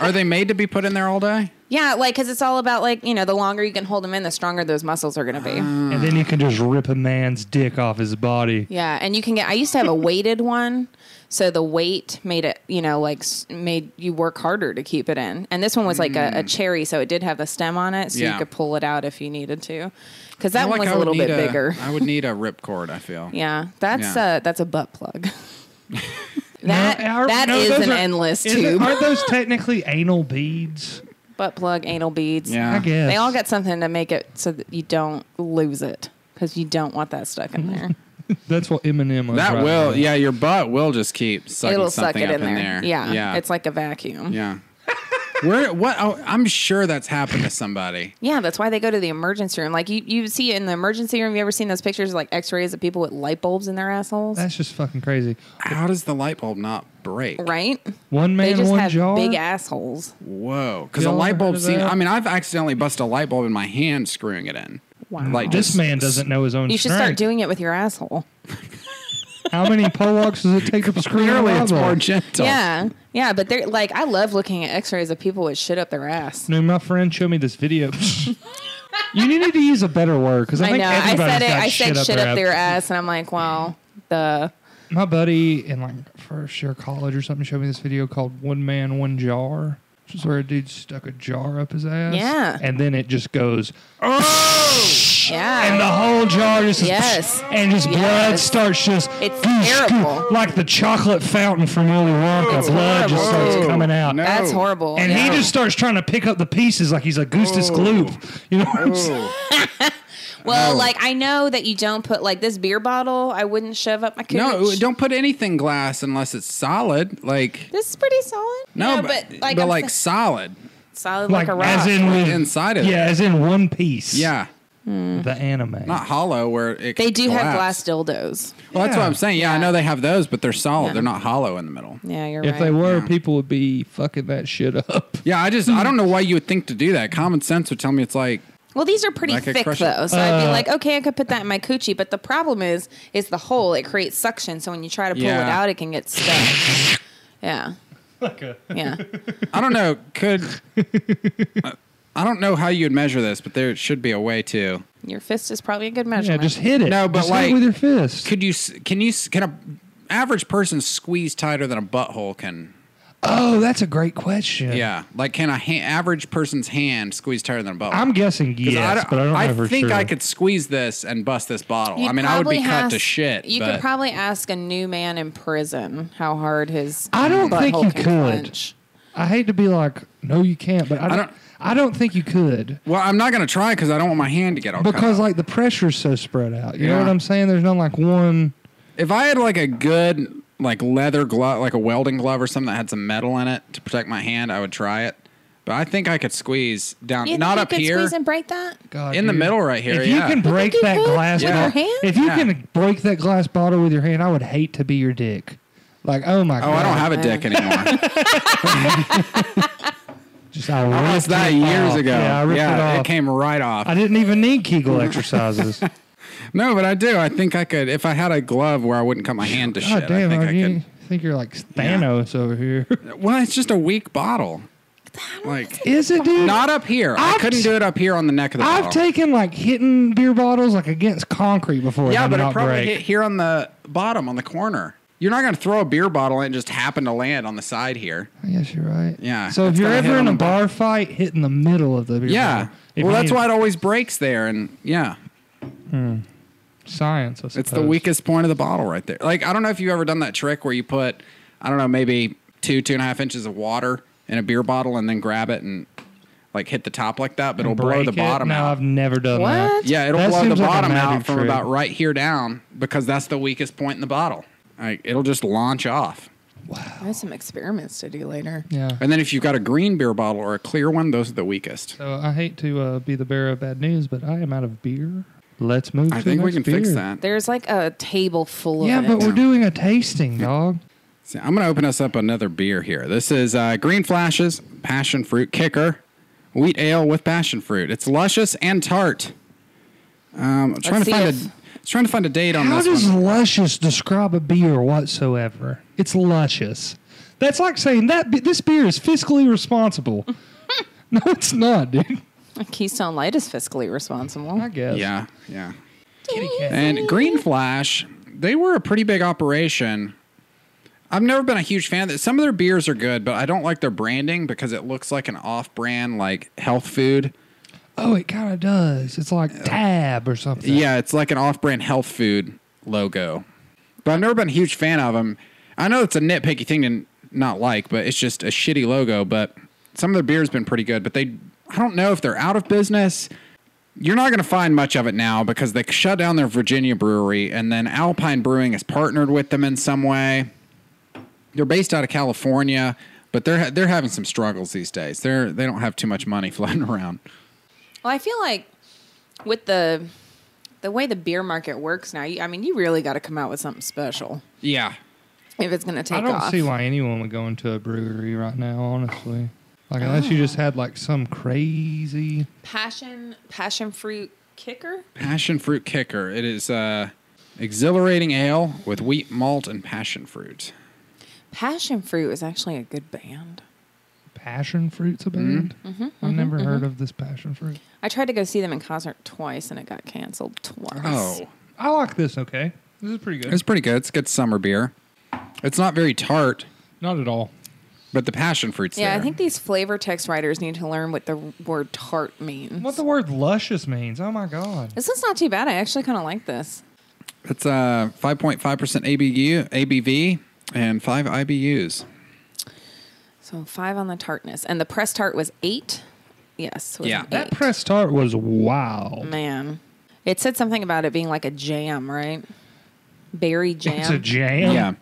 A: Are they made to be put in there all day?
C: Yeah, like because it's all about like you know the longer you can hold them in, the stronger those muscles are going to be.
A: Ah.
D: and then you can just rip a man's dick off his body.
C: Yeah, and you can get. I used to have a weighted one, so the weight made it you know like s- made you work harder to keep it in. And this one was like a, a cherry, so it did have the stem on it, so
A: Mm. Yeah.
C: you could pull it out if you needed to. Because that
A: I feel
C: one
A: like
C: was
A: I
C: a
A: would
C: little bit
A: need
C: bigger.
A: I would need a rip cord. I feel.
C: Yeah, that's
A: Yeah.
C: uh that's a butt plug. that
D: No, are-
C: that
D: no,
C: is
D: those
C: an
D: are-
C: endless
D: is it-
C: tube.
D: Aren't those technically anal beads?
C: butt plug, anal beads.
A: Yeah.
D: I guess.
C: They all got something to make it so that you don't lose it because you don't want that stuck in there.
D: That's what Eminem was
A: That
D: right
A: will.
D: about.
A: Yeah, your butt will just keep sucking
C: It'll suck
A: something
C: it
A: up
C: in there. Yeah,
A: Yeah.
C: it's like a vacuum. Yeah.
A: Yeah. Where? What? Oh, I'm sure that's happened to somebody.
C: that's why they go to the emergency room. Like you, you see in the emergency room. You ever seen those pictures of like X-rays of people with light bulbs in their assholes?
D: That's just fucking crazy.
A: How does the light bulb not break?
C: right?
D: One
C: They
D: man,
C: just
D: one
C: have
D: jar.
C: big assholes.
A: Whoa. Because a
D: Y'all
A: light
D: ever
A: bulb
D: heard of
A: seems.
D: that?
A: I mean, I've accidentally busted a light bulb in my hand screwing it in.
C: Wow.
A: Like
D: this
A: just-
D: man doesn't know his own
C: You should start
D: strength.
C: doing it with your asshole.
D: How many pole walks does it take to screw
A: Clearly, it's more
D: large.
A: gentle.
C: Yeah, yeah, but they're like, I love looking at X-rays of people with shit up their ass.
D: No, my friend showed me this video. you needed to use a better word because I,
C: I
D: think
C: know. I
D: everybody's
C: said it.
D: got
C: I said shit up
D: ass.
C: their ass, and I'm like, well, the
D: My buddy in like first year of college or something showed me this video called One Man, One Jar, which is where a dude stuck a jar up his ass.
C: Yeah.
D: And then it just goes, and
C: yeah,
D: the whole jar just,
C: Yes.
D: and just blood
C: Yes.
D: starts just,
C: It's terrible.
D: like the chocolate fountain from Willy Wonka. blood just
C: horrible. Oh.
D: starts coming out.
A: No.
C: that's horrible.
D: And he just starts trying to pick up the pieces like he's a
A: Oh.
D: Gustus Gloop. You know what
C: Oh.
D: I'm saying?
C: well,
A: No.
C: like I know that you don't put like this beer bottle. I wouldn't shove up my cooch.
A: No, don't put anything glass unless it's solid. Like
C: This is pretty solid.
A: no,
C: but, like,
A: but
C: I'm
A: like
C: s-
A: solid
C: solid like,
D: Like,
C: a rock.
D: as in with,
A: inside of it.
D: yeah, as in one piece.
A: Yeah,
D: the anime.
A: not hollow where it.
C: they do have glass
A: collapsed.
C: dildos.
A: Well, that's what
D: Yeah.
A: I'm saying. Yeah, I know they have those, but they're solid.
C: Yeah.
A: They're not hollow in the middle.
C: Yeah, you're
D: if
C: right.
D: they were, people would be fucking that shit up.
A: Yeah, I just I don't know why you would think to do that. Common sense would tell me it's like
C: Well, these are pretty
A: Like a
C: thick
A: crush-
C: though, so I'd
D: Uh.
C: be like, okay, I could put that in my coochie. But the problem is, is the hole. It creates suction, so when you try to pull it
A: Yeah.
C: out, it can get stuck. yeah, yeah.
A: I don't know. Could I- I don't know how you'd measure this, but there should be a way to.
C: Your fist is probably a good
D: Yeah,
C: measurement.
D: just hit it.
A: No, but
D: Just hit it
A: like-
D: with your fist.
A: Could you? s- Can you? s- Can a average person squeeze tighter than a butthole can?
D: oh, that's a great question.
A: Yeah, like can a ha- average person's hand squeeze tighter than a butthole?
D: I'm guessing
A: 'Cause
D: yes,
A: don't-
D: but I don't know for
A: think
D: sure.
A: I could squeeze this and bust this bottle.
C: You'd
A: I mean, I would be
C: probably
A: cut to
C: ask-
A: shit.
C: You
A: but
C: could probably ask a new man in prison how hard his.
D: I don't think
C: butthole
D: you could.
C: can clench.
D: I hate to be like, no, you can't, but I don't. I
A: don't-
D: don't, think you could
A: well, I'm not gonna try because I don't want my hand to get all cut
D: because
A: off.
D: like the pressure's so spread out. You
A: Yeah.
D: know what I'm saying? There's not like one.
A: if I had like a good like leather glove, like a welding glove or something that had some metal in it to protect my hand, I would try it. But I think I could squeeze down,
C: You think
A: not
C: you
A: up
C: could
A: here.
C: Squeeze and break that.
D: God,
A: In the
D: Oh, dude.
A: middle right here,
D: If
A: yeah.
D: you can
A: I think
D: break
C: you
D: that
C: could
D: glass
C: with
A: your
D: bottle,
C: hand?
D: if you
A: Yeah.
D: can break that glass bottle with your hand, I would hate to be your dick. Like, oh my
A: Oh,
D: god!
A: I don't have a dick anymore.
D: Just I
A: I lost
D: ripped
A: that
D: it
A: years
D: off.
A: ago.
D: Yeah, I ripped it off.
A: came right off.
D: I didn't even need Kegel exercises.
A: no, but I do. I think I could if I had a glove where I wouldn't cut my hand to
D: God
A: shit.
D: damn,
A: I think
D: are
A: I
D: you
A: could.
D: think you're like Thanos over here.
A: Well, it's just a weak bottle. Like
D: Is it, dude?
A: not up here. I
D: I've
A: couldn't
D: t-
A: do it up here on the neck of the
D: I've
A: bottle.
D: taken like hitting beer bottles like against concrete before.
A: Yeah,
D: and
A: but
D: them
A: it
D: not
A: probably
D: break.
A: hit here on the bottom on the corner. You're not going to throw a beer bottle and just happen to land on the side here.
D: I guess you're right.
A: Yeah,
D: So if
A: it's
D: you're
A: gotta hit
D: ever
A: on
D: in
A: the
D: a bar fight, hit in the middle of the beer
A: Yeah.
D: bottle. If
A: Well,
D: you
A: that's
D: need-
A: why it always breaks there, and yeah,
D: science. I
A: it's the
D: suppose.
A: weakest point of the bottle right there. Like I don't know if you've ever done that trick where you put, I don't know, maybe two two and a half inches of water in a beer bottle and then grab it and like hit the top like that, but it'll blow
D: Break
A: the
D: it?
A: bottom
D: no,
A: out.
D: I've never done
C: What?
D: that.
A: Yeah, it'll
D: That
A: blow the
D: seems like a
A: bottom out
D: magic
A: from
D: trick.
A: about right here down because that's the weakest point in the bottle. Like, it'll just launch off.
C: I have some experiments to do later.
D: Yeah.
A: And then if you've got a green beer bottle or a clear one, those are the weakest.
D: So I hate to uh, be the bearer of bad news, but I am out of beer. Let's move.
A: I
D: to the
A: think we
D: next
A: can fix
D: beer.
A: that.
C: There's like a table full
D: Yeah,
C: of.
D: but
C: it.
D: we're doing a tasting, dog.
A: So I'm going to open us up another beer here. This is uh, Green Flashes Passion Fruit Kicker Wheat Ale with Passion Fruit. It's luscious and tart. Um, I'm trying to
C: see
A: find
C: if-
A: a trying to find a date on
D: How
A: this
D: does
A: one.
D: luscious describe a beer whatsoever? It's luscious. That's like saying that be- this beer is fiscally responsible. no, it's not, dude.
C: Keystone Light is fiscally responsible.
D: I guess.
A: Yeah, yeah.
D: Kitty cat.
A: And Green Flash, they were a pretty big operation. I've never been a huge fan of that. Some of their beers are good, but I don't like their branding because it looks like an off-brand like health food.
D: Oh, it kind of does. It's like tab or something.
A: Yeah, it's like an off-brand health food logo. But I've never been a huge fan of them. I know it's a nitpicky thing to n- not like, but it's just a shitty logo. But some of their beer's been pretty good. But they, I don't know if they're out of business. You're not going to find much of it now because they shut down their Virginia brewery, and then Alpine Brewing has partnered with them in some way. They're based out of California, but they're ha- they're having some struggles these days. They're they don't have too much money floating around.
C: Well, I feel like with the the way the beer market works now, you, I mean, you really got to come out with something special
A: Yeah,
C: if it's going to take
D: I don't
C: off.
D: see why anyone would go into a brewery right now, honestly. Like unless you
C: Oh.
D: just had like some crazy.
C: Passion passion fruit kicker.
A: passion fruit kicker. It is uh Exhilarating ale with wheat malt and passion fruit.
C: Passion Fruit is actually a good band.
D: Passion fruit's a band.
A: Mm-hmm.
C: Mm-hmm,
D: I've never heard of this passion fruit.
C: I tried to go see them in concert twice and it got canceled twice.
A: Oh,
D: I like this. Okay, this is pretty good.
A: it's pretty good. It's good summer beer. It's not very tart,
D: Not at all.
A: but the passion fruit's
C: Yeah,
A: there.
C: I think these flavor text writers need to learn what the word tart means.
D: What the word luscious means? Oh my god.
C: This is not too bad. I actually kind of like this.
A: it's uh, 5.5% ABU, ABV and five IBUs.
C: So five on the tartness, and the press tart was eight. Yes. was
A: Yeah.
C: an
A: That
C: eight.
D: Press tart was wow.
C: man. It said something about it being like a jam, right? Berry jam.
D: It's a jam.
A: Yeah.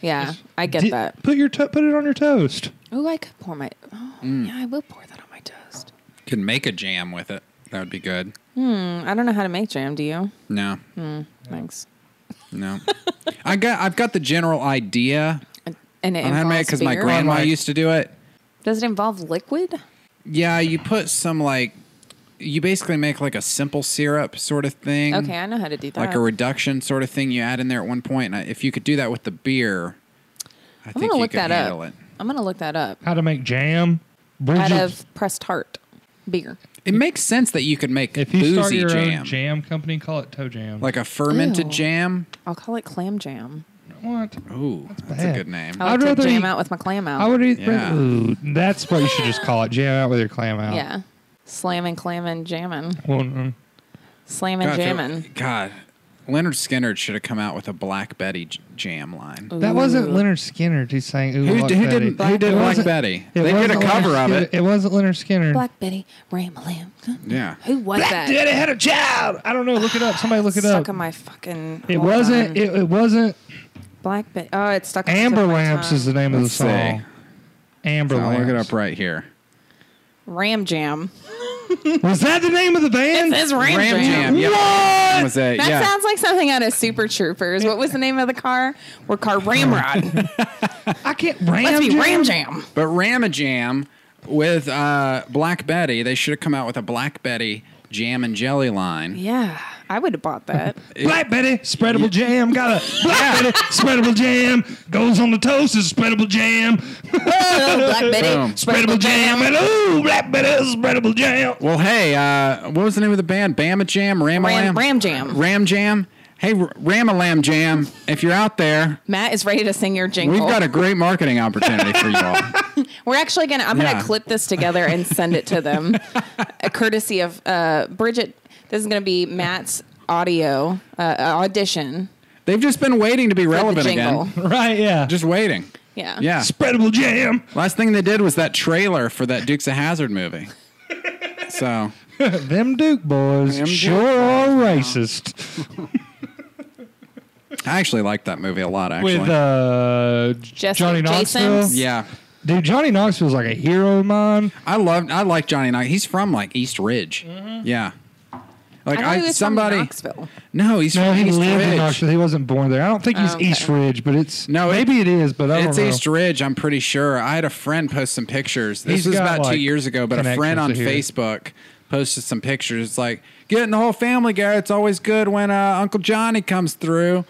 C: yeah, I get
D: Did-
C: that.
D: Put your to- put it on your toast.
C: Oh, I could pour my. Oh,
A: Mm.
C: yeah, I will pour that on my toast.
A: Can make a jam with it. That would be good.
C: Mm, I don't know how to make jam. Do you?
A: No,
C: Thanks.
A: no. I got. I've got the general idea
C: And it
A: on how to make
C: involves
A: because my
C: beer?
A: grandma
D: Right.
A: used to do it.
C: Does it involve liquid?
A: Yeah, you put some like. You basically make like a simple syrup sort of thing.
C: Mm. Okay, I know how to do that.
A: like a reduction sort of thing you add in there at one point. And I- if you could do that with the beer, I
C: I'm
A: think
C: gonna
A: you
C: look
A: could
C: that
A: handle
C: up.
A: it.
C: I'm gonna look that up.
D: How to make jam?
C: Out
D: Bridget,
C: of pressed tart beer.
A: It makes sense that you could make
D: if you start
A: boozy
D: your
A: jam,
D: own jam company, call it toe jam.
A: like a fermented
C: Ew.
A: jam.
C: I'll call it clam jam.
D: what?
A: Ooh, that's, a
D: bad.
A: good name.
C: I like
D: I'd
C: to
D: rather
C: jam
D: eat-
C: out with my clam out.
D: I would eat.
A: Yeah.
D: Ooh, that's what you should just call it. Jam out with your clam out.
C: yeah, slamming, clamming, jamming,
D: Well, mm,
C: slamming,
A: God, I feel-
C: jamming.
A: God, Leonard Skinner should have come out with a Black Betty j- jam line.
D: that wasn't
C: Ooh.
D: Leonard Skinner who's saying. Ooh,
A: Who,
D: Black
A: d- who
D: Betty.
A: didn't?
C: Black
A: who did
C: Betty.
A: Black
D: Wasn't-
A: Betty?
D: It
A: They did a
D: wasn't Leonard
A: cover of
D: Skinner-
A: it.
D: It wasn't Leonard Skinner.
C: Black Betty, ram a lamb.
A: Yeah.
C: Who was that?
D: Daddy had a child. I don't know. Look it up. Somebody look it
C: stuck
D: up.
C: in my fucking.
D: It
C: hold
D: wasn't.
C: on.
D: It, it wasn't.
C: Black Betty. Oh, it's stuck. on the
D: Amber
C: tip of my
D: Lamps
C: tongue.
D: is the name of the
A: Let's see.
D: song. Amber
A: I'll
D: Lamps.
A: look it up right here.
C: Ram Jam.
D: Was that the name of the band?
C: It's Ram,
A: Ram
C: Jam.
A: Jam. Yeah. What was that?
C: That
A: yeah.
C: sounds like something out of Super Troopers. What was the name of the car? We're car Ramrod.
D: I can't. Ram
C: Let's be
D: Jam?
C: Ram Jam.
A: But Ramajam with uh, Black Betty, they should have come out with a Black Betty jam and jelly line.
C: Yeah, I would have bought that.
D: Black Betty, spreadable jam. Got a Black Betty, spreadable jam. Goes on the toast is spreadable jam.
C: Black
A: Boom.
C: Betty.
D: Spreadable jam. And ooh, Black Betty, spreadable jam.
A: Well, hey, uh, what was the name of the band? Bama Jam, Ram
C: Ram- Ram Jam.
A: Ram Jam. Hey, R- Ramalam Jam, if you're out there,
C: Matt is ready to sing your jingle.
A: we've got a great marketing opportunity for you all.
C: We're actually gonna. I'm
A: Yeah.
C: gonna clip this together and send it to them, uh, courtesy of uh, Bridget. This is gonna be Matt's audio uh, audition.
A: They've just been waiting to be
C: for the
A: relevant
C: jingle.
A: again.
D: Right, yeah.
A: Just waiting.
C: Yeah.
A: Yeah.
D: Spreadable jam.
A: Last thing they did was that trailer for that Dukes of Hazard movie. So
D: Them Duke boys
A: Them Duke
D: sure are racist.
A: I actually liked that movie a lot. Actually,
D: With uh,
C: Jesse-
D: Johnny
C: Jay
D: Knoxville.
C: Sims?
A: yeah,
D: Dude, Johnny Knoxville's like a hero of mine.
A: I love I like Johnny Knox. He's from like East Ridge. Yeah. Like
C: I thought
A: I,
C: he was
A: somebody
C: from Knoxville.
A: No, he's
D: No,
A: from
D: he
A: East
D: lived in
A: Ridge.
D: Knoxville. He wasn't born there. I don't think he's
C: Oh, okay.
D: East Ridge, but it's
A: No,
D: no,
A: it-
D: maybe it is. But I don't
A: It's
D: know.
A: East Ridge, I'm pretty sure. I had a friend post some pictures. This
D: He's
A: was
D: got,
A: about 2
D: like,
A: years ago, but a friend
D: connections
A: on
D: to here.
A: Facebook posted some pictures. It's like, "Getting the whole family go. It's always good when uh, Uncle Johnny comes through."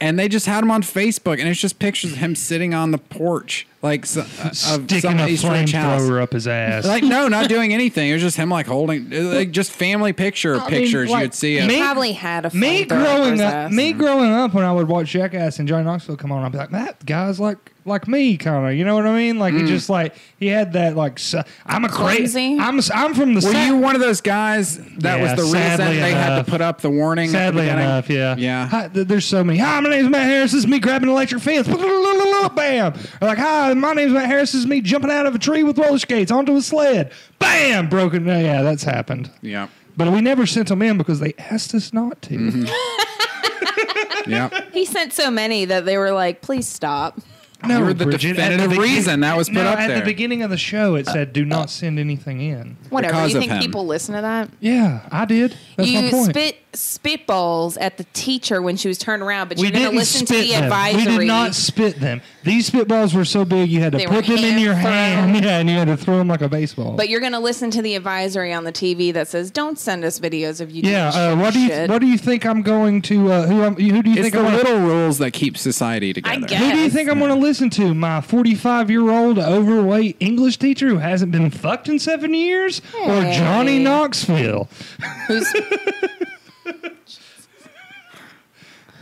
A: And they just had him on Facebook, and it's just pictures of him sitting on the porch, like so, uh, of
D: Sticking
A: some
D: a
A: East Ridge house.
D: flamethrower up his ass.
A: Like no, not doing anything. It was just him like holding, like just family picture
D: mean,
A: pictures you
D: like,
A: would see. Of,
D: Me-
C: Probably had a
D: me
C: flamethrower up his
D: growing up,
C: ass.
D: me growing up, when I would watch Jackass and Johnny Knoxville come on, I'd be like, that guy's like like me, kind of. You know what I mean? Like he
A: Mm.
D: just like he had that like su- I'm a
C: Clumsy?
D: crazy. I'm s- I'm from the.
A: Were
D: sa-
A: you one of those guys that
D: Yeah,
A: was the reason
D: sadly
A: they had
D: enough.
A: to put up the warning? at the
D: Sadly
A: beginning?
D: enough, yeah.
A: Yeah.
D: Hi, th- there's so many. Hi, my name's Matt Harris. This is me grabbing an electric fence. Bam. Or like, hi, my name's Matt Harris. This is me jumping out of a tree with roller skates onto a sled. Bam. Broken. Yeah, that's happened.
A: Yeah.
D: But we never sent them in because they asked us not to.
A: Mm-hmm. Yeah.
C: He sent so many that they were like, "Please stop."
D: No,
A: You were the
D: at
A: definitive
D: begin-
A: reason that was put
D: no,
A: up
D: at
A: there.
D: the beginning of the show, it said, "Do not send anything in."
C: Whatever.
A: Because
C: you
A: of
C: think
A: him.
C: people listen to that?
D: Yeah, I did. That's my
C: you
D: point.
C: spit spitballs at the teacher when she was turned around, but
D: We
C: she didn't
D: didn't
C: listen to
D: spit
C: the
D: them.
C: advisory.
D: We did not spit them. These spitballs were so big you had to
C: They
D: put
C: were
D: them in your
C: hand-thrown.
D: hand. Yeah, and you had to throw them like a baseball.
C: But you're going to listen to the advisory on the TV that says, "Don't send us videos of you." doing
D: yeah, uh, what do you
C: shit."
D: what do you think I'm going to? Uh, who I'm, who do you
A: It's
D: think
A: the
D: I'm gonna-
A: little rules that keep society together.
C: guess.
D: Who do you
C: Yes.
D: think I'm going to listen to? My 45 year old overweight English teacher who hasn't been fucked in seven years, or Johnny
C: Hey.
D: Knoxville?
C: Who's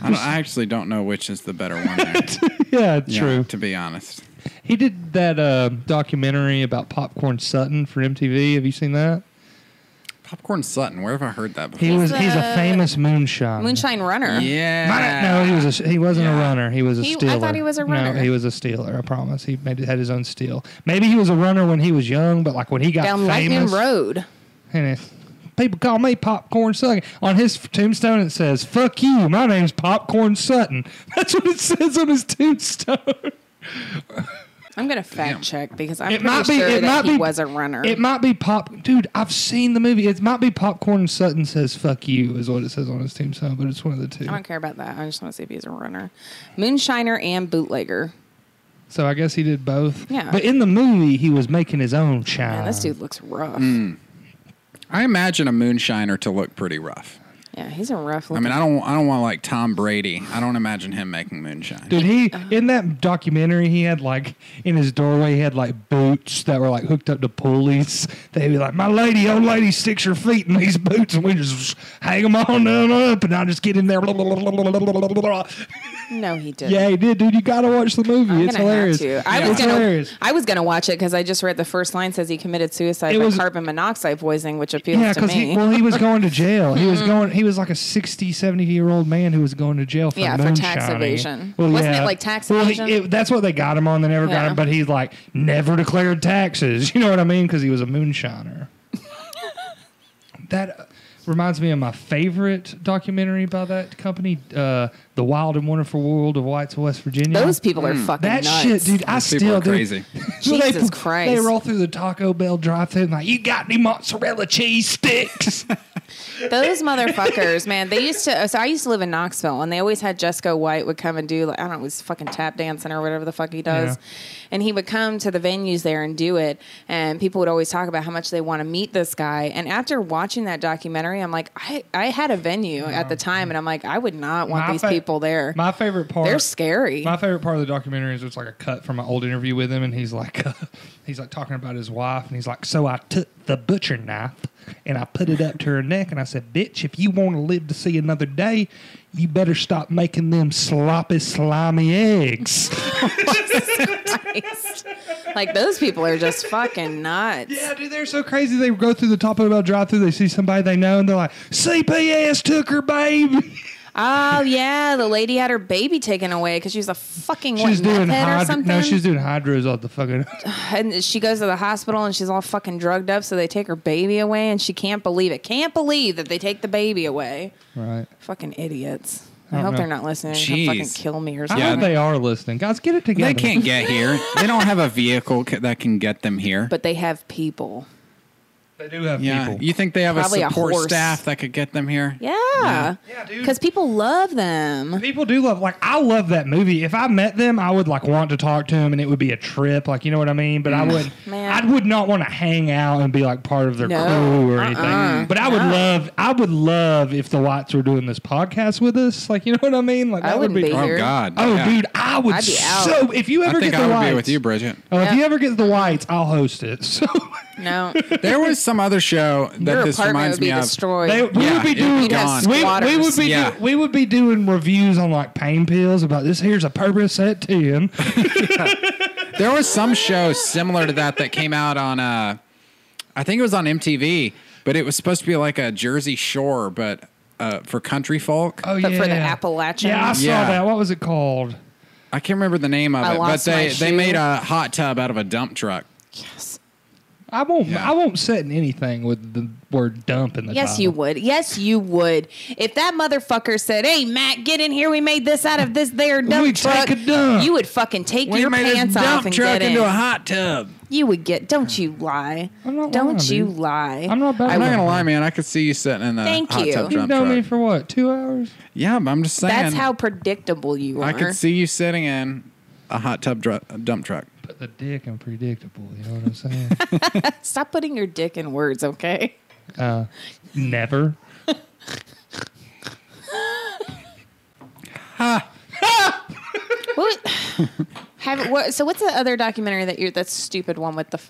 A: I, don't- I actually don't know which is the better one. There.
D: Yeah,
A: Yeah,
D: true.
A: To be honest,
D: He did that uh, documentary about Popcorn Sutton for MTV. Have you seen that?
A: Popcorn Sutton. Where have I heard that before?
D: He was he's a
C: a-
D: famous moonshot.
C: Moonshine Runner?
A: yeah.
D: Might- no, he was a, he wasn't
A: Yeah.
D: a runner. He was a
C: He- I thought
D: stealer.
C: he was a runner.
D: No, he was a stealer. I promise. He made, had his own steal. Maybe he was a runner when he was young, but like when he got
C: down Lightning
D: famous,
C: Road.
D: and if people call me Popcorn Sutton. On his tombstone, it says, "Fuck you, my name's Popcorn Sutton." That's what it says on his tombstone.
C: I'm going to fact check because I'm
D: It
C: pretty
D: might be.
C: sure
D: It might
C: that
D: be.
C: he was a runner.
D: It might be pop. Dude, I've seen the movie. It might be Popcorn Sutton says "fuck you" is what it says on his tombstone, but it's one of the two.
C: I don't care about that. I just want to see if he's a runner. Moonshiner and bootlegger.
D: So I guess he did both.
C: Yeah.
D: But in the movie, he was making his own shine.
C: Man, this dude looks rough.
A: Mm. I imagine a moonshiner to look pretty rough.
C: Yeah, he's a rough.
A: I mean, I don't. I don't want like Tom Brady. I don't imagine him making moonshine.
D: Dude, he
C: Uh-huh.
D: in that documentary he had like in his doorway he had like boots that were like hooked up to pulleys. They'd be like, "My lady, old lady, sticks her feet in these boots, and we just hang them on and up, and I just get in there." blah, blah, blah, blah, blah, blah, blah, blah."
C: no, he didn't.
D: Yeah, he did, dude. You gotta watch the movie.
C: I'm
D: it's
C: gonna
D: hilarious.
C: Have to. I was
D: it's
C: gonna.
D: hilarious.
C: I was gonna watch it because I just read the first line says he committed suicide
D: It
C: by
D: was-
C: carbon monoxide poisoning, which appeals
D: Yeah,
C: to
D: because
C: me. Hmm.
D: he well he was going to jail. He was going. He was like a 60, 70 year old man who was going to jail for
C: Yeah, for tax
D: moonshining.
C: evasion. Wasn't it like tax
D: Well, he-
C: evasion?
D: it- that's what they got him on. They never
C: Yeah.
D: got him, but he's like never declared taxes. You know what I mean? Because he was a moonshiner. that uh, reminds me of my favorite documentary by that company, uh, "The Wild and Wonderful World of Whites of West Virginia."
C: Those people are
A: Mm.
C: fucking
D: that
C: nuts.
D: shit, dude. I
A: Those people
D: still
A: are
D: dude,
A: crazy.
D: so they-
C: Jesus Christ.
D: They roll through the Taco Bell drive-thru and like, you got any mozzarella cheese sticks?
C: Those motherfuckers, man. They used to. So I used to live in Knoxville, and they always had Jesco White would come and do like I don't know, he's fucking tap dancing or whatever the fuck he does, and he would come to the venues there and do it. And people would always talk about how much they want to meet this guy. And after watching that documentary, I'm like, I I had a venue at the time, and I'm like, I would not want
D: My
C: these
D: fa-
C: people there.
D: my favorite part.
C: They're scary.
D: My favorite part of the documentary is it's like a cut from an old interview with him, and he's like, he's like talking about his wife, and he's like, so I took the butcher knife and I put it up to her neck, and I said, bitch, if you want to live to see another day, you better stop making them sloppy, slimy eggs.
C: Christ. like those people are just fucking nuts.
D: Yeah, dude, they're so crazy. They go through the Taco Bell drive-through, they see somebody they know, and they're like, "CPS took her baby."
C: Oh yeah, the lady had her baby taken away because she was a fucking what,
D: She's doing
C: meth head or
D: hydro.
C: something.
D: No, she's doing hydros off the fucking.
C: and she goes to the hospital and she's all fucking drugged up, so they take her baby away, and she can't believe it. Can't believe that they take the baby away.
D: right.
C: Fucking idiots.
D: I
C: I,
D: don't
C: hope
D: know.
C: they're not listening. They can fucking
A: Jeez.
C: kill me or
D: I
C: something.
D: hope they are listening. Guys, get it together.
A: They can't get here. They don't have a vehicle ca- that can get them here.
C: But they have people.
D: They do have
A: yeah,
D: people.
A: you think they have a
C: Probably a
A: support
C: horse.
A: staff that could get them here?
C: Yeah.
D: Yeah, dude.
C: Because people love them.
D: People do love like I love that movie. If I met them, I would like want to talk to them, and it would be a trip. Like you know what I mean. But I
A: Mm.
D: would,
C: Man.
D: I would not want to hang out and be like part of their
C: No.
D: crew or
C: Uh-uh.
D: anything. But I would love, I would love if the Whites were doing this podcast with us. Like you know what I mean. Like
C: I
D: that would
C: wouldn't
D: be.
C: be
A: Oh
C: Here.
A: God.
D: Oh,
A: yeah.
D: dude, I would
C: I'd be out.
D: so. If you
A: I
D: ever
A: think
D: get the
A: I would
D: whites,
A: be with you, Bridget.
D: Oh, if
C: Yeah.
D: you ever get the whites, I'll host it. So
C: No.
A: There was some other show that
C: Your
A: this reminds
C: apartment would be
A: me of.
C: destroyed.
D: they, we
A: Yeah,
D: would be
A: it'd
D: doing
A: be gone.
D: we, we would be
A: Yeah.
D: do, we would be doing reviews on like pain pills about this. Here's a purpose at ten.
A: There was some show similar to that that came out on, uh, I think it was on MTV, but it was supposed to be like a Jersey Shore, but uh, for country folk.
D: Oh
C: But
D: yeah,
C: for the Appalachian-
D: Yeah, I saw
A: Yeah.
D: that. What was it called?
A: I can't remember the name of
C: I
A: it, but
C: lost my
A: they, they
C: shoe.
A: made a hot tub out of a dump truck.
C: Yes.
D: I won't.
A: Yeah.
D: I won't set in anything with the word dump in the
C: Yes,
D: title.
C: you would. Yes, you would. If that motherfucker said, "Hey, Matt, get in here. We made this out of this there dump
D: We take
C: truck,"
D: a dump.
C: you would fucking take your pants off and get in.
A: hot tub.
C: you would get. Don't you lie.
D: I'm not lying,
C: don't you
D: dude.
C: lie.
D: I'm not bad.
A: I'm not gonna lie, man. I could see you sitting in the
C: Thank
A: hot
C: you.
A: tub
D: You've
A: dump
D: known me
A: truck.
D: for what? Two hours.
A: yeah, but I'm just saying.
C: That's how predictable you are.
A: I could see you sitting in a hot tub dr- dump truck.
D: But the dick and predictable. You know what I'm saying?
C: Stop putting your dick in words, okay?
D: uh, never.
C: What? have what? So what's the other documentary that you? That's stupid one with the,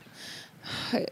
C: f-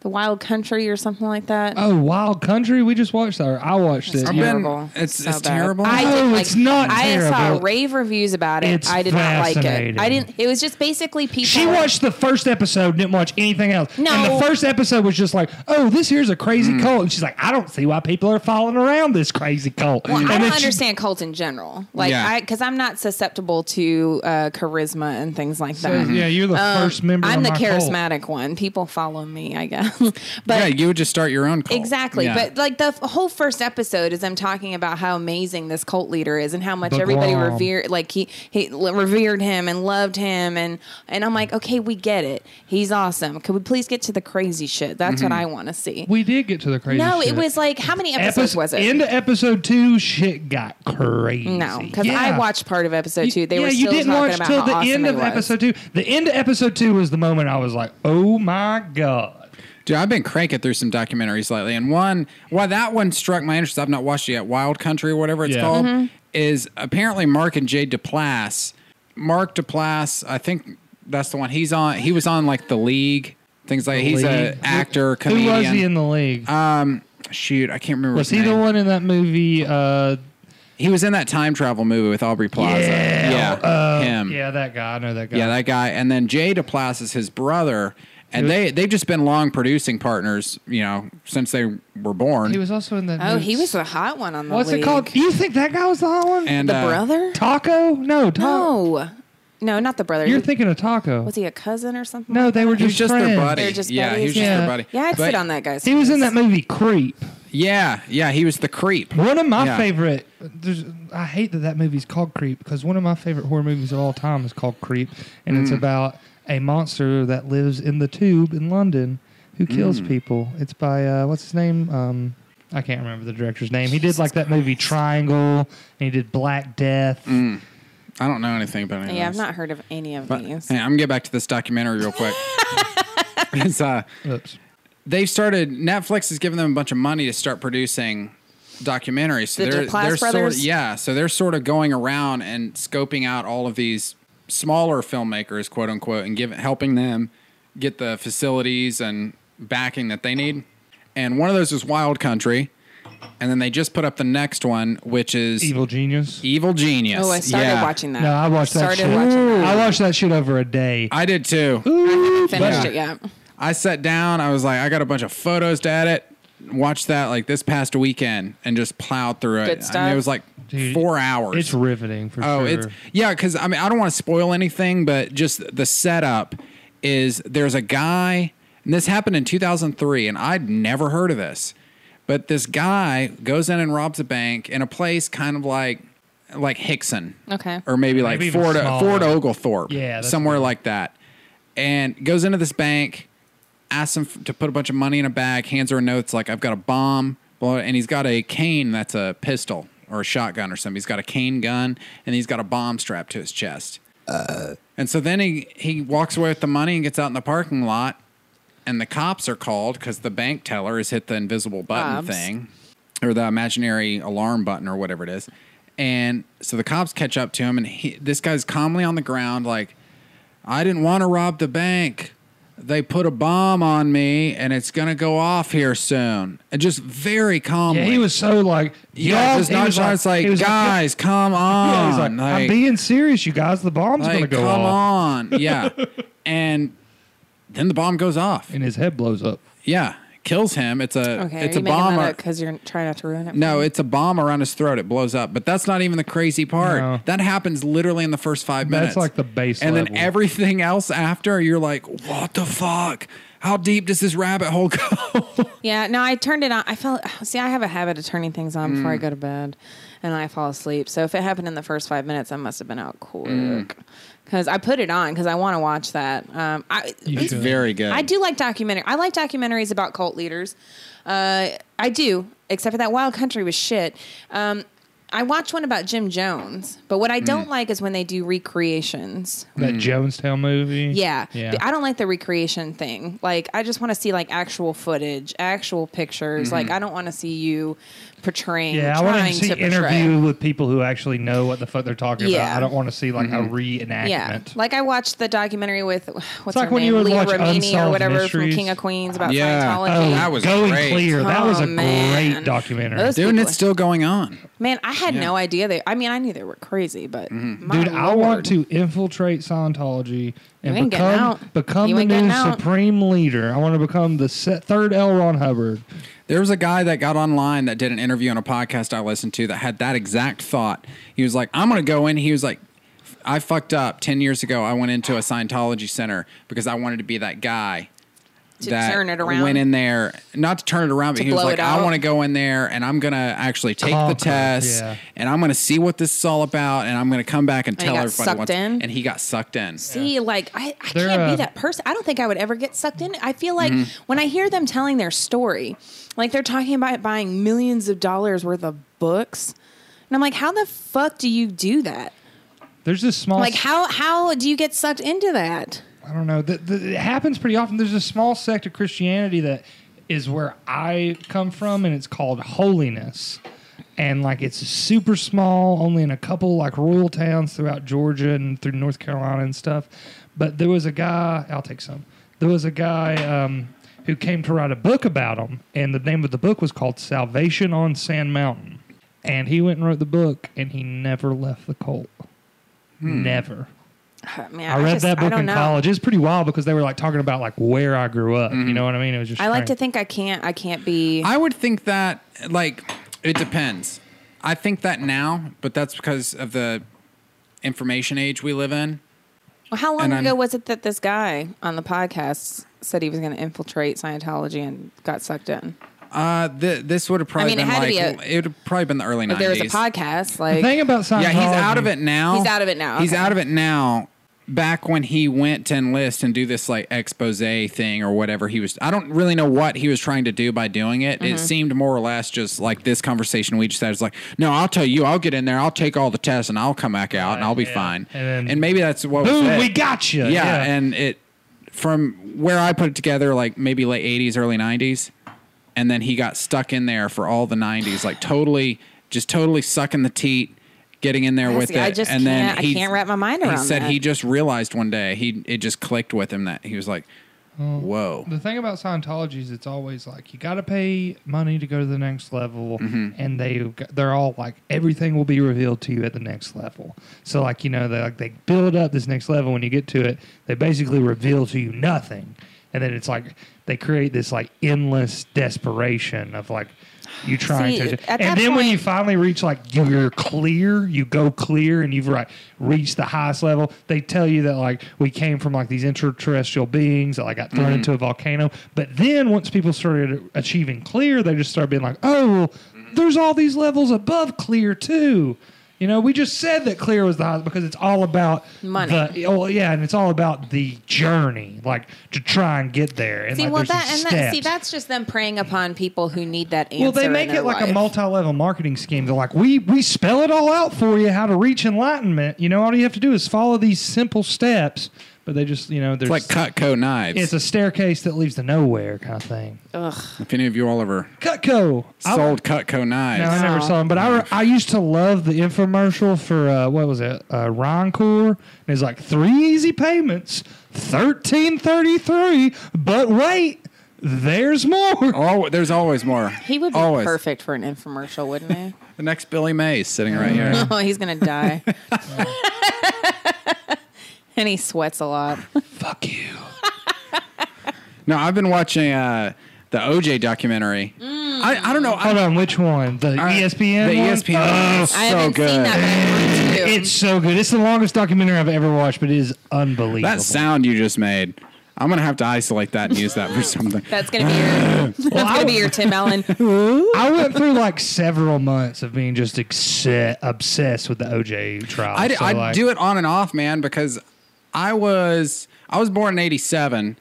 C: the wild country or something like that.
D: Oh, Wild Country. We just watched that. or I watched it.
A: I've
D: Yeah.
A: been-
C: Terrible.
A: it's-
C: So
A: it's
C: bad.
A: terrible?
C: I didn't
D: No,
C: like-
D: it's not
C: I saw
D: terrible.
C: rave reviews about it.
D: It's
C: I did not like it.
D: fascinating.
C: I didn't. It was just basically people.
D: She watched the first episode, and didn't watch anything else.
C: No.
D: And the first episode was just like, oh, this here's a crazy
A: Mm.
D: cult. And she's like, I don't see why people are following around this crazy cult.
C: Well,
D: and
C: I
D: then
C: don't
D: she-
C: understand cults in general, like
A: Yeah.
C: I because I'm not susceptible to uh, charisma and things like that.
D: yeah, you're the
C: Um,
D: first member
C: I'm
D: of
C: the
D: my cult.
C: charismatic one. People follow me, I guess. but
A: yeah, you would just start your own cult.
C: Exactly.
A: Yeah.
C: But like the f- whole first episode is I'm talking about how amazing this cult leader is and how much
D: The
C: everybody
D: Grom.
C: revered like he, he l- revered him and loved him and and I'm like, "Okay, we get it. He's awesome. Could we please get to the crazy shit? That's what I want to see."
D: We did get to the Mm-hmm. crazy
C: no,
D: shit.
C: it was like how many episodes
D: Episode,
C: was it?
D: Into episode two, shit got crazy.
C: no, because I
D: Yeah.
C: watched part of episode two. They
D: yeah,
C: were still
D: you didn't
C: talking
D: watch
C: about
D: till
C: how
D: the
C: awesome
D: end
C: he
D: of
C: was.
D: episode two. The end of episode two was the moment I was like, oh my god.
A: Dude, I've been cranking through some documentaries lately, and one why that one struck my interest. I've not watched it yet. Wild Country or whatever it's
D: Yeah.
A: called
C: Mm-hmm.
A: is apparently Mark and Jay Duplass. Mark Duplass, I think that's the one he's on. He was on like The League, things like. he's
D: League.
A: an actor,
D: Who
A: comedian.
D: was he in the league?
A: um, shoot, I can't remember.
D: was
A: his
D: he the
A: name.
D: one in that movie? Uh,
A: He was in that time travel movie with Aubrey Plaza. Yeah,
D: uh,
A: him.
D: Yeah, that guy. I know that guy.
A: Yeah, that guy. And then Jay Duplass is his brother. And they, they've just been long producing partners, you know, since they were born.
D: He was also in the.
C: Oh, he was the hot one on the
D: What's it
C: league.
D: called? You think that guy was the hot one?
A: and
C: The
A: uh,
C: brother?
D: taco? No, taco.
C: No. No, not the brother.
D: You're
C: He-
D: thinking of taco.
C: was he a cousin or something?
D: no, they were
A: He
D: just,
A: was just
D: friends.
A: their buddy.
C: They were just
A: yeah, he was
C: buddies?
A: just
D: Yeah.
A: their buddy.
C: Yeah, I'd
A: But-
C: sit on that guy's.
D: He was in
C: face.
D: that movie Creep.
A: Yeah, yeah, he was the creep.
D: One of my
A: Yeah.
D: favorite. There's, I hate that that movie's called Creep because one of my favorite horror movies of all time is called Creep, and
A: Mm.
D: it's about a monster that lives in the tube in London who kills
A: Mm.
D: people. It's by uh, what's his name? Um, I can't remember the director's name. He did like that movie Triangle, and he did Black Death.
A: Mm. I don't know anything about any
C: Yeah,
A: of
C: I've
A: this.
C: not heard of any of
A: But,
C: these.
A: hey, I'm gonna get back to this documentary real quick. it's uh,
D: Oops.
A: they've started. Netflix has given them a bunch of money to start producing documentaries. So
C: The
A: they're
C: Duplass
A: they're sort
C: brothers?
A: yeah, so they're sort of going around and scoping out all of these smaller filmmakers, quote unquote, and giving helping them get the facilities and backing that they need. And one of those is Wild Country, and then they just put up the next one, which is
D: Evil Genius.
A: Evil Genius.
C: Oh, I started
A: Yeah.
C: watching that.
D: No, I watched that.
C: started
D: Shit.
C: watching that.
D: I watched that shit over a day.
A: I did too.
C: Finished
A: Yeah.
C: it yet?
A: I sat down. I was like, I got a bunch of photos to edit. Watched that like this past weekend and just plowed through it.
C: Good
A: I mean,
C: stuff.
A: it was like
D: Dude,
A: four hours.
D: It's riveting for
A: oh,
D: sure.
A: it's yeah. Because I mean, I don't want to spoil anything, but just the setup is there's a guy, and this happened in 2003, and I'd never heard of this, but this guy goes in and robs a bank in a place kind of like like Hickson,
C: Okay.
A: or maybe,
D: Maybe
A: like
D: even
A: Ford
D: smaller.
A: Ford Oglethorpe,
D: Yeah, that's
A: somewhere
D: what-
A: like that, and goes into this bank, asks him f- to put a bunch of money in a bag, hands her a note. It's like I've got a bomb, blah, and he's got a cane that's a pistol or a shotgun or something. He's got a cane gun and he's got a bomb strapped to his chest. And so then he he walks away with the money and gets out in the parking lot, and the cops are called because the bank teller has hit the invisible button
C: Bobs.
A: thing, or the imaginary alarm button or whatever it is. And so the cops catch up to him, and he, this guy's calmly on the ground, like, "I didn't want to rob the bank. They put a bomb on me, and it's gonna go off here soon." And just very calmly.
D: Yeah, he was so like,
A: Yeah,
D: y'all-
A: just
D: he was
A: nonchalant. It's like,
D: he was
A: guys, come on.
D: yeah, he was like, I'm being serious, you guys. The bomb's
A: Like,
D: gonna go
A: come
D: off,
A: on. Yeah. and then the bomb goes off.
D: and his head blows up.
A: Yeah. Kills him. It's a
C: Okay.
A: it's
C: are
A: a
C: you making
A: bomb.
C: that
A: ar-
C: up because you're trying not to ruin it?
A: No, it's a bomb around his throat. It blows up. But that's not even the crazy part.
D: No.
A: That happens literally in the first five
D: That's
A: minutes.
D: like the base
A: And then
D: level.
A: everything else after, you're like, what the fuck? how deep does this rabbit hole go?
C: Yeah, no, I turned it on. I felt see, I have a habit of turning things on
A: Mm.
C: before I go to bed, and I fall asleep. So if it happened in the first five minutes, I must have been out quick.
A: Mm.
C: Because I put it on because I want to watch that. Um, I,
A: it's very good.
C: I do like documentary. I like documentaries about cult leaders. Uh, I do, except for that Wild Country was shit. Um, I watch one about Jim Jones, but what I
A: Mm.
C: don't like is when they do recreations.
D: That Jonestown movie.
C: Yeah.
D: Yeah.
C: But I don't like the recreation thing. Like I just want to see like actual footage, actual pictures. Like I don't want to see you portraying
D: Mm-hmm. Yeah, I
C: trying
D: want to see
C: portray.
D: interview with people who actually know what the fuck they're talking
C: Yeah.
D: about. I don't want to see like a reenactment.
C: Yeah. Like I watched the documentary with what's
D: like
C: her
D: when
C: name?
D: you would
C: Leah
D: watch
C: Remini or
D: Unsolved
C: whatever
D: Mysteries.
C: from King of Queens about
A: Yeah.
C: Scientology.
A: That was
D: Oh, going
A: great.
D: clear. That was
C: Oh,
D: a
C: man.
D: great documentary.
C: Those-
A: Dude, and it's
C: people-
A: still going on.
C: Man, I had no idea they. I mean, I knew they were crazy, but
A: Mm-hmm.
C: my
D: Dude, I want
C: lord.
D: to infiltrate Scientology and
C: You ain't getting
D: become
C: out.
D: become
C: You
D: the
C: ain't getting
D: new
C: out.
D: supreme leader. I want to become the se- third L. Ron Hubbard.
A: There was a guy that got online that did an interview on a podcast I listened to that had that exact thought. He was like, I'm going to go in. He was like, I fucked up 10 years ago. I went into a Scientology center because I wanted to be that guy.
C: To turn it around?
A: Went in there, not to turn it around, but
C: To
A: he was
C: blow
A: like,
C: it
A: I
C: out?
A: want to go in there and I'm going to actually take the
D: Conquer,
A: test
D: yeah.
A: and I'm going to see what this is all about and I'm going to come back and,
C: And he
A: tell
C: got
A: everybody.
C: sucked
A: what's-"
C: in?
A: And he got sucked in.
C: See, like I, I
D: They're,
C: can't
D: uh, Mm-hmm.
C: be that person. I don't think I would ever get sucked in. I feel like when I hear them telling their story, like they're talking about buying millions of dollars worth of books, and I'm like, how the fuck do you do that?
D: There's this small.
C: Like how how do you get sucked into that?
D: I don't know. Th th it happens pretty often. There's a small sect of Christianity that is where I come from, and it's called holiness. And like it's super small, only in a couple like rural towns throughout Georgia and through North Carolina and stuff. But there was a guy. I'll take some. There was a guy um, who came to write a book about them, and the name of the book was called "Salvation on Sand Mountain." And he went and wrote the book, and he never left the cult. Never.
C: Man,
D: I read
C: just-
D: that
C: I
D: book
C: don't
D: in
C: know.
D: college. It was pretty wild because they were like talking about like where I grew up.
A: Mm-hmm.
D: You know what I mean? It was just.
C: I like to
D: strange.
C: think I can't. I can't be.
A: I would think that like it depends. I think that now, but that's because of the information age we live in.
C: Well, how long
A: and
C: ago
A: I'm-
C: was it that this guy on the podcast said he was going to infiltrate Scientology and got sucked in?
A: Uh, th- this would have probably
C: mean, it
A: been
C: had to
A: like
C: be a-
A: it would have probably been the early
C: If
A: nineties.
C: there was a podcast, like
D: The thing about Scientology.
A: Yeah, he's out of it now.
C: He's out of it now,
A: He's
C: okay.
A: out of it now. Back when he went to enlist and do this like expose thing or whatever he was, I don't really know what he was trying to do by doing it.
C: Mm-hmm.
A: It seemed more or less just like this conversation we just had. It's like, no, I'll tell you, I'll get in there, I'll take all the tests, and I'll come back out, and I'll be
D: yeah.
A: fine.
D: And then-
A: maybe that's what. was
D: Boom!
A: said.
D: We got you.
A: yeah, and it from where I put it together, like maybe late '80s, early '90s, and then he got stuck in there for all the '90s, like totally, just totally sucking the teat, getting in there
C: I
A: with
C: see,
A: it,
C: I just
A: and then
C: can't- I
A: he,
C: can't wrap my mind
A: He
C: around
A: said
C: that.
A: he just realized one day he it just clicked with him that he was like,
D: Hmm.
A: "Whoa,
D: The thing about Scientology is it's always like you got to pay money to go to the next level,
A: Mm-hmm.
D: and they they're all like everything will be revealed to you at the next level. So like you know they like they build up this next level. When you get to it, they basically reveal to you nothing, and then it's like they create this like endless desperation of like you trying
C: See,
D: to.
C: at that
D: And then when
C: point-
D: you finally reach like you're clear, you go clear, and you've like reached the highest level. They tell you that like we came from like these interterrestrial beings that like got thrown into a volcano. But then once people started achieving clear, they just started being like, oh, well, there's all these levels above clear too. You know, we just said that clear was the highest because it's all about
C: Money.
D: The, oh yeah, and it's all about the journey, like to try and get there. And
C: See,
D: like,
C: well,
D: there's
C: that and
D: these
C: that, see,
D: steps.
C: that's just them preying upon people who need that answer.
D: Well, they
C: in
D: make
C: their
D: it like a
C: life.
D: multi-level marketing scheme. They're like, we we spell it all out for you how to reach enlightenment. You know, all you have to do is follow these simple steps. But they just, you know, there's
A: it's like Cutco knives."
D: it's a staircase that leads to nowhere kind of thing.
A: if any of you all ever
D: Cutco I-
A: Oh. sold Cutco
D: no, I
A: knives,
D: never
C: No.
D: saw him, but I, I used to love the infomercial for uh, what was it, uh, Roncore, and it's like three easy payments, thirteen thirty three. But wait, there's more.
A: oh, there's always more.
C: He would be
A: always.
C: perfect for an infomercial, wouldn't
A: The next Billy Mays sitting right
C: he?
A: here.
C: oh, he's gonna die. and he sweats a lot.
D: Fuck you.
A: No, I've been watching uh, the OJ documentary. I, I don't know. I,
D: Hold on, which one? The E
A: I-
D: ESPN.
A: The E
D: one?
A: ESPN.
D: Oh,
A: one is
C: I
A: so
C: haven't
A: good.
C: seen that. one, too.
D: It's so good. It's the longest documentary I've ever watched, but it is unbelievable.
A: That sound you just made. I'm gonna have to isolate that and use that for something.
C: That's gonna be your. That's gonna be your Tim Allen.
D: I went through like several months of being just exce- obsessed with the OJ trial.
A: I, d-
D: So,
A: I
D: like,
A: do it on and off, man, because I was I was born in '87,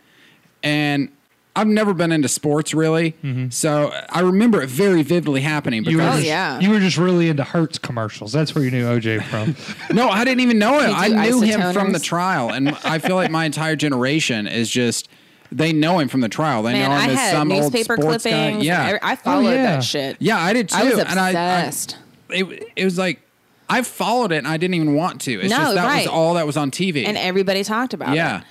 A: and I've never been into sports really. So I remember it very vividly happening.
D: Mm-hmm. You were,
A: Because
D: just,
C: yeah.
D: you were just really into Hertz commercials. That's where you knew OJ from.
A: no, I didn't even know him.
C: You
A: I
C: do
A: knew him from
C: isotoners?
A: the trial, and I feel like my entire generation is just they know him from the trial. They
C: Man,
A: know
C: I
A: him as
C: had
A: some
C: newspaper
A: old sports
C: clippings.
A: guy. Yeah, Oh,
C: I, I followed
D: yeah.
C: that shit.
A: yeah, I did too.
C: I was
A: and I, I
C: obsessed.
A: it, it was like I followed it and I didn't even want to. It's
C: No,
A: just that was
C: right.
A: all that was on TV.
C: and everybody talked about
A: yeah.
C: it.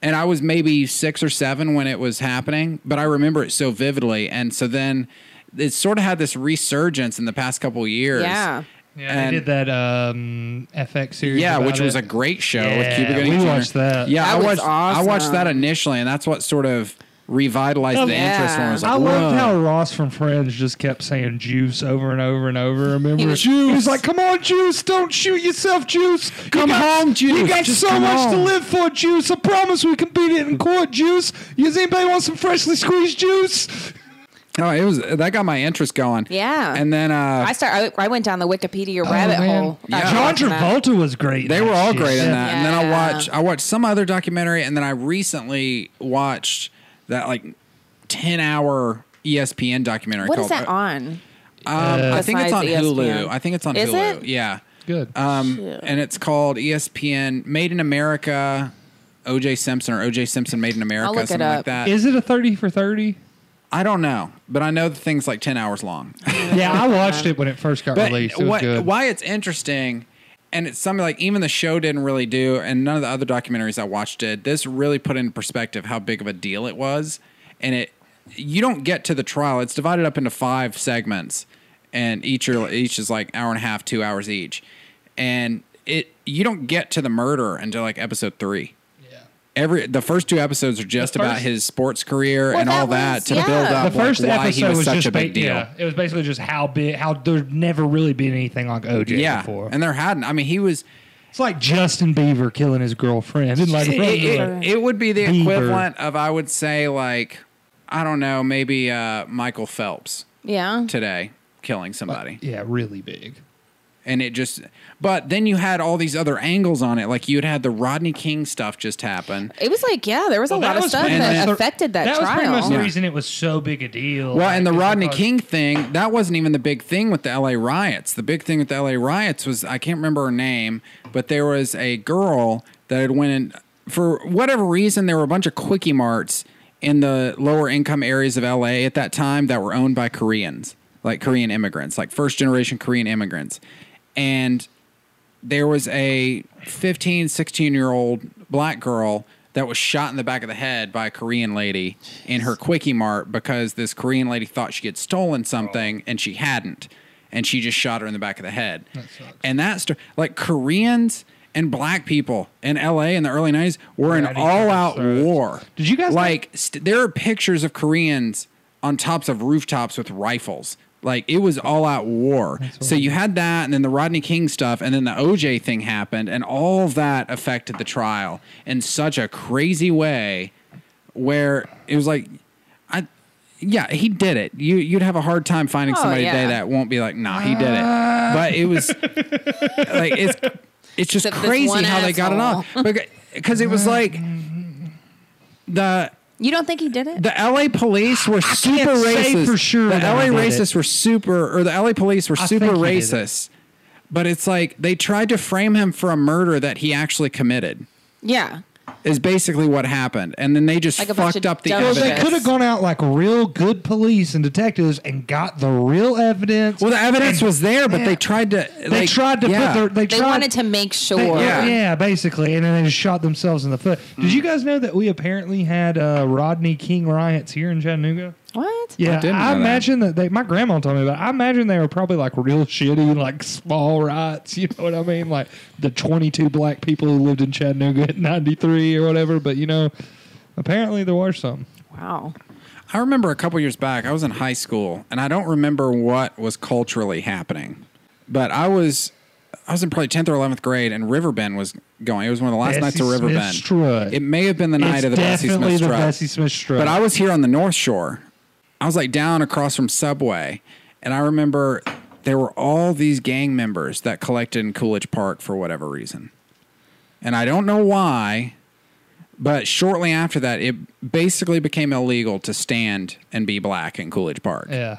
A: And I was maybe six or seven when it was happening, but I remember it so vividly. And so then it sort of had this resurgence in the past couple of years.
C: Yeah.
D: Yeah,
A: And-
D: they did that um, FX series.
A: Yeah,
D: about
A: which was
D: it.
A: a great show with
D: Yeah,
A: Cuba Gooding
D: we
A: Jr.
D: watched that.
A: Yeah,
C: That
A: I
C: was
A: watched I watched
C: awesome.
A: that initially, and that's what sort of revitalized the
C: yeah.
A: interest. When I was like,
D: I loved
A: "Whoa."
D: how Ross from Friends just kept saying juice over and over and over. Remember,
C: was-
D: juice. He was like, "Come on, juice! Don't shoot yourself, juice!
A: Come
D: you got,
A: home, Juice.
D: You got
A: Just
D: so
A: come
D: much to
A: home."
D: live for, juice! I promise we can beat it in court, juice. Does anybody want some freshly squeezed juice?"
A: No, Oh, it was that got my interest going.
C: Yeah.
A: and then uh,
C: I start. I, I went down the Wikipedia rabbit hole. after
D: Oh, John
C: watching that.
D: Travolta was great. in
A: They
D: that
A: were all
D: shit.
A: great in
D: Yeah.
A: that. And then I
C: Yeah.
A: watched I watched some other documentary and then I recently watched that like E 10 hour ESPN documentary
C: What is
A: called
C: that on? Uh,
A: Um, I think it's on
C: Besides E
A: Hulu.
C: ESPN.
A: I think it's on
C: Is
A: Hulu.
C: it?
A: Yeah.
D: Good.
A: Um, and it's called E ESPN Made in America OJ Simpson or OJ Simpson Made in America
C: I'll look it
A: something like
C: up.
A: that.
D: Is it a thirty for thirty?
A: I don't know, but I know the thing's like 10 hours long.
D: yeah, I watched it when it first got
A: But
D: released. It was
A: what-
D: good.
A: why it's interesting, and it's something like even the show didn't really do, and none of the other documentaries I watched did. This really put in perspective how big of a deal it was, and it you don't get to the trial. It's divided up into five segments, and each are, each is like hour and a half, two hours each, and it you don't get to the murder until like episode three. Every the first two episodes are just
D: The
A: about
D: first-
A: his sports career
C: Well,
A: and
C: that
A: all that
C: was-
A: to
C: yeah.
A: build up
D: the first
A: like, why
D: episode
A: he was, such
D: just
A: a big
D: ba-
A: deal.
D: Yeah, it was basically just how big, how there never really been anything like OJ
A: yeah,
D: before.
A: and there hadn't. I mean, he was.
D: it's like Justin Bieber killing his girlfriend. And like,
A: it, it- it- it would be the
D: Bieber.
A: equivalent of I would say like I don't know maybe uh, Michael Phelps
C: Yeah.
A: today killing somebody
D: yeah, really big.
A: and it just but then you had all these other angles on it like you'd had the Rodney King stuff just happen
C: It was like yeah, there was a lot of stuff
A: pretty
C: that
A: much-
C: affected that,
D: was pretty much
C: trial.
D: the
A: Yeah.
D: reason it was so big a deal.
A: well and the
D: Like, it's
A: Rodney
D: because-
A: King thing that wasn't even the big thing with the LA riots the big thing with the LA riots was I can't remember her name but there was a girl that had went in for whatever reason there were a bunch of quickie marts in the lower income areas of LA at that time that were owned by Koreans like Korean immigrants like first generation Korean immigrants and there was a 15, 16 year old black girl that was shot in the back of the head by a Korean lady in her Quickie Mart because this Korean lady thought she had stolen something and she hadn't. And she just shot her in the back of the head. and that's like Koreans and black people in LA in the early 90s were in
D: Ready for
A: all out
D: the
A: war.
D: Did you guys
A: like? St- there are pictures of Koreans on tops of rooftops with rifles. Like it was all out war. So you had that, and then the Rodney King stuff, and then the OJ thing happened, and all of that affected the trial in such a crazy way, where it was like, I, yeah, he did it. You you'd have a hard time finding
C: Oh,
A: somebody today
C: yeah.
A: that won't be like, nah, he did it. But it was like it's it's just
C: Except this
A: crazy
C: one
A: how they got it
C: asshole.
A: off because it was like the
C: You don't think he did it?
A: the LA police were super
D: can't say
A: racist
D: for sure
A: The
D: that
A: LA
D: I did
A: racists
D: it.
A: were super, or the LA police were
D: I
A: super
D: think he did it.
A: racist. But it's like they tried to frame him for a murder that he actually committed.
C: yeah.
A: Is basically what happened, and then they just
C: Like a bunch
A: fucked
C: of
A: up the
C: dumb
D: Well, they
A: evidence.
C: shit.
D: could have gone out like real good police and detectives and got the real evidence.
A: Well, the evidence was there, but they tried to.
D: they tried to put their. They,
C: They
D: tried,
C: wanted to make sure.
D: They-
A: Yeah.
D: yeah. basically, and then they just shot themselves in the foot.
C: Hmm.
D: Did you guys know that we apparently had uh, Rodney King riots here in Chattanooga?
C: What?
D: Yeah, I,
A: didn't know that.
D: imagine that. they. My grandma told me about. It. I imagine they were probably like real shitty, like small riots. You know what I mean? Like the twenty-two black people who lived in Chattanooga at ninety-three or whatever. But you know, apparently there were some.
C: Wow.
A: I remember a couple years back, I was in high school, and I don't remember what was culturally happening, but I was I was in probably 10th or 11th grade, and Riverbend was going. It was one of the last
D: Bessie
A: nights of
D: Smith's
A: Riverbend.
D: Strut.
A: It may have been the night
D: it's
A: of the Bessie
D: definitely
A: Smith
D: the
A: Strut.
D: Bessie Smith Strut.
A: But I was here on the North Shore. I was like down across from Subway, and I remember there were all these gang members that collected in Coolidge Park for whatever reason, and I don't know why. But shortly after that, it basically became illegal to stand and be black in Coolidge Park.
D: yeah.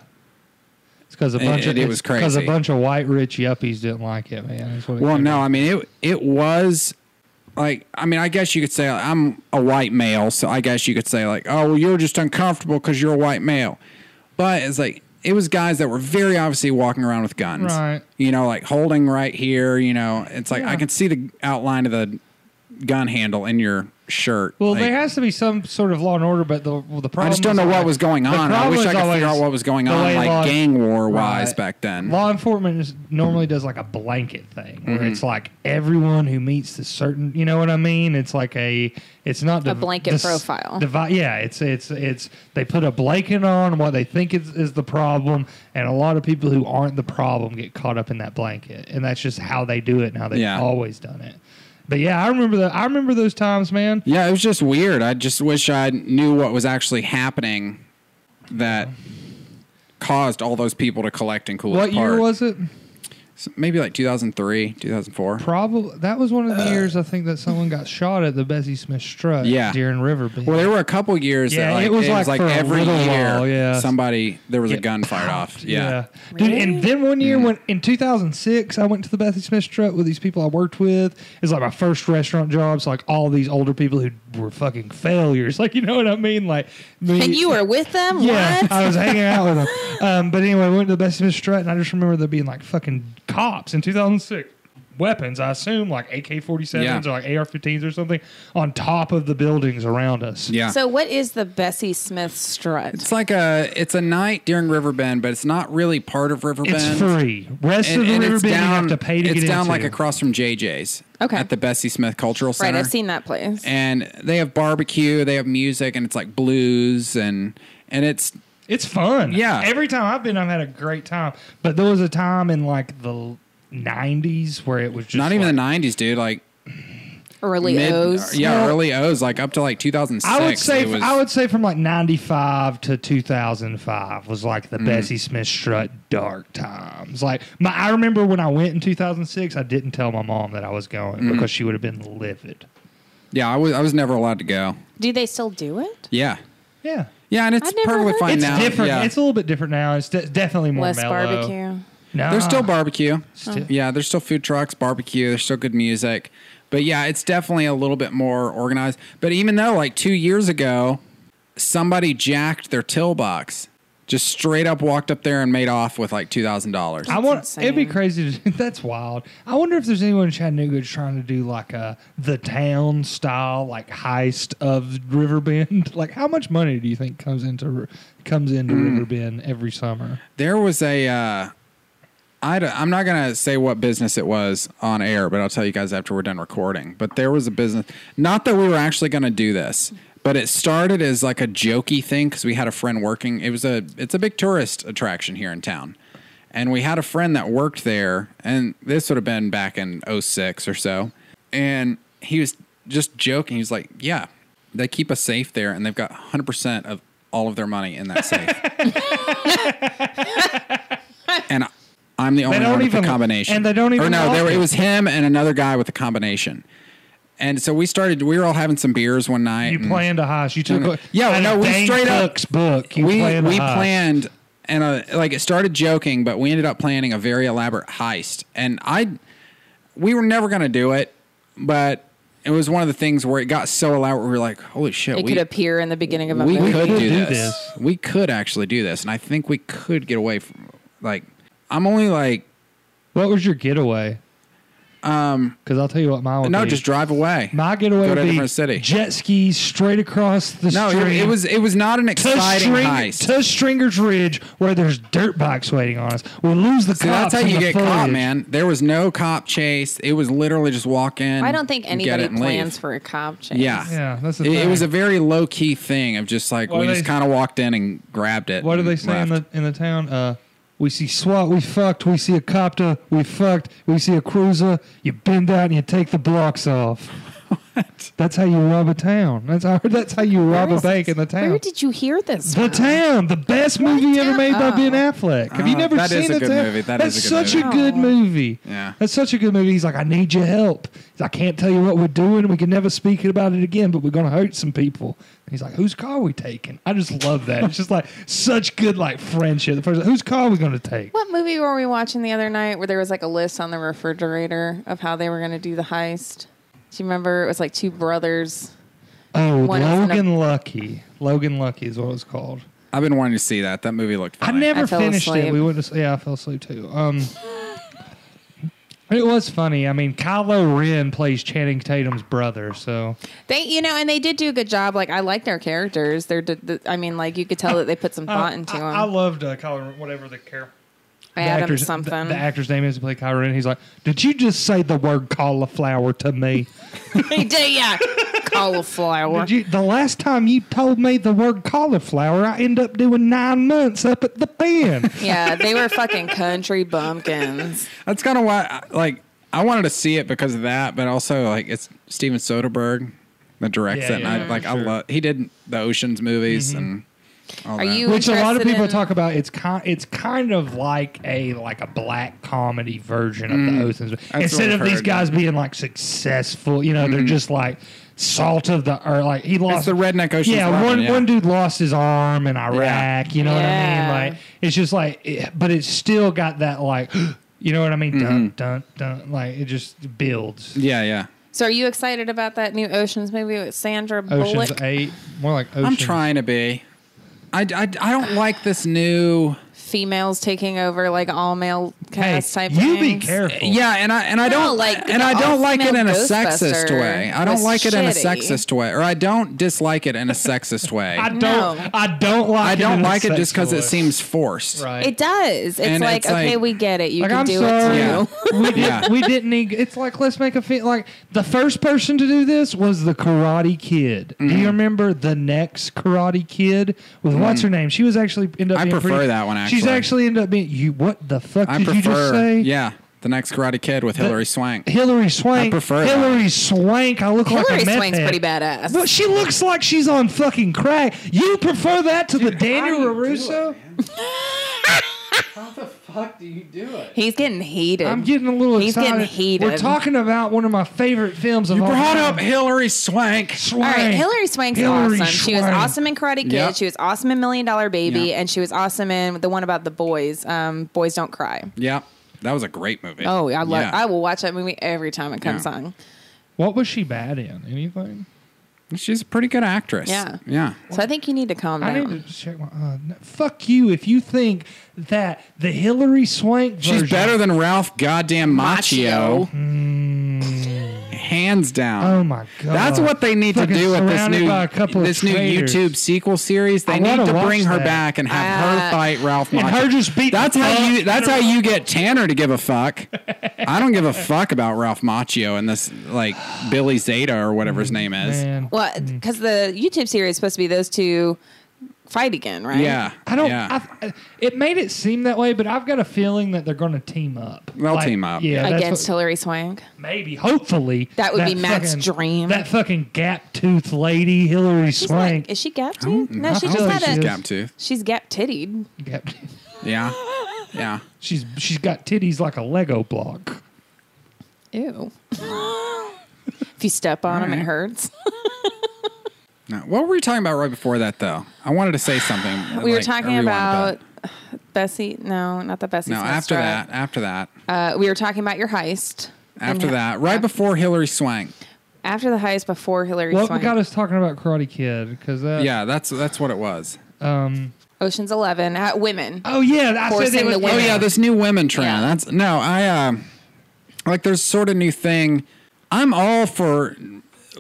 D: It's because a
A: It-
D: bunch
A: it-
D: of
A: it was
D: because a
A: crazy.
D: bunch of white rich yuppies didn't like it, man. That's what it
A: Well,
D: came
A: no,
D: down
A: I mean it. It was like I mean I guess you could say like, I'm a white male, so I guess you could say like, oh, well, you're just uncomfortable because you're a white male. But it's like it was guys that were very obviously walking around with guns,
D: Right.
A: You know, like holding right here. You know, it's like I can see the outline of the gun handle in your shirt.
D: Well,
A: Like,
D: there has to be some sort of law and order, but the well, the problem.
A: I just don't
D: is
A: know what
D: always-
A: was going
D: the
A: on. I
D: problem
A: wish
D: is
A: I could
D: always
A: figure out what was going
D: the
A: on,
D: way
A: like
D: law-
A: gang war wise
D: Right.
A: back then.
D: Law enforcement is, normally does like a blanket thing
A: Mm-hmm.
D: where it's like everyone who meets the certain, you know what I mean? It's like a, it's not
C: A blanket profile.
D: Divi- yeah, it's it's it's they put a blanket on what they think is, is the problem, and a lot of people who aren't the problem get caught up in that blanket, and that's just how they do it and how they've
A: Yeah.
D: always done it. But yeah, I remember that. I remember those times, man.
A: Yeah, it was just weird. I just wish I knew what was actually happening that caused all those people to collect in Coolidge
D: What
A: Park.
D: year was it?
A: Maybe like 2003, 2004.
D: Probably that was one of
A: Uh,
D: the years I think that someone got shot at the Bessie Smith Strut.
A: Yeah.
D: during Riverbend.
A: Well, there were a couple years
D: Yeah,
A: that like, it was like,
D: for a
A: every
D: little
A: year
D: while, yeah.
A: somebody there was a
D: Get
A: gun fired off. Yeah. Mm-hmm.
D: dude. And then one year when in 2006, I went to the Bessie Smith Strut with these people I worked with. It's like my first restaurant job. So like all these older people who were fucking failures. Like you know what I mean? Like me-
C: And you were with them?
D: Yeah,
C: What?
D: I was hanging out with them. Um, but anyway, I went to the Best Smith Strut, and I just remember there being like fucking cops in 2006. Weapons, I assume, like AK 47s
A: Yeah.
D: or like AR 15s or something, on top of the buildings around us.
A: Yeah.
C: So what is the Bessie Smith strut?
A: it's like a it's a night during Riverbend, but it's not really part of Riverbend.
D: It's free. Rest
A: And,
D: of the
A: and it's
D: riverbed you
A: down,
D: have to pay to
A: it's
D: get
A: down
D: into.
A: like across from JJ's
C: Okay.
A: at the Bessie Smith Cultural
C: Right,
A: Center.
C: I've seen that place.
A: and they have barbecue, they have music, and it's like blues and and it's
D: It's fun.
A: Yeah.
D: Every time I've been, I've had a great time. But there was a time in like the 90s where it was just
A: not even
D: like-
A: the '90s, dude. Like
C: Early
A: mid, uh,
C: O's.
A: yeah,
D: Well-
A: early O's, like up to like 2006.
D: I would say
A: it was-
D: I would say from like ninety five to two thousand five was like the
A: Mm.
D: Bessie Smith Strut dark times. Like my, I remember when I went in two thousand six, I didn't tell my mom that I was going
A: Mm.
D: because she would have been livid.
A: yeah, I was I was never allowed to go.
C: Do they still do it?
A: Yeah,
D: Yeah,
A: yeah, and it's
C: I've never
A: perfectly
C: heard
A: fine
D: it's
A: now.
D: different.
A: Yeah.
D: It's a little bit different now. It's de- definitely more
C: Less
D: mellow.
C: barbecue.
D: No,
A: There's still barbecue.
D: uh, Still-
A: Yeah, there's still food trucks, barbecue. There's still good music, but yeah, it's definitely a little bit more organized. But even though, like two years ago, somebody jacked their till box, just straight up walked up there and made off with like two thousand dollars.
D: I want
C: insane.
D: it'd be crazy. To, that's wild. I wonder if there's anyone in Chattanooga who's trying to do like a the town style like heist of Riverbend. Like how much money do you think comes into comes into
A: Mm.
D: Riverbend every summer?
A: There was a. Uh, I don't, I'm not gonna say what business it was on air, but I'll tell you guys after we're done recording. But there was a business. Not that we were actually gonna do this, but it started as like a jokey thing because we had a friend working. It was a. It's a big tourist attraction here in town, and we had a friend that worked there, and this would have been back in 06 or so, and he was just joking. He's like, "Yeah, they keep a safe there, and they've got 100 percent of all of their money in that safe." and I'm the only
D: don't
A: one with the
D: even-
A: combination.
D: and they don't
A: Or
D: even
A: no, there,
D: lock
A: it
D: it.
A: was him and another guy with a combination. And so we started. We were all having some beers one night.
D: You
A: and
D: planned a heist. You took
A: no.
D: a-
A: Yeah,
D: out
A: no,
D: of
A: we
D: Dane
A: straight up-
D: Cook's book. You
A: we
D: planned a
A: we
D: heist.
A: planned and uh like it started joking, but we ended up planning a very elaborate heist. And I, we were never gonna do it, but it was one of the things where it got so elaborate. We were like, holy shit,
C: It
A: we
C: could appear in the beginning of a
A: we
C: movie.
A: could do,
D: do
A: this.
D: this.
A: We could actually do this, and I think we could get away from. Like, I'm only like
D: What was your getaway? Um, because I'll tell you what mine would
A: no,
D: be.
A: just drive away.
D: my getaway
A: go
D: would
A: to a
D: be
A: different city.
D: jet skis straight across the
A: No,
D: stream.
A: it, it was it was not an
D: to,
A: exciting
D: String-
A: heist.
D: to Stringer's Ridge where there's dirt bikes waiting on us. We lose the
A: See,
D: cops.
A: that's how
D: in
A: you
D: the
A: get caught,
D: foliage.
A: man. There was no cop chase. It was literally just walk in.
C: I don't think
A: and get
C: anybody
A: it and
C: plans
A: leave.
C: for a cop chase.
A: Yeah,
D: Yeah, that's
A: it,
D: the
A: it was a
D: thing.
A: very low key thing of just like
D: What
A: we
D: do
A: just
D: they-
A: kind of walked in and grabbed it.
D: What do
A: and
D: they say in
A: left.
D: the in the town? Uh, We see SWAT, we fucked. We see a copter, we fucked. We see a cruiser, you bend out and you take the blocks off. That's how you rob a town. That's how, that's how you rob a
C: is
D: bank in the
C: Where
D: town.
C: did you hear this?
D: The Town, the best movie ever made by Ben Affleck. Have you
A: Oh,
D: never
A: that
D: seen
A: is a
D: The
A: good
D: Town?
A: movie. That
D: That's
A: is a good
D: such
A: movie.
D: a
C: Oh.
D: good movie.
A: Yeah.
D: That's such a good movie. He's like, I need your help. He's like, I can't tell you what we're doing. We can never speak about it again, but we're gonna hurt some people. And he's like, whose car are we taking? I just love that. it's just like such good like friendship. The first, whose car are we gonna take?
C: What movie were we watching the other night where there was like a list on the refrigerator of how they were going to do the heist? Do you remember? It was like two brothers.
D: Oh,
C: One is an-
D: Logan Lucky. Logan Lucky is what it's called.
A: I've been wanting to see that. That movie looked.
D: I
A: funny.
D: never
C: I fell
D: finished it.
C: asleep.
D: We went to yeah, I fell asleep too. Um, it was funny. I mean, Kylo Ren plays Channing Tatum's brother, so
C: They, you know, and they did do a good job. Like I liked their characters. They're, d- d- I mean, like you could tell that they put some thought into them.
D: Oh, I loved uh, Kylo Ren, whatever the character.
C: Adam
D: actor's,
C: something.
D: The, the actor's name is who played Kylo Ren. He's like, "Did you just say the word cauliflower to me?
C: They did, yeah. Cauliflower.
D: Did you, the last time you told me the word cauliflower, I end up doing nine months up at the pen."
C: yeah, they were fucking country bumpkins.
A: That's kind of why, I- like, I wanted to see it because of that, but also like it's Steven Soderbergh that directs
D: Yeah,
A: it. and
D: yeah,
A: I,
D: yeah,
A: like, I
D: sure. Mm-hmm.
A: love. He did the Ocean's movies and. All
C: Are
A: that.
C: you
D: which a lot of
C: interested
D: people
C: in-
D: talk about it's kind it's kind of like a like a black comedy version of the oceans
A: Mm, what
D: instead
A: I've
D: of
A: heard.
D: these
A: Mm-hmm.
D: guys being like successful you know they're just like salt of the earth like he lost
A: the redneck Ocean's
D: yeah
A: Eleven,
D: one
A: yeah.
D: one dude lost his arm in iraq you know
C: Yeah.
D: what i mean like it's just like it- but it's still got that like you know what i mean
A: Mm-hmm.
D: dun dun dun like it just builds
A: Yeah, yeah.
C: So, are you excited about that new Ocean's movie with Sandra Bullock?
D: oceans 8 more like ocean
A: I'm trying to be. I, I, I don't like this new.
C: Females taking over like all male
D: hey
C: cast type.
D: you be
C: things?
D: careful
A: Yeah, and I and I
C: No,
A: don't
C: like,
A: and
C: the
A: I don't like it in a
C: all-female
A: sexist
C: Ghostbuster
A: way. I don't
C: was
A: like it in a
C: shitty.
A: sexist way, or I don't dislike it in a sexist way.
D: I
A: I,
D: don't.
C: No.
D: I don't like. it
A: don't
D: in a
A: like it just because it
D: sexual-
A: seems forced.
D: Right.
C: It does. It's
A: And
C: like,
A: it's
C: okay,
A: like-
C: we get it. You
D: like
C: can
D: I'm
C: do
D: sorry,
C: it too.
A: Yeah.
D: we,
A: Yeah.
D: did, we didn't. Need, it's like let's make a fi- like the first person to do this was the Karate Kid. Do
A: Mm-hmm.
D: you remember the next Karate Kid with what's her name? She was actually end up.
A: I
D: being
A: prefer
D: pretty-
A: that one,
D: she's
A: actually.
D: actually end up being you. What the fuck
A: I
D: did you just
A: prefer,
D: say?
A: yeah, the next Karate Kid with Hilary Swank.
D: Hillary Swank.
A: I prefer that.
D: Hillary Swank. I look like
C: Hillary
D: a meth
C: Swank's
D: head.
C: pretty badass.
D: Well, she looks like she's on fucking crack. You prefer that to the Daniel Larusso?
A: How the fuck do you do it?
C: He's getting heated.
D: I'm getting a little
C: He's
D: excited.
C: getting heated.
D: We're talking about one of my favorite films of
A: You
D: all
A: brought
D: time.
A: up Hilary Swank.
C: All right, Hillary Swank's
D: Hillary
C: awesome. She was
D: Swank.
C: awesome in Karate Kid.
A: Yep.
C: She was awesome in Million Dollar Baby,
A: Yeah.
C: and she was awesome in the one about the boys. Um, boys don't cry.
A: Yeah, that was a great movie.
C: Oh, I love.
A: Yeah.
C: I will watch that movie every time it comes
A: Yeah.
C: on.
D: What was she bad in? Anything?
A: She's a pretty good actress.
C: Yeah.
A: yeah.
C: So I think you need to calm
D: I
C: down.
D: need to check my. Uh, no, fuck you if you think that the Hillary Swank.
A: She's
D: version-
A: better than Ralph goddamn Macchio,
C: Macchio.
A: hands down.
D: Hmm. Oh my god.
A: That's what they need to
D: Fucking
A: do with this
D: surrounded
A: new
D: by a couple of
A: this new
D: traitors.
A: YouTube sequel series. They
D: I
A: need
D: wanna
A: to
D: watch
A: bring her
D: that.
A: back and have her
C: Ah.
A: fight Ralph
D: And
A: Macchio.
D: her just beat the
A: that's how
D: fuck
A: you that's how you get Tanner to give a fuck. I don't give a fuck about Ralph Macchio and this like Billy Zeta or whatever his name is.
D: Man.
C: Well, because the YouTube series is supposed to be those two fight again, right?
A: Yeah,
D: I don't.
A: Yeah.
D: I've, it made it seem that way, but I've got a feeling that they're going to team up.
A: They'll team up.
D: Yeah, that's
C: Against
D: what-
C: Hillary Swank.
D: maybe, hopefully.
C: That would be Matt's
D: fucking-
C: dream.
D: That fucking gap tooth lady, Hillary
C: She's
D: Swank.
C: Like, is she gap toothed? No, she
D: I
C: just
D: don't think
C: had
D: she
C: a.
D: is.
A: gap tooth.
C: She's gap tittied.
D: Gap tooth.
A: Yeah, yeah.
D: She's she's got titties like a Lego block.
C: Ew. if you step on them, it hurts.
A: Now, what were we talking about right before that though? I wanted to say something.
C: We were
A: like,
C: talking
A: rewind
C: about
A: back.
C: Bessie. No, not the Bessie.
A: no
C: Smith
A: after
C: Strut.
A: that after that
C: Uh, we were talking about your heist.
A: after
C: And
A: that right before Hillary Swank.
C: After the heist, before Hillary
D: What
C: Swank.
D: got us talking about Karate Kid? Because that
A: Yeah, that's that's what it was.
D: Um.
C: Ocean's Eleven. Uh, women.
D: Oh yeah, I said
C: Forcing
D: it was,
C: the
A: Oh
C: women.
A: yeah,
D: yeah.
A: this new women trend.
C: Yeah.
A: That's no, I um like there's sort of new thing. I'm all for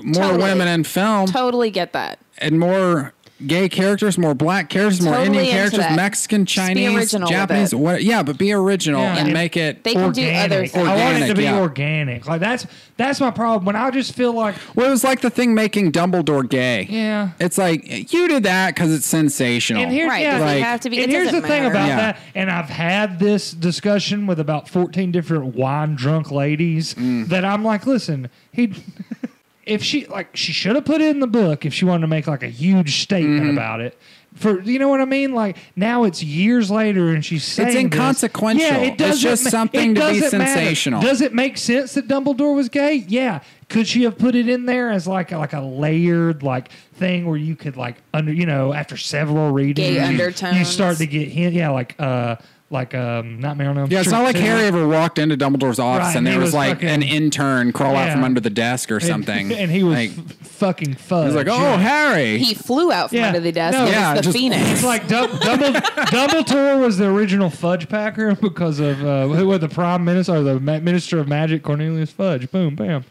A: more
C: Totally.
A: women in film
C: Totally get that.
A: and more gay characters, more black characters, more
C: Totally
A: Indian
C: into
A: characters,
C: that.
A: Mexican,
C: be
A: Chinese,
C: original with
A: Japanese.
C: it.
A: What, yeah, but be original
D: Yeah.
A: and
D: Yeah.
A: make it.
C: They can do other
D: organic.
C: things.
D: I want it to
A: Organic,
D: be
A: yeah.
D: organic. Like that's that's my problem. When I just feel like
A: well, it was like the thing making Dumbledore gay.
D: Yeah.
A: It's like, you did that because it's sensational.
D: And here's,
C: Right,
D: yeah,
C: doesn't
A: Like-
C: have to be-
D: And
C: it
D: here's the
C: doesn't
D: thing
C: matter.
D: about
A: Yeah.
D: that, and I've had this discussion with about 14 different wine drunk ladies
A: Mm.
D: that I'm like, listen, he, if she like, she should have put it in the book if she wanted to make like a huge statement
A: Mm-hmm.
D: about it. For you know what I mean? Like now it's years later, and she's saying this.
A: inconsequential.
D: Yeah, it
A: It's
D: doesn't
A: just something
D: it
A: to be
D: doesn't matter.
A: sensational.
D: Does it make sense that Dumbledore was gay? Yeah. Could she have put it in there as like a, like a layered like thing where you could like under you know after several readings
C: Gay
D: you, you
C: undertones.
D: start to get hint yeah like uh like um Nightmare on Elm
A: yeah, it's
D: Street
A: not like
D: too.
A: Harry ever walked into Dumbledore's office
D: Right,
A: and
D: and he
A: there was,
D: was
A: like
D: fucking-
A: an intern crawl out
D: Yeah.
A: from under the desk or
D: And-
A: something.
D: and, he was
A: like,
D: f- fucking fudge.
A: he was like, oh, Harry.
C: He flew out from
D: Yeah.
C: under the desk.
D: No,
C: and
A: yeah,
C: was the
A: just-
D: It's
C: phoenix.
D: like Dum- Dumble- Dumbledore was the original Fudge Packer because of uh, who was the Prime Minister or the Ma- Minister of Magic Cornelius Fudge. Boom, bam.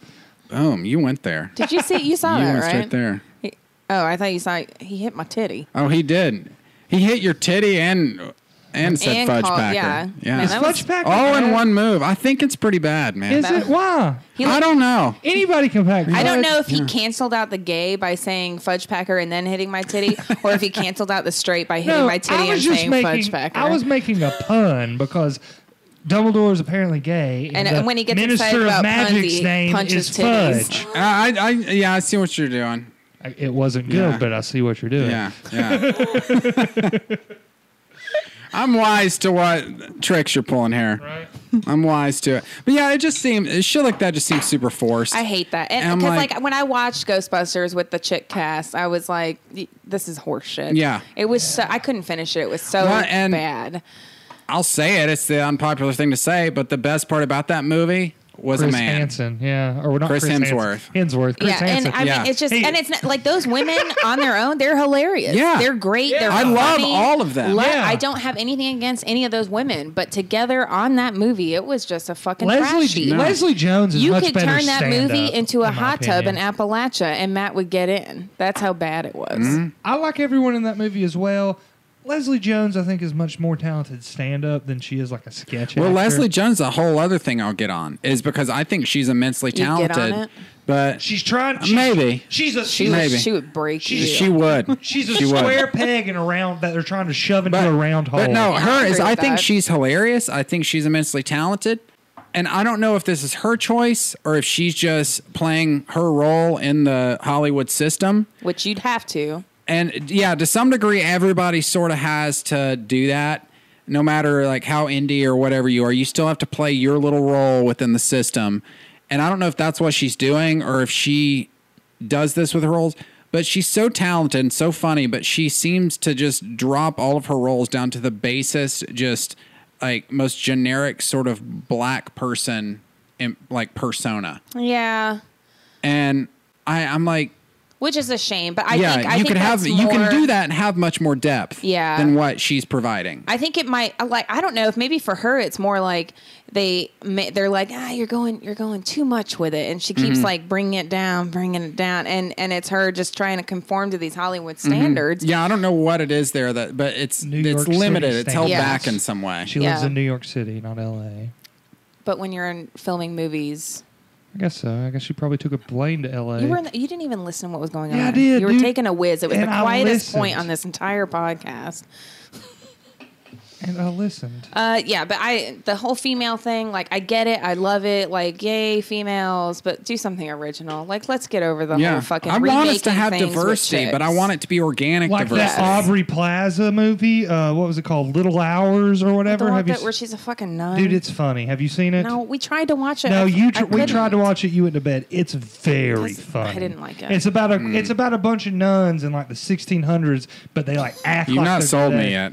A: Boom, you went there.
C: Did you see? You saw
A: you
C: that,
A: went
C: right?
A: straight there.
C: He- oh, I thought you saw. He hit my titty.
A: Oh, he did. He hit your titty and and said
C: And
A: fudge
C: called-
A: packer.
C: yeah.
A: yeah.
C: Man, that was-
D: Fudge Packer.
A: All in
D: man.
A: one move. I think it's pretty bad, man.
D: Is it? Why?
C: He
A: I
C: looked-
A: don't know.
D: Anybody can pack.
C: I don't
D: fudge.
C: know if he canceled out the gay by saying fudge packer and then hitting my titty, or if he canceled out the straight by hitting my titty and saying
D: making,
C: fudge packer.
D: I was making a pun because Dumbledore is apparently gay,
C: And,
D: the
C: uh, when he gets
D: Minister
C: excited
D: of
C: about
D: Magic's
C: puns, he
D: name
C: punches
D: is
C: titties.
D: Fudge.
A: I, I, I yeah, I see what you're doing.
D: I- It wasn't good,
A: Yeah.
D: but I see what you're doing.
A: Yeah, yeah. I'm wise to what tricks you're pulling here. Right. I'm wise to it. But yeah, it just seems shit like that just seems super forced.
C: I hate that.
A: And I'm
C: And because
A: like-
C: like, when I watched Ghostbusters with the chick cast, I was like, "Y- this is horseshit.
A: Yeah.
C: It was so, I couldn't finish it. It was so
A: Well, and-
C: bad.
A: I'll say it. It's the unpopular thing to say, but the best part about that movie was a
D: Chris
A: man.
D: Hansen, yeah, or not
A: Chris
D: Chris, Hansen.
A: Hemsworth.
D: Hemsworth, Chris
C: yeah.
D: Hansen.
C: And I
A: Yeah.
C: mean, it's just,
D: Hey.
C: and it's not like those women on their own, they're hilarious.
A: Yeah.
C: They're great. They're
A: I love
C: funny.
A: all of them.
C: Lo-
D: Yeah.
C: I don't have anything against any of those women, but together on that movie, it was just a fucking trash
D: Leslie
C: heap.
D: Leslie Jones is
C: You
D: much
C: could
D: better
C: turn that
D: stand-up,
C: movie into a
D: in my
C: hot tub in
D: opinion.
C: Appalachia and Matt would get in. That's how bad it was.
A: Mm-hmm.
D: I like everyone in that movie as well. Leslie Jones, I think, is much more talented stand-up than she is like a sketch.
A: Well,
D: actor.
A: Leslie Jones, a whole other thing I'll get on is because I think she's immensely
C: You'd get on
A: talented,
C: it?
A: but
D: she's trying. She's,
A: Maybe.
D: she's a
C: She,
D: she's
A: Maybe.
C: Would, she would break
D: She-
C: you.
A: she would.
D: She's a
A: She would.
D: square peg in a round that they're trying to shove into a round hole.
A: But no,
C: Yeah, I
A: her is.
C: agree
A: I
C: with
A: think
C: that.
A: she's hilarious. I think she's immensely talented, and I don't know if this is her choice or if she's just playing her role in the Hollywood system.
C: which you'd have to.
A: And yeah, to some degree, everybody sort of has to do that. No matter like how indie or whatever you are, you still have to play your little role within the system. And I don't know if that's what she's doing or if she does this with her roles. But she's so talented and so funny, but she seems to just drop all of her roles down to the basest, just like most generic sort of black person, im- like persona.
C: Yeah,
A: And I, I'm like,
C: which is a shame. But I
A: yeah,
C: think I
A: you
C: think
A: could have
C: that's
A: you can
C: more-
A: do that and have much more depth
C: Yeah.
A: than what she's providing.
C: I think it might I like I don't know if maybe for her it's more like they ma- they're like ah you're going you're going too much with it and she
A: Mm-hmm.
C: keeps like bringing it down bringing it down and and it's her just trying to conform to these Hollywood standards.
A: Mm-hmm. yeah, I don't know what it is there that, but it's
D: New
A: it's
D: York City
A: limited. It's
D: standards.
A: held
C: Yeah.
A: back in some way.
D: she lives
C: Yeah.
D: in New York City, not L.A.
C: But when you're in filming movies,
D: I guess so. I guess she probably took a plane to L.A.
C: you were in the, you didn't even listen to what was going
D: Yeah, I
C: on.
D: did,
C: you were
D: dude.
C: taking a whiz. It was
D: And
C: the
D: I
C: quietest
D: listened.
C: point on this entire podcast.
D: and I listened.
C: Uh, yeah, but I the whole female thing, like I get it, I love it, like yay females, but do something original. Like let's get over the
A: Yeah,
C: whole fucking.
A: I want us to
C: remaking
A: have
C: things with
A: diversity, but I
C: chicks.
A: want it to be organic
D: Like
A: diversity.
D: that Aubrey Plaza movie. Uh, what was it called? Little Hours or
C: the
D: whatever.
C: one
D: Have you?
C: that where
D: se-
C: she's a fucking nun.
D: Dude, it's funny. Have you seen it?
C: no, we tried to watch it.
D: No,
C: I-
D: you.
C: I
D: Tr- we
C: couldn't.
D: tried to watch it. You went to bed. It's very
C: That's- I
D: funny.
C: didn't like it.
D: It's about a.
A: Hmm.
D: It's about a bunch of nuns in like the 1600s, but they like act.
A: You've
D: like
A: not
D: they're
A: sold me
D: today.
A: yet.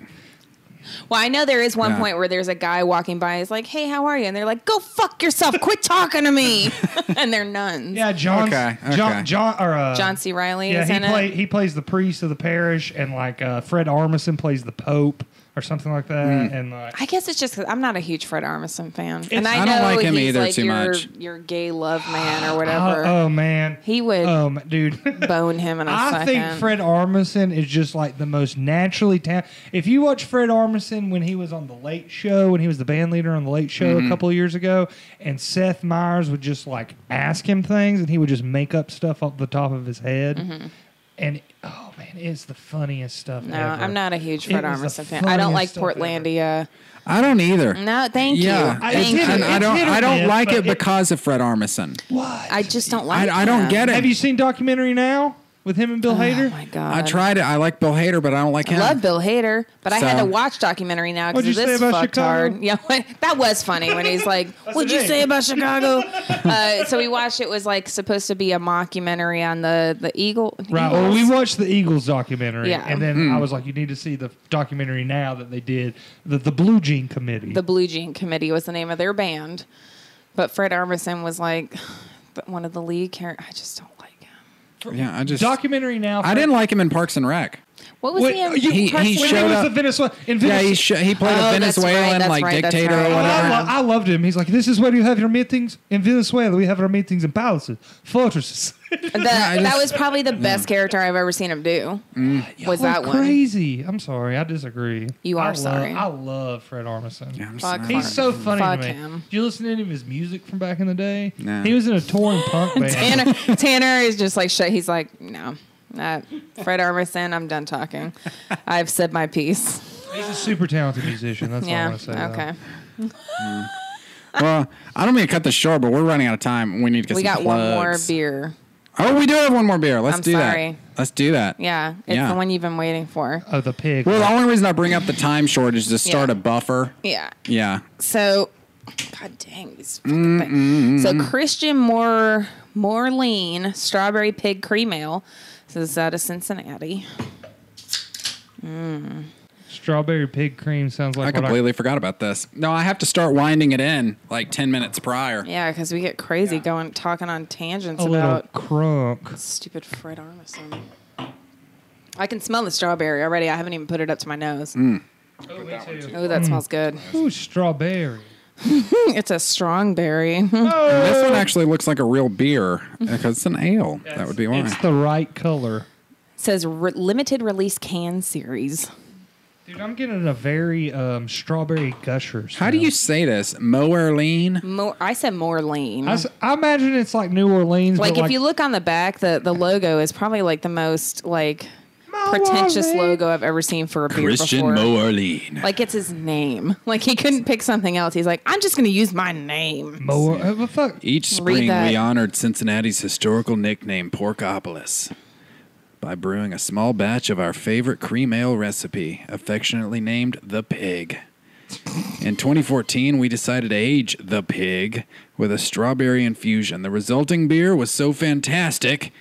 C: Well, I know there is one
A: Yeah.
C: point where there's a guy walking by. He's like, "Hey, how are you?" And they're like, "Go fuck yourself. Quit talking to me." and they're nuns.
D: Yeah, John.
A: Okay, okay.
D: John. John. Or uh,
C: John C. Riley
D: Yeah,
C: is
D: he
C: in
D: play,
C: it.
D: he plays the priest of the parish, and like uh, Fred Armisen plays the Pope or something like that. And like,
C: I guess it's just 'cause I'm not a huge Fred Armisen fan, and I,
A: I don't
C: know
A: like him
C: he's
A: either
C: like
A: too
C: your,
A: much.
C: Your gay love man or
D: oh,
C: whatever.
D: oh, man,
C: he would
D: um, dude.
C: bone him in a
D: I
C: second.
D: think Fred Armisen is just like the most naturally talented. If you watch Fred Armisen when he was on the Late Show, when he was the band leader on the Late Show a couple of years ago, and Seth Meyers would just like ask him things, and he would just make up stuff off the top of his head, and oh man, it's the funniest stuff.
C: Mm-hmm. no,
D: ever.
C: I'm not a huge
D: It
C: Fred
D: was the
C: Armisen fan. I don't like
D: funniest stuff ever.
C: Portlandia.
A: I don't either.
C: No, thank
A: yeah,
C: you.
D: I-
C: Thank
A: and,
D: it's
C: you.
A: and I
D: it's
A: don't.
D: hit or
A: I don't
D: miss,
A: like
D: but
A: it
D: it-
A: because of Fred Armisen.
D: What?
C: I just don't like.
A: I, I don't
C: him.
A: get it.
D: Have you seen documentary now with him and Bill
C: Oh
D: Hader?
C: my god!
A: I tried it. I like Bill Hader, but I don't like
C: I
A: him.
C: love Bill Hader, but I had
A: So-
C: to watch documentary now because
D: What'd
C: of
D: you
C: this
D: say about
C: fucktard.
D: Chicago?
C: Yeah, that was funny when he's like, "What'd you
D: the
C: say about Chicago?" uh, so we watched. It was like supposed to be a mockumentary on the the Eagle.
D: Right. Well, we watched the Eagles documentary,
C: Yeah.
D: and then
A: Hmm.
D: I was like, "You need to see the documentary now that they did the, the Blue Jean Committee."
C: the Blue Jean Committee was the name of their band, but Fred Armisen was like the- one of the lead characters. I just don't like him.
A: Yeah, I just.
D: documentary now.
A: I didn't like him in Parks and Rec.
C: What was
D: Wait,
C: he in?
D: you-
A: He-
C: Parks
A: he
C: and Rec?
D: When he
A: showed
D: was
A: up-
D: the Venezuela in
A: Yeah, he
D: Venezuela.
A: sh- he played
C: Oh,
A: a
C: that's
A: Venezuelan
C: right, that's
A: like
C: right, that's
A: dictator
C: right.
A: or
D: I,
A: whatever.
D: lo- I loved him. He's like, "This is where you have your meetings in Venezuela. We have our meetings in palaces, fortresses."
C: The-
A: I
C: that
A: just-
C: was probably the best character I've ever seen him do.
A: Mm.
C: was
D: Like
C: that one?
D: crazy? I'm sorry, I disagree.
C: You
D: I
C: are
D: love-
C: sorry.
D: I love Fred Armisen.
A: Yeah, I'm
C: Fuck
A: sorry.
D: He's so funny
C: Fuck
D: to me.
C: him.
D: Do you listen to any of his music from back in the day?
A: No.
D: He was in a touring punk band.
C: Tanner, Tanner is just like shit. He's like, no, uh, Fred Armisen. I'm done talking. I've said my piece.
D: He's a super talented musician. That's all I
C: Yeah.
D: want to say. though.
C: Okay.
A: well, I don't mean to cut this short, but we're running out of time. We need to get
C: We
A: some
C: got one more
A: plugs.
C: beer.
A: Oh, we do have one more beer. Let's
C: I'm
A: do
C: sorry.
A: that. Let's do that.
C: Yeah. It's
A: Yeah.
C: the one you've been waiting for.
D: Oh, the pig.
A: Well, the only reason I bring up the time shortage is to start
C: Yeah.
A: a buffer.
C: Yeah.
A: Yeah.
C: So, God dang these
A: Mm,
C: fucking things. So Christian Moore Moreline Strawberry Pig Cream Ale. This is out of Cincinnati.
D: Strawberry pig cream sounds
A: I
D: like what
A: completely forgot about this. No, I have to start winding it in like 10 minutes prior.
C: Yeah, because we get crazy going talking on tangents
D: a little
C: about
D: crunk.
C: stupid Fred Armisen. I can smell the strawberry already. I haven't even put it up to my nose. Oh,
D: Mm.
C: that smells good.
D: Ooh, strawberry.
C: It's a strong berry.
A: This one actually looks like a real beer because it's an ale. that would be why.
D: It's the right color.
C: says re- limited release can series.
D: Dude, I'm getting a very um, strawberry gushers.
A: How do
D: now.
A: you say this? Moerline?
C: More, I said more lean.
D: I, s- I imagine it's like New Orleans.
C: like
D: but
C: if
D: like
C: you look on the back, the the logo is probably like the most like pretentious
D: Moline.
C: logo I've ever seen for a beer before.
A: Moerline.
C: like it's his name. Like he couldn't pick something else. He's like, I'm just gonna use my name.
D: More, uh, well, fuck.
A: Each spring,
C: that.
A: we honored Cincinnati's historical nickname, Porkopolis, by brewing a small batch of our favorite cream ale recipe, affectionately named The Pig. In 2014, we decided to age The Pig with a strawberry infusion. The resulting beer was so fantastic,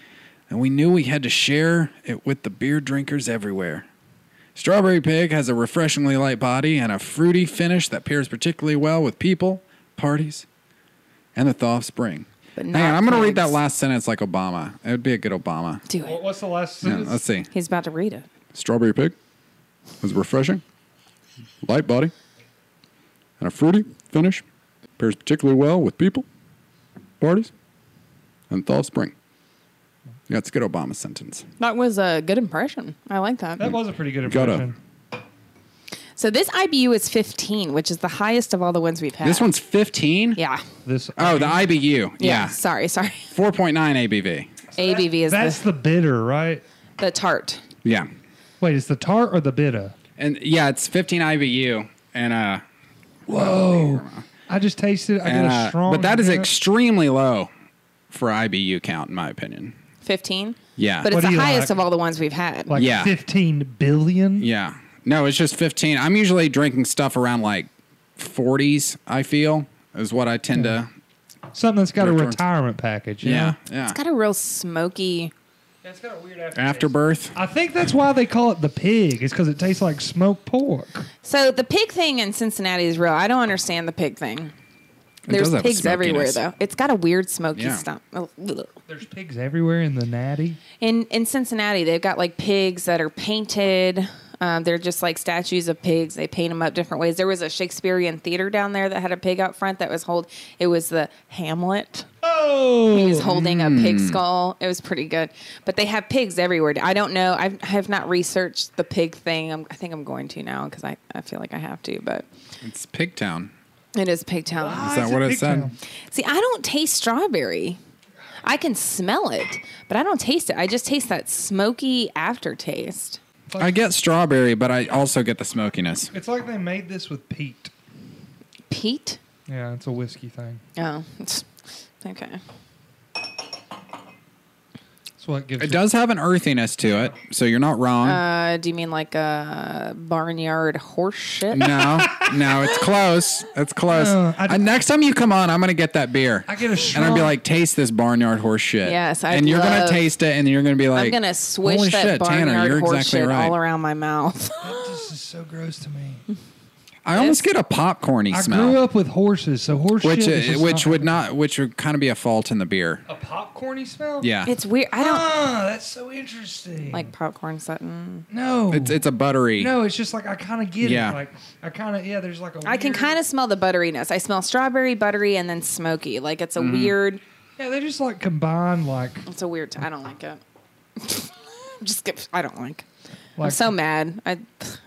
A: and we knew we had to share it with the beer drinkers everywhere. Strawberry Pig has a refreshingly light body and a fruity finish that pairs particularly well with people, parties, and the thaw of spring.
C: But
A: Hang
C: not
A: on, I'm going to read that
C: pigs.
A: last sentence like Obama. It would be a good Obama.
C: Do
D: What-
C: it.
D: What's the last
A: Yeah,
D: sentence?
A: let's see.
C: He's about to read it.
A: Strawberry Pig is refreshing, light body, and a fruity finish. Pairs particularly well with people, parties, and thaw of spring. Yeah, it's a good Obama sentence.
C: That was a good impression. I like that.
D: That was a pretty good
A: Gotta.
D: impression.
C: So this IBU is 15, which is the highest of all the ones we've had.
A: This one's 15?
C: yeah.
D: This
A: Oh, the IBU. yeah.
C: Sorry, sorry.
A: 4.9 ABV.
C: ABV is
D: that's
C: the,
D: the bitter, right?
C: the tart.
A: Yeah.
D: Wait, it's the tart or the bitter?
A: And yeah, it's 15 IBU and uh
D: Whoa! I just tasted. I
A: and
D: got a
A: uh,
D: strong.
A: but that is extremely low for IBU count in my opinion.
C: 15?
A: Yeah.
C: But
D: What
C: it's
D: do
C: the
D: you like?
C: highest of all the ones we've had.
D: like
A: yeah.
D: fifteen billion.
A: Yeah. No, it's just 15. I'm usually drinking stuff around like 40s, I feel, is what I tend to
D: Something that's got a
A: Returns.
D: retirement package. you
A: Yeah.
D: know?
A: Yeah.
C: It's got a real smoky.
D: That's got a weird aftertaste.
A: Afterbirth.
D: I think that's why they call it the pig. It's because it tastes like smoked pork.
C: So the pig thing in Cincinnati is real. I don't understand the pig thing. There's
A: does have a
C: pigs everywhere
A: smokiness.
C: though. It's got a weird smoky
A: Yeah.
C: stump. oh, ugh.
D: There's pigs everywhere in the natty.
C: In in Cincinnati, they've got like pigs that are painted. Um, they're just like statues of pigs. They paint them up different ways. There was a Shakespearean theater down there that had a pig out front that was hold. It was the Hamlet.
D: Oh,
C: He was holding a pig skull. It was pretty good. But they have pigs everywhere. I don't know. I've, I have not researched the pig thing. I'm, I think I'm going to now because I, I feel like I have to. But
A: It's Pigtown.
C: it is pig town.
A: Is that
D: it's
A: what
D: a
A: it
D: pig
A: said?
D: town.
C: See, I don't taste strawberry. I can smell it, but I don't taste it. I just taste that smoky aftertaste.
A: I get strawberry, but I also get the smokiness.
D: it's like they made this with peat.
C: Pete?
D: Yeah, it's a whiskey thing.
C: Oh, okay.
D: That's what gives
A: It does have an earthiness to it, so you're not wrong.
C: Uh, do you mean like a barnyard horse shit?
A: no, no, it's close. It's close.
D: No, I-
A: Uh, next time you come on, I'm gonna get that beer.
D: I get a strong.
A: and I'd be like, taste this barnyard horse shit.
C: Yes, I'd
A: and you're gonna
C: love-
A: taste it, and you're gonna be like,
C: I'm gonna swish
A: holy
C: that
A: shit,
C: barnyard
A: Tanner, you're
C: horse
A: exactly
C: shit
A: right.
C: all around my mouth.
D: this is so gross to me.
A: I almost get a popcorny
D: I
A: smell,
D: grew up with horses, so horse
A: which
D: shit.
A: uh, which would not, which would kind of be a fault in the beer.
D: a popcorny smell.
A: Yeah,
C: it's weird. I don't
D: Ah, that's so interesting.
C: like popcorn Sutton.
D: no,
A: it's it's a buttery.
D: no, it's just like I kind of get
A: Yeah.
D: it. Like I kind of yeah. There's like a.
C: I can kind of smell the butteriness. I smell strawberry, buttery, and then smoky. Like it's a
A: Mm-hmm.
C: weird.
D: yeah. They just like combine like
C: It's a weird. I I don't like it. Just get. I don't like. I'm
D: like
C: so mad. I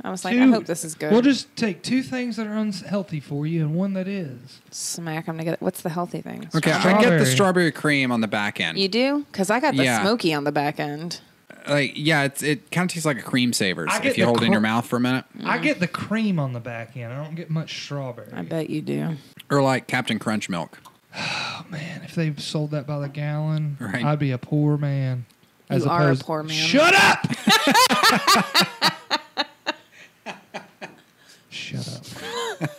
C: I was like, I
D: two-
C: hope this is good.
D: We'll just take two things that are unhealthy for you and one that is.
C: smack them together. What's the healthy thing?
A: Okay, I get the
D: Strawberry.
A: strawberry cream on the back end.
C: You do? Because I got the
A: Yeah.
C: smoky on the back end.
A: like, yeah, it's it kind of tastes like a cream savers
D: I get
A: if you
D: the
A: hold it in
D: cr-
A: your mouth for a minute,
C: Mm.
D: I get the cream on the back end. I don't get much strawberry.
C: I bet you do.
A: or like Captain Crunch milk.
D: Oh, Man, if they sold that by the gallon,
A: Right.
D: I'd be a poor man.
C: you are a poor man.
D: Shut up! Shut up.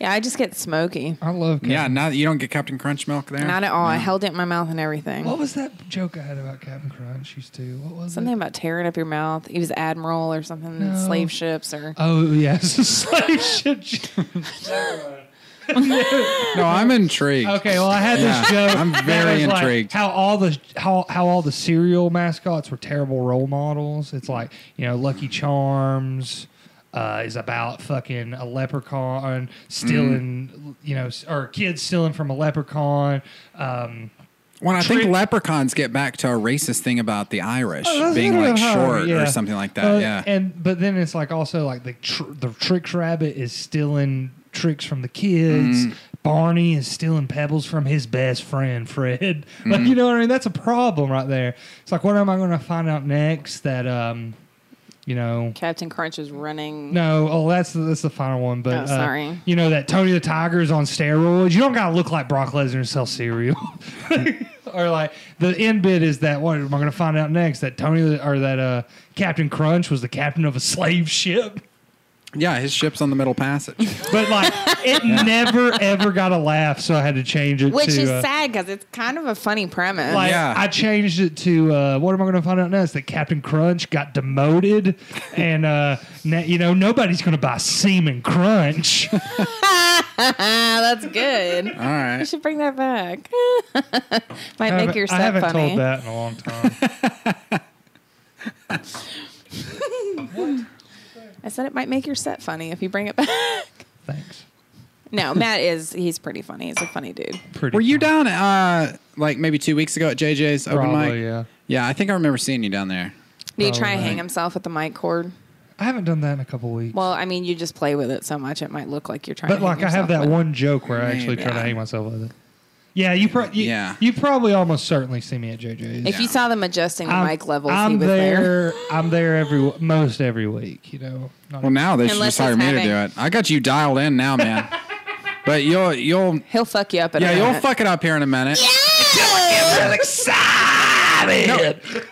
C: Yeah, I just get smoky.
D: I love Captain.
A: Yeah, not you don't get Captain Crunch milk there.
C: Not at all. I held it in my mouth and everything.
D: What was that joke I had about Captain Crunch used to? What was
C: Something
D: it?
C: about tearing up your mouth. He was admiral or something.
D: No.
C: Slave ships or
D: Oh, yes. Slave ship. joke.
A: No, I'm intrigued.
D: Okay, well, I had this
A: Yeah,
D: joke.
A: I'm
D: that
A: very
D: was like
A: intrigued.
D: how all the how, how all the cereal mascots were terrible role models. It's like you know, Lucky Charms uh, is about fucking a leprechaun
A: Mm.
D: stealing, you know, s- or kids stealing from a leprechaun. Um,
A: When I think
D: Trick-
A: leprechauns get back to a racist thing about the Irish being
D: Oh, That's
A: like
D: how-
A: short
D: yeah.
A: or something like that.
D: Uh,
A: yeah.
D: and but then it's like also like the tr- the tricks rabbit is stealing tricks from the kids.
A: Mm-hmm.
D: Barney is stealing pebbles from his best friend Fred.
A: Mm-hmm.
D: Like you know what I mean? That's a problem right there. It's like what am I going to find out next that um, you know.
C: Captain Crunch is running.
D: No, oh, that's the, that's the final one. But
C: Oh,
D: uh,
C: sorry.
D: you know that Tony the Tiger's on steroids. You don't gotta look like Brock Lesnar and sell cereal. or like the end bit is that what am I gonna find out next? That Tony the- or that uh, Captain Crunch was the captain of a slave ship.
A: yeah, his ship's on the Middle Passage.
D: But like it never ever got a laugh, so I had to change it.
C: Which
D: to,
C: is
D: uh,
C: sad because it's kind of a funny premise.
D: Like
A: Yeah.
D: I changed it to uh, what am I going to find out next? That Captain Crunch got demoted, and uh, na- you know nobody's going to buy semen crunch.
C: Ah, that's good.
A: All
C: You
A: right.
C: should bring that back. Might make
D: haven't-
C: your
D: I
C: set
D: haven't
C: funny.
D: told that in a long time.
C: I said it might make your set funny if you bring it back.
D: Thanks.
C: no, Matt is he's pretty funny. He's a funny dude.
D: Pretty.
A: Were you down uh like maybe two weeks ago at JJ's open
D: Probably,
A: mic?
D: yeah.
A: Yeah, I think I remember seeing you down there.
C: Did
D: Oh,
C: he try and hang
A: Probably.
C: himself with the mic cord?
D: I haven't done that in a couple weeks.
C: Well, I mean, you just play with it so much it might look like you're trying.
D: but
C: to hang
D: like, I have
C: yourself
D: that
C: with it.
D: one joke where I actually try to
C: Yeah.
D: hang myself with it. Yeah, you probably.
A: Yeah.
D: yeah. You probably almost certainly see me at JJ's.
C: If you
A: Yeah.
C: saw them adjusting the
D: I'm-
C: mic levels,
D: I'm
C: he was there.
D: there. I'm there every most every week. You know. Not
A: Well, now they should
C: Unless
A: just hire
C: he's
A: me to do it.
C: having-
A: I got you dialed in now, man. but you'll you'll
C: He'll fuck you up. In
A: yeah
C: a
A: you'll
C: minute.
A: fuck it up here in a minute. No,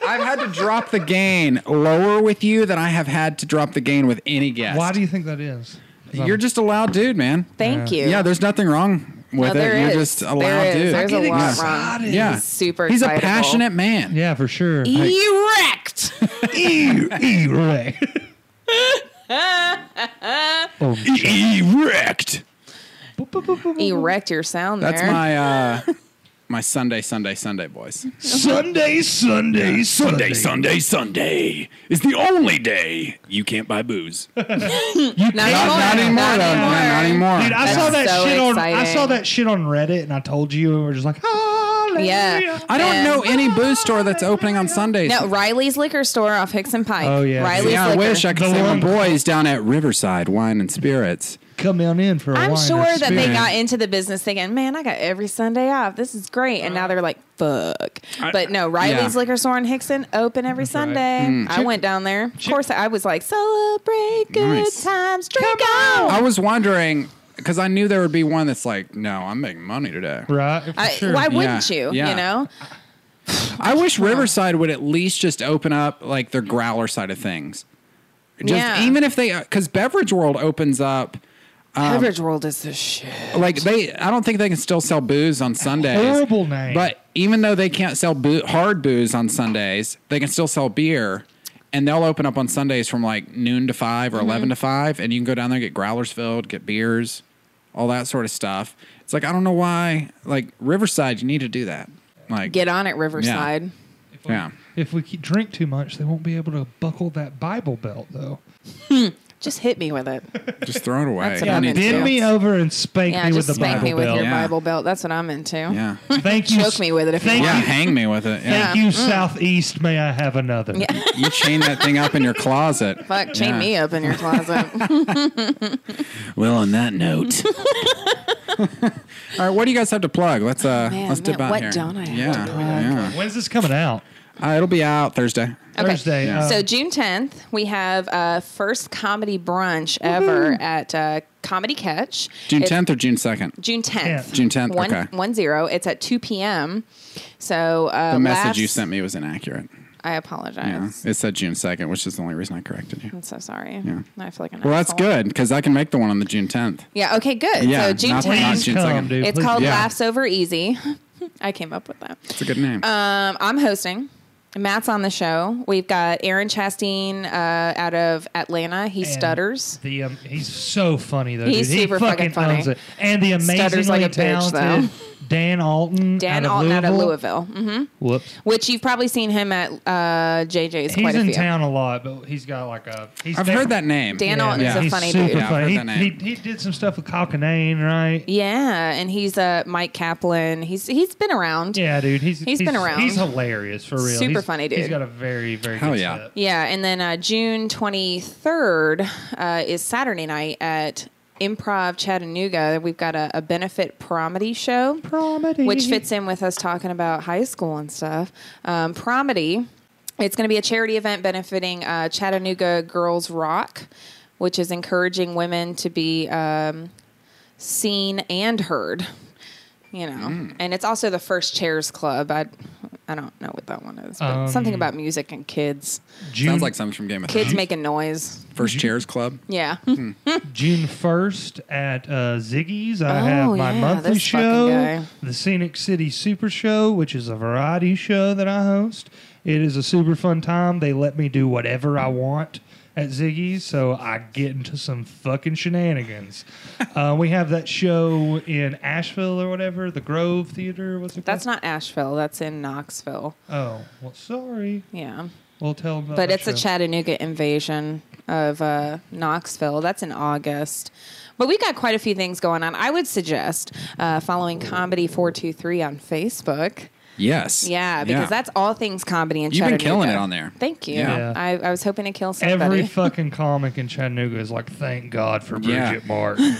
A: I've had to drop the gain lower with you than I have had to drop the gain with any guest.
D: why do you think that is? 'Cause I'm-
A: You're just a loud dude, man.
C: Thank you.
A: Yeah, there's nothing wrong with
C: there
A: it. You're
C: is.
A: just a
C: There
A: loud
C: is.
A: dude.
C: There's a
D: Get
C: lot wrong.
D: excited.
A: yeah.
C: He's super
A: He's a
C: excitable.
A: passionate man.
D: Yeah, for sure.
C: Erect.
D: Erect. oh,
A: Erect.
C: Erect your sound
A: That's
C: there.
A: my uh my Sunday, Sunday, Sunday boys.
D: Sunday, Sunday, Sunday,
A: Sunday, Sunday is the only day you can't buy booze. Not,
C: Not,
A: not anymore, though. Not anymore.
D: Dude, I
C: That's
D: saw that
C: so
D: shit on. I
C: exciting.
D: saw that shit on Reddit, and I told you, and we are just like, Hallelujah.
C: Yeah.
A: I don't
C: And-
A: know any booze store that's opening on Sundays.
C: No, Riley's Liquor Store off Hicks and Pike.
D: Oh, yeah.
C: Riley's
A: yeah, I
C: Liquor.
A: wish I could
D: The
A: see my
D: one-
A: boys down at Riverside Wine and Spirits.
D: Come on in for a wine
C: I'm
D: or
C: sure that they
D: spirit.
C: got into the business thinking, man, I got every Sunday off. This is great. And now they're like, fuck. But no, Riley's
A: Uh-huh. yeah. Mm.
C: Liquor Store in Hickson open every Sunday. I went down there. Of course, I was like, celebrate good
A: Nice.
C: times, drink on.
A: I was wondering because I knew there would be one that's like, no, I'm making money today.
D: right. for
C: I,
D: sure.
C: Why wouldn't you?
A: yeah.
C: You know?
A: I wish Riverside would at least just open up like their growler side of things. Just
C: Yeah.
A: even if they, because Beverage World opens up, Um,
C: Beverage World is the shit.
A: like they, I don't think they can still sell booze on Sundays.
D: Horrible name.
A: But even though they can't sell boo- hard booze on Sundays, they can still sell beer, and they'll open up on Sundays from like noon to five
C: Mm-hmm.
A: or eleven to five, and you can go down there and get growlers filled, get beers, all that sort of stuff. It's like I don't know why, like Riverside, you need to do that. Like,
C: Get on it, Riverside.
A: yeah.
D: if we keep drink too much, they won't be able to buckle that Bible belt though.
C: Just hit me with it.
A: Just throw it away.
C: That's what
A: You
C: I'm
A: need
C: into.
A: to-
D: Bend me over and spank
C: Yeah,
D: me with
C: just
D: the
C: spank
D: Bible
C: me with
D: belt.
C: your
A: Yeah.
C: Bible belt. That's what I'm into.
A: Yeah.
D: Thank you.
C: Choke me with it if you
D: thank
C: want. Mm.
A: Yeah,
D: you.
A: hang me with it. Yeah.
D: Thank you, Southeast. May I have another?
A: You chain that thing up in your closet.
C: Fuck, chain
A: Yeah.
C: me up in your closet.
A: Well, on that note. All right, what do you guys have to plug? Let's uh
C: Man,
A: let's dip
C: man,
A: out
C: what
A: here.
C: don't I have
A: yeah,
C: to
A: plug?
D: When's this coming out?
A: Yeah. Uh, it'll be out Thursday.
C: Okay.
D: Thursday.
A: Yeah.
D: uh,
C: So June 10th, we have uh, first comedy brunch ever at uh, Comedy Catch.
A: June
C: It's-
A: 10th or June 2nd?
C: June 10th.
D: Tenth.
A: June 10th,
C: One,
A: okay.
C: one zero. It's at 2 p.m. So uh,
A: The message
C: last-
A: you sent me was inaccurate.
C: I
A: Yeah.
C: apologize.
A: It said June 2nd, which is the only reason I corrected you.
C: I'm so sorry. I feel like an
A: Well, that's
C: asshole.
A: good because I can make the one on the June 10th.
C: Yeah. Okay. Good.
A: Yeah,
C: so June
A: not- not
C: 10th.
D: please
A: June
D: come,
A: second.
D: dude.
C: it's
D: please
C: called
A: yeah.
C: Laughs Over Easy. I came up with that.
A: It's a good name.
C: Um, I'm hosting. Matt's on the show. We've got Aaron Chastain uh, out of Atlanta. He
D: And
C: stutters.
D: The um, he's so funny though.
C: He's
D: dude. he
C: super fucking funny.
D: owns it. And the amazingly
C: Stutters like a bitch, though.
D: talented Dan Alton. out
C: Dan
D: of
C: Alton out
D: Louisville.
C: of Louisville. hmm
D: Whoops.
C: Which you've probably seen him at uh,
D: He's
C: JJ's quite a
D: in
C: few.
D: town a lot, but he's got like a. He's
A: I've
D: different.
A: heard that name.
C: Dan Alton's
A: yeah.
C: a
D: he's
C: funny
D: super
C: dude.
A: Yeah, I've
D: funny.
A: heard that
D: He,
A: name.
D: he, he did some stuff with Cockanain, right?
C: Yeah, and he's uh, Mike Kaplan. He's he's been around.
D: Yeah, dude. He's
C: He's been around.
D: He's hilarious for real.
C: Super
D: He's-
C: funny dude.
D: He's got a very very.
A: Hell
D: good
A: yeah.
D: set.
C: Yeah, and then uh, June 23rd uh, is Saturday night at Improv Chattanooga. We've got a, a benefit promedy show,
D: Comedy.
C: which fits in with us talking about high school and stuff. Um, promedy, it's going to be a charity event benefiting uh, Chattanooga Girls Rock, which is encouraging women to be um, seen and heard. You know, and it's also the First Chairs Club. I, I don't know what that one is, but something about music and kids.
D: June, Mm-hmm.
A: Sounds like something from Game of
C: Kids
A: Thrones.
C: making noise.
A: First Chairs Club.
C: Yeah.
D: June first at uh, Ziggy's. I have my
C: Oh, yeah,
D: monthly
C: this fucking
D: show,
C: guy.
D: the Scenic City Super Show, which is a variety show that I host. It is a super fun time. They let me do whatever I want at Ziggy's, so I get into some fucking shenanigans. uh, we have that show in Asheville or whatever, the Grove Theater. What's it
C: That's
D: called?
C: not Asheville. That's in Knoxville.
D: Oh, well, sorry.
C: Yeah.
D: We'll tell
A: Oh,
D: them. about
C: But
D: that
C: it's a
D: show.
C: Chattanooga invasion of uh, Knoxville. That's in August. But we've got quite a few things going on. I would suggest uh, following Comedy 423 on Facebook.
A: Yes.
C: Yeah, because that's all things comedy in
A: You've been
C: Chattanooga.
A: killing it on there.
C: Thank you.
A: Yeah.
D: Yeah.
C: I, I was hoping to kill somebody.
D: Every fucking comic in Chattanooga is like, thank God for
A: Yeah.
D: Bridget Martin.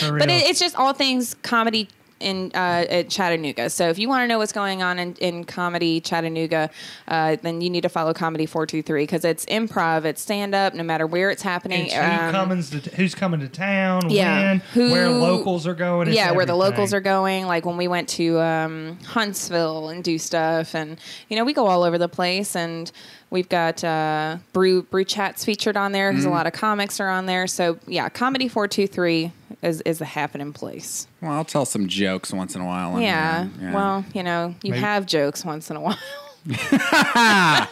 C: But it, it's just all things comedy in uh, at Chattanooga. So if you want to know what's going on in, in comedy Chattanooga, uh, then you need to follow Comedy Four Two Three because it's improv, it's stand up, no matter where it's happening.
D: It's
C: Um,
D: who comes to who's coming to town,
C: yeah.
D: when,
C: Who-
D: where locals are going. it's
C: yeah, where the
D: everything.
C: locals are going. Like when we went to um, Huntsville and do stuff, and you know we go all over the place. And we've got uh, brew brew chats featured on there
A: Mm-hmm.
C: because a lot of comics are on there. So yeah, comedy four two three is is the happening place.
A: Well, I'll tell some jokes once in a while. and,
C: Yeah.
A: uh,
C: Well, you know, you have jokes once in a while.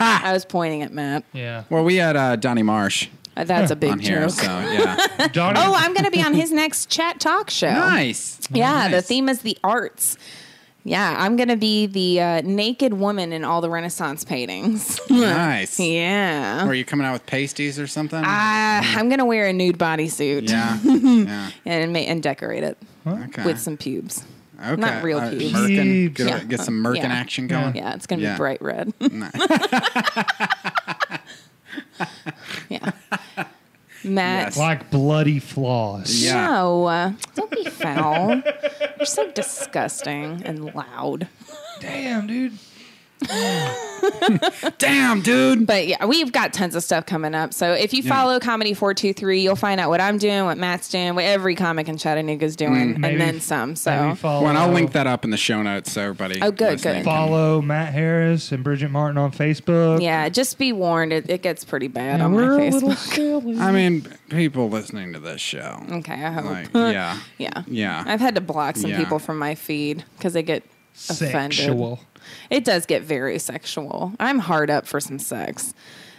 C: I was pointing at Matt.
D: Yeah.
A: Well, we had uh, Donnie Marsh.
C: Uh, That's a big
A: on here.
C: joke.
A: So yeah,
D: Donnie,
C: Oh, I'm going to be on his next chat talk show.
A: nice.
C: Yeah, the
A: Nice.
C: theme is the arts. Yeah, I'm going to be the uh, naked woman in all the Renaissance paintings.
A: Nice.
C: yeah. Ah.
A: Or are you coming out with pasties or something?
C: I, I'm going to wear a nude bodysuit
A: yeah. yeah.
C: and, ma- and decorate it
A: Okay.
C: with some pubes.
A: okay.
C: not real
A: Uh,
C: pubes.
A: merkin. Get,
C: Yeah.
A: get some merkin
C: Yeah.
A: action going.
C: Yeah, it's going to
A: Yeah.
C: be bright red. yeah. Matt.
A: Yes.
D: like bloody floss.
A: Yeah.
C: No, uh, don't be foul. You're so disgusting and loud.
D: Damn, dude.
A: Damn, dude.
C: But yeah, we've got tons of stuff coming up. So if you follow Comedy 423, you'll find out what I'm doing, what Matt's doing, what every comic in Chattanooga's doing,
D: Mm. Maybe-
C: and then some. So
D: Maybe follow.
A: Well, and I'll link that up in the show notes so everybody.
C: Oh, good,
A: listening can-
C: good.
D: Follow Matt Harris and Bridget Martin on Facebook.
C: yeah, just be warned, it, it gets pretty bad
D: And
C: on my
D: we're a
C: Facebook.
D: little silly.
A: I mean, people listening to this show.
C: Okay, I hope.
A: Like, yeah.
C: yeah.
A: Yeah.
C: I've had to block some
A: Yeah.
C: people from my feed because they get offended.
D: Sexual.
C: It does get very sexual. I'm hard up for some sex.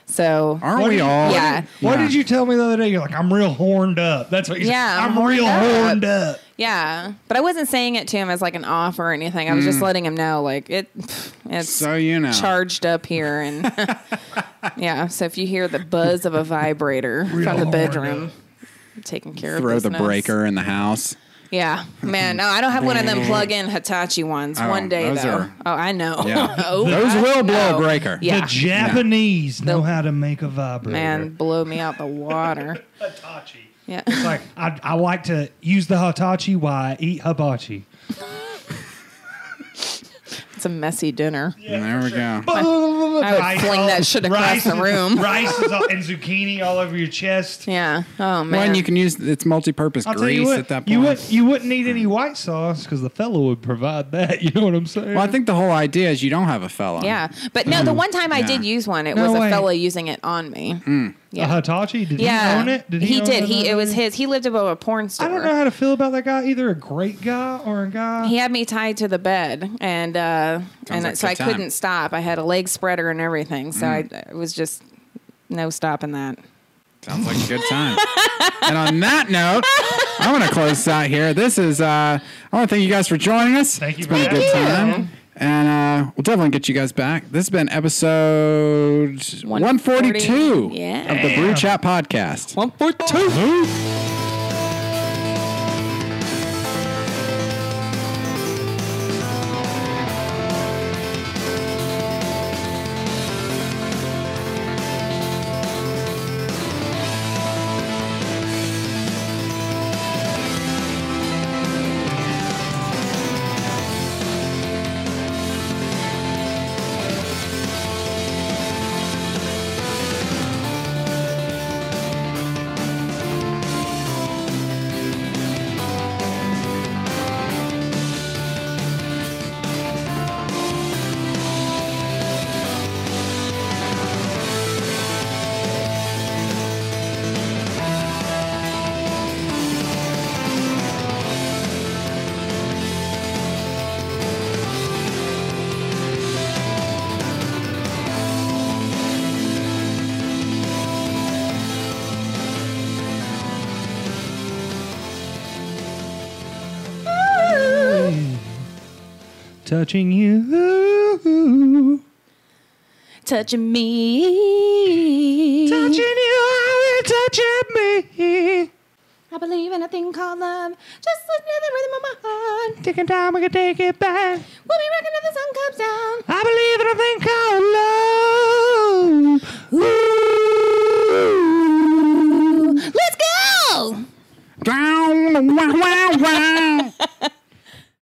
C: So
A: Aren't we all?
C: Yeah.
D: What did you tell me the other day? You're like, I'm real horned up. That's what you
C: Yeah,
D: said.
C: I'm
D: I'm, real
C: horned up.
D: horned up.
C: Yeah, but I wasn't saying it to him as like an offer or anything. I was
D: Mm.
C: just letting him know, like it, it's
A: So you know.
C: charged up here, and yeah. So if you hear the buzz of a vibrator from the
D: hard,
C: bedroom, taking care
A: Throw
C: of
A: the
C: business.
A: breaker in the house.
C: Yeah, man. No, I don't have one of them plug-in Hitachi ones.
A: Oh,
C: One day
A: those
C: though.
A: are-
C: oh, I know.
A: Yeah.
C: oh,
A: Those
C: I
A: will blow a
C: know.
A: breaker.
C: Yeah.
D: The Japanese know
C: The-
D: how to make a vibrator.
C: Man, blow me out the water.
D: Hitachi.
C: Yeah.
D: It's like I, I like to use the Hitachi while I eat hibachi.
C: It's a messy dinner.
A: And there we go.
D: I would
C: fling that shit across the room.
D: Rice is all, and zucchini all over your chest.
C: Yeah. Oh man.
A: Well, and you can use it's multi-purpose
D: I'll tell
A: grease
D: you what,
A: at that point.
D: you wouldn't you wouldn't need any white sauce because the fellow would provide that. You know what I'm saying?
A: well, I think the whole idea is you don't have a fella.
C: Yeah, but no, the one time I
A: Yeah.
C: did use one, it
D: No
C: was a
D: way.
C: fella using it on me.
D: A
C: Yeah,
D: Hitachi did
C: yeah,
D: he own it?
C: he,
D: own
C: did. He
D: another
C: it was
D: one?
C: his. He lived above a porn store.
D: I don't know how to feel about that guy. Either a great guy or a guy.
C: He had me tied to the bed, and uh, and
A: like
C: so
A: good
C: I
A: Mm. time.
C: couldn't stop. I had a leg spreader and everything, so I it was just no stopping that.
A: Sounds like a good time. and on that note, I'm going to close this out here. This is, uh, I want to thank you guys for joining us.
D: Thank you
A: It's been
D: for
A: a good
C: having
A: time. And uh, we'll definitely get you guys back. This has been episode 142
C: Yeah.
A: of the Brew Chat Podcast.
C: One for two.
D: Touching you.
C: Touching me.
D: Touching you, I will touch me.
C: I believe in a thing called love. Just listen to the rhythm of my heart.
D: Taking time, we can take it back.
C: We'll be rocking till the sun comes down.
D: I believe in a thing called love. Ooh.
C: Let's go.
A: Down, wow, wow, wow.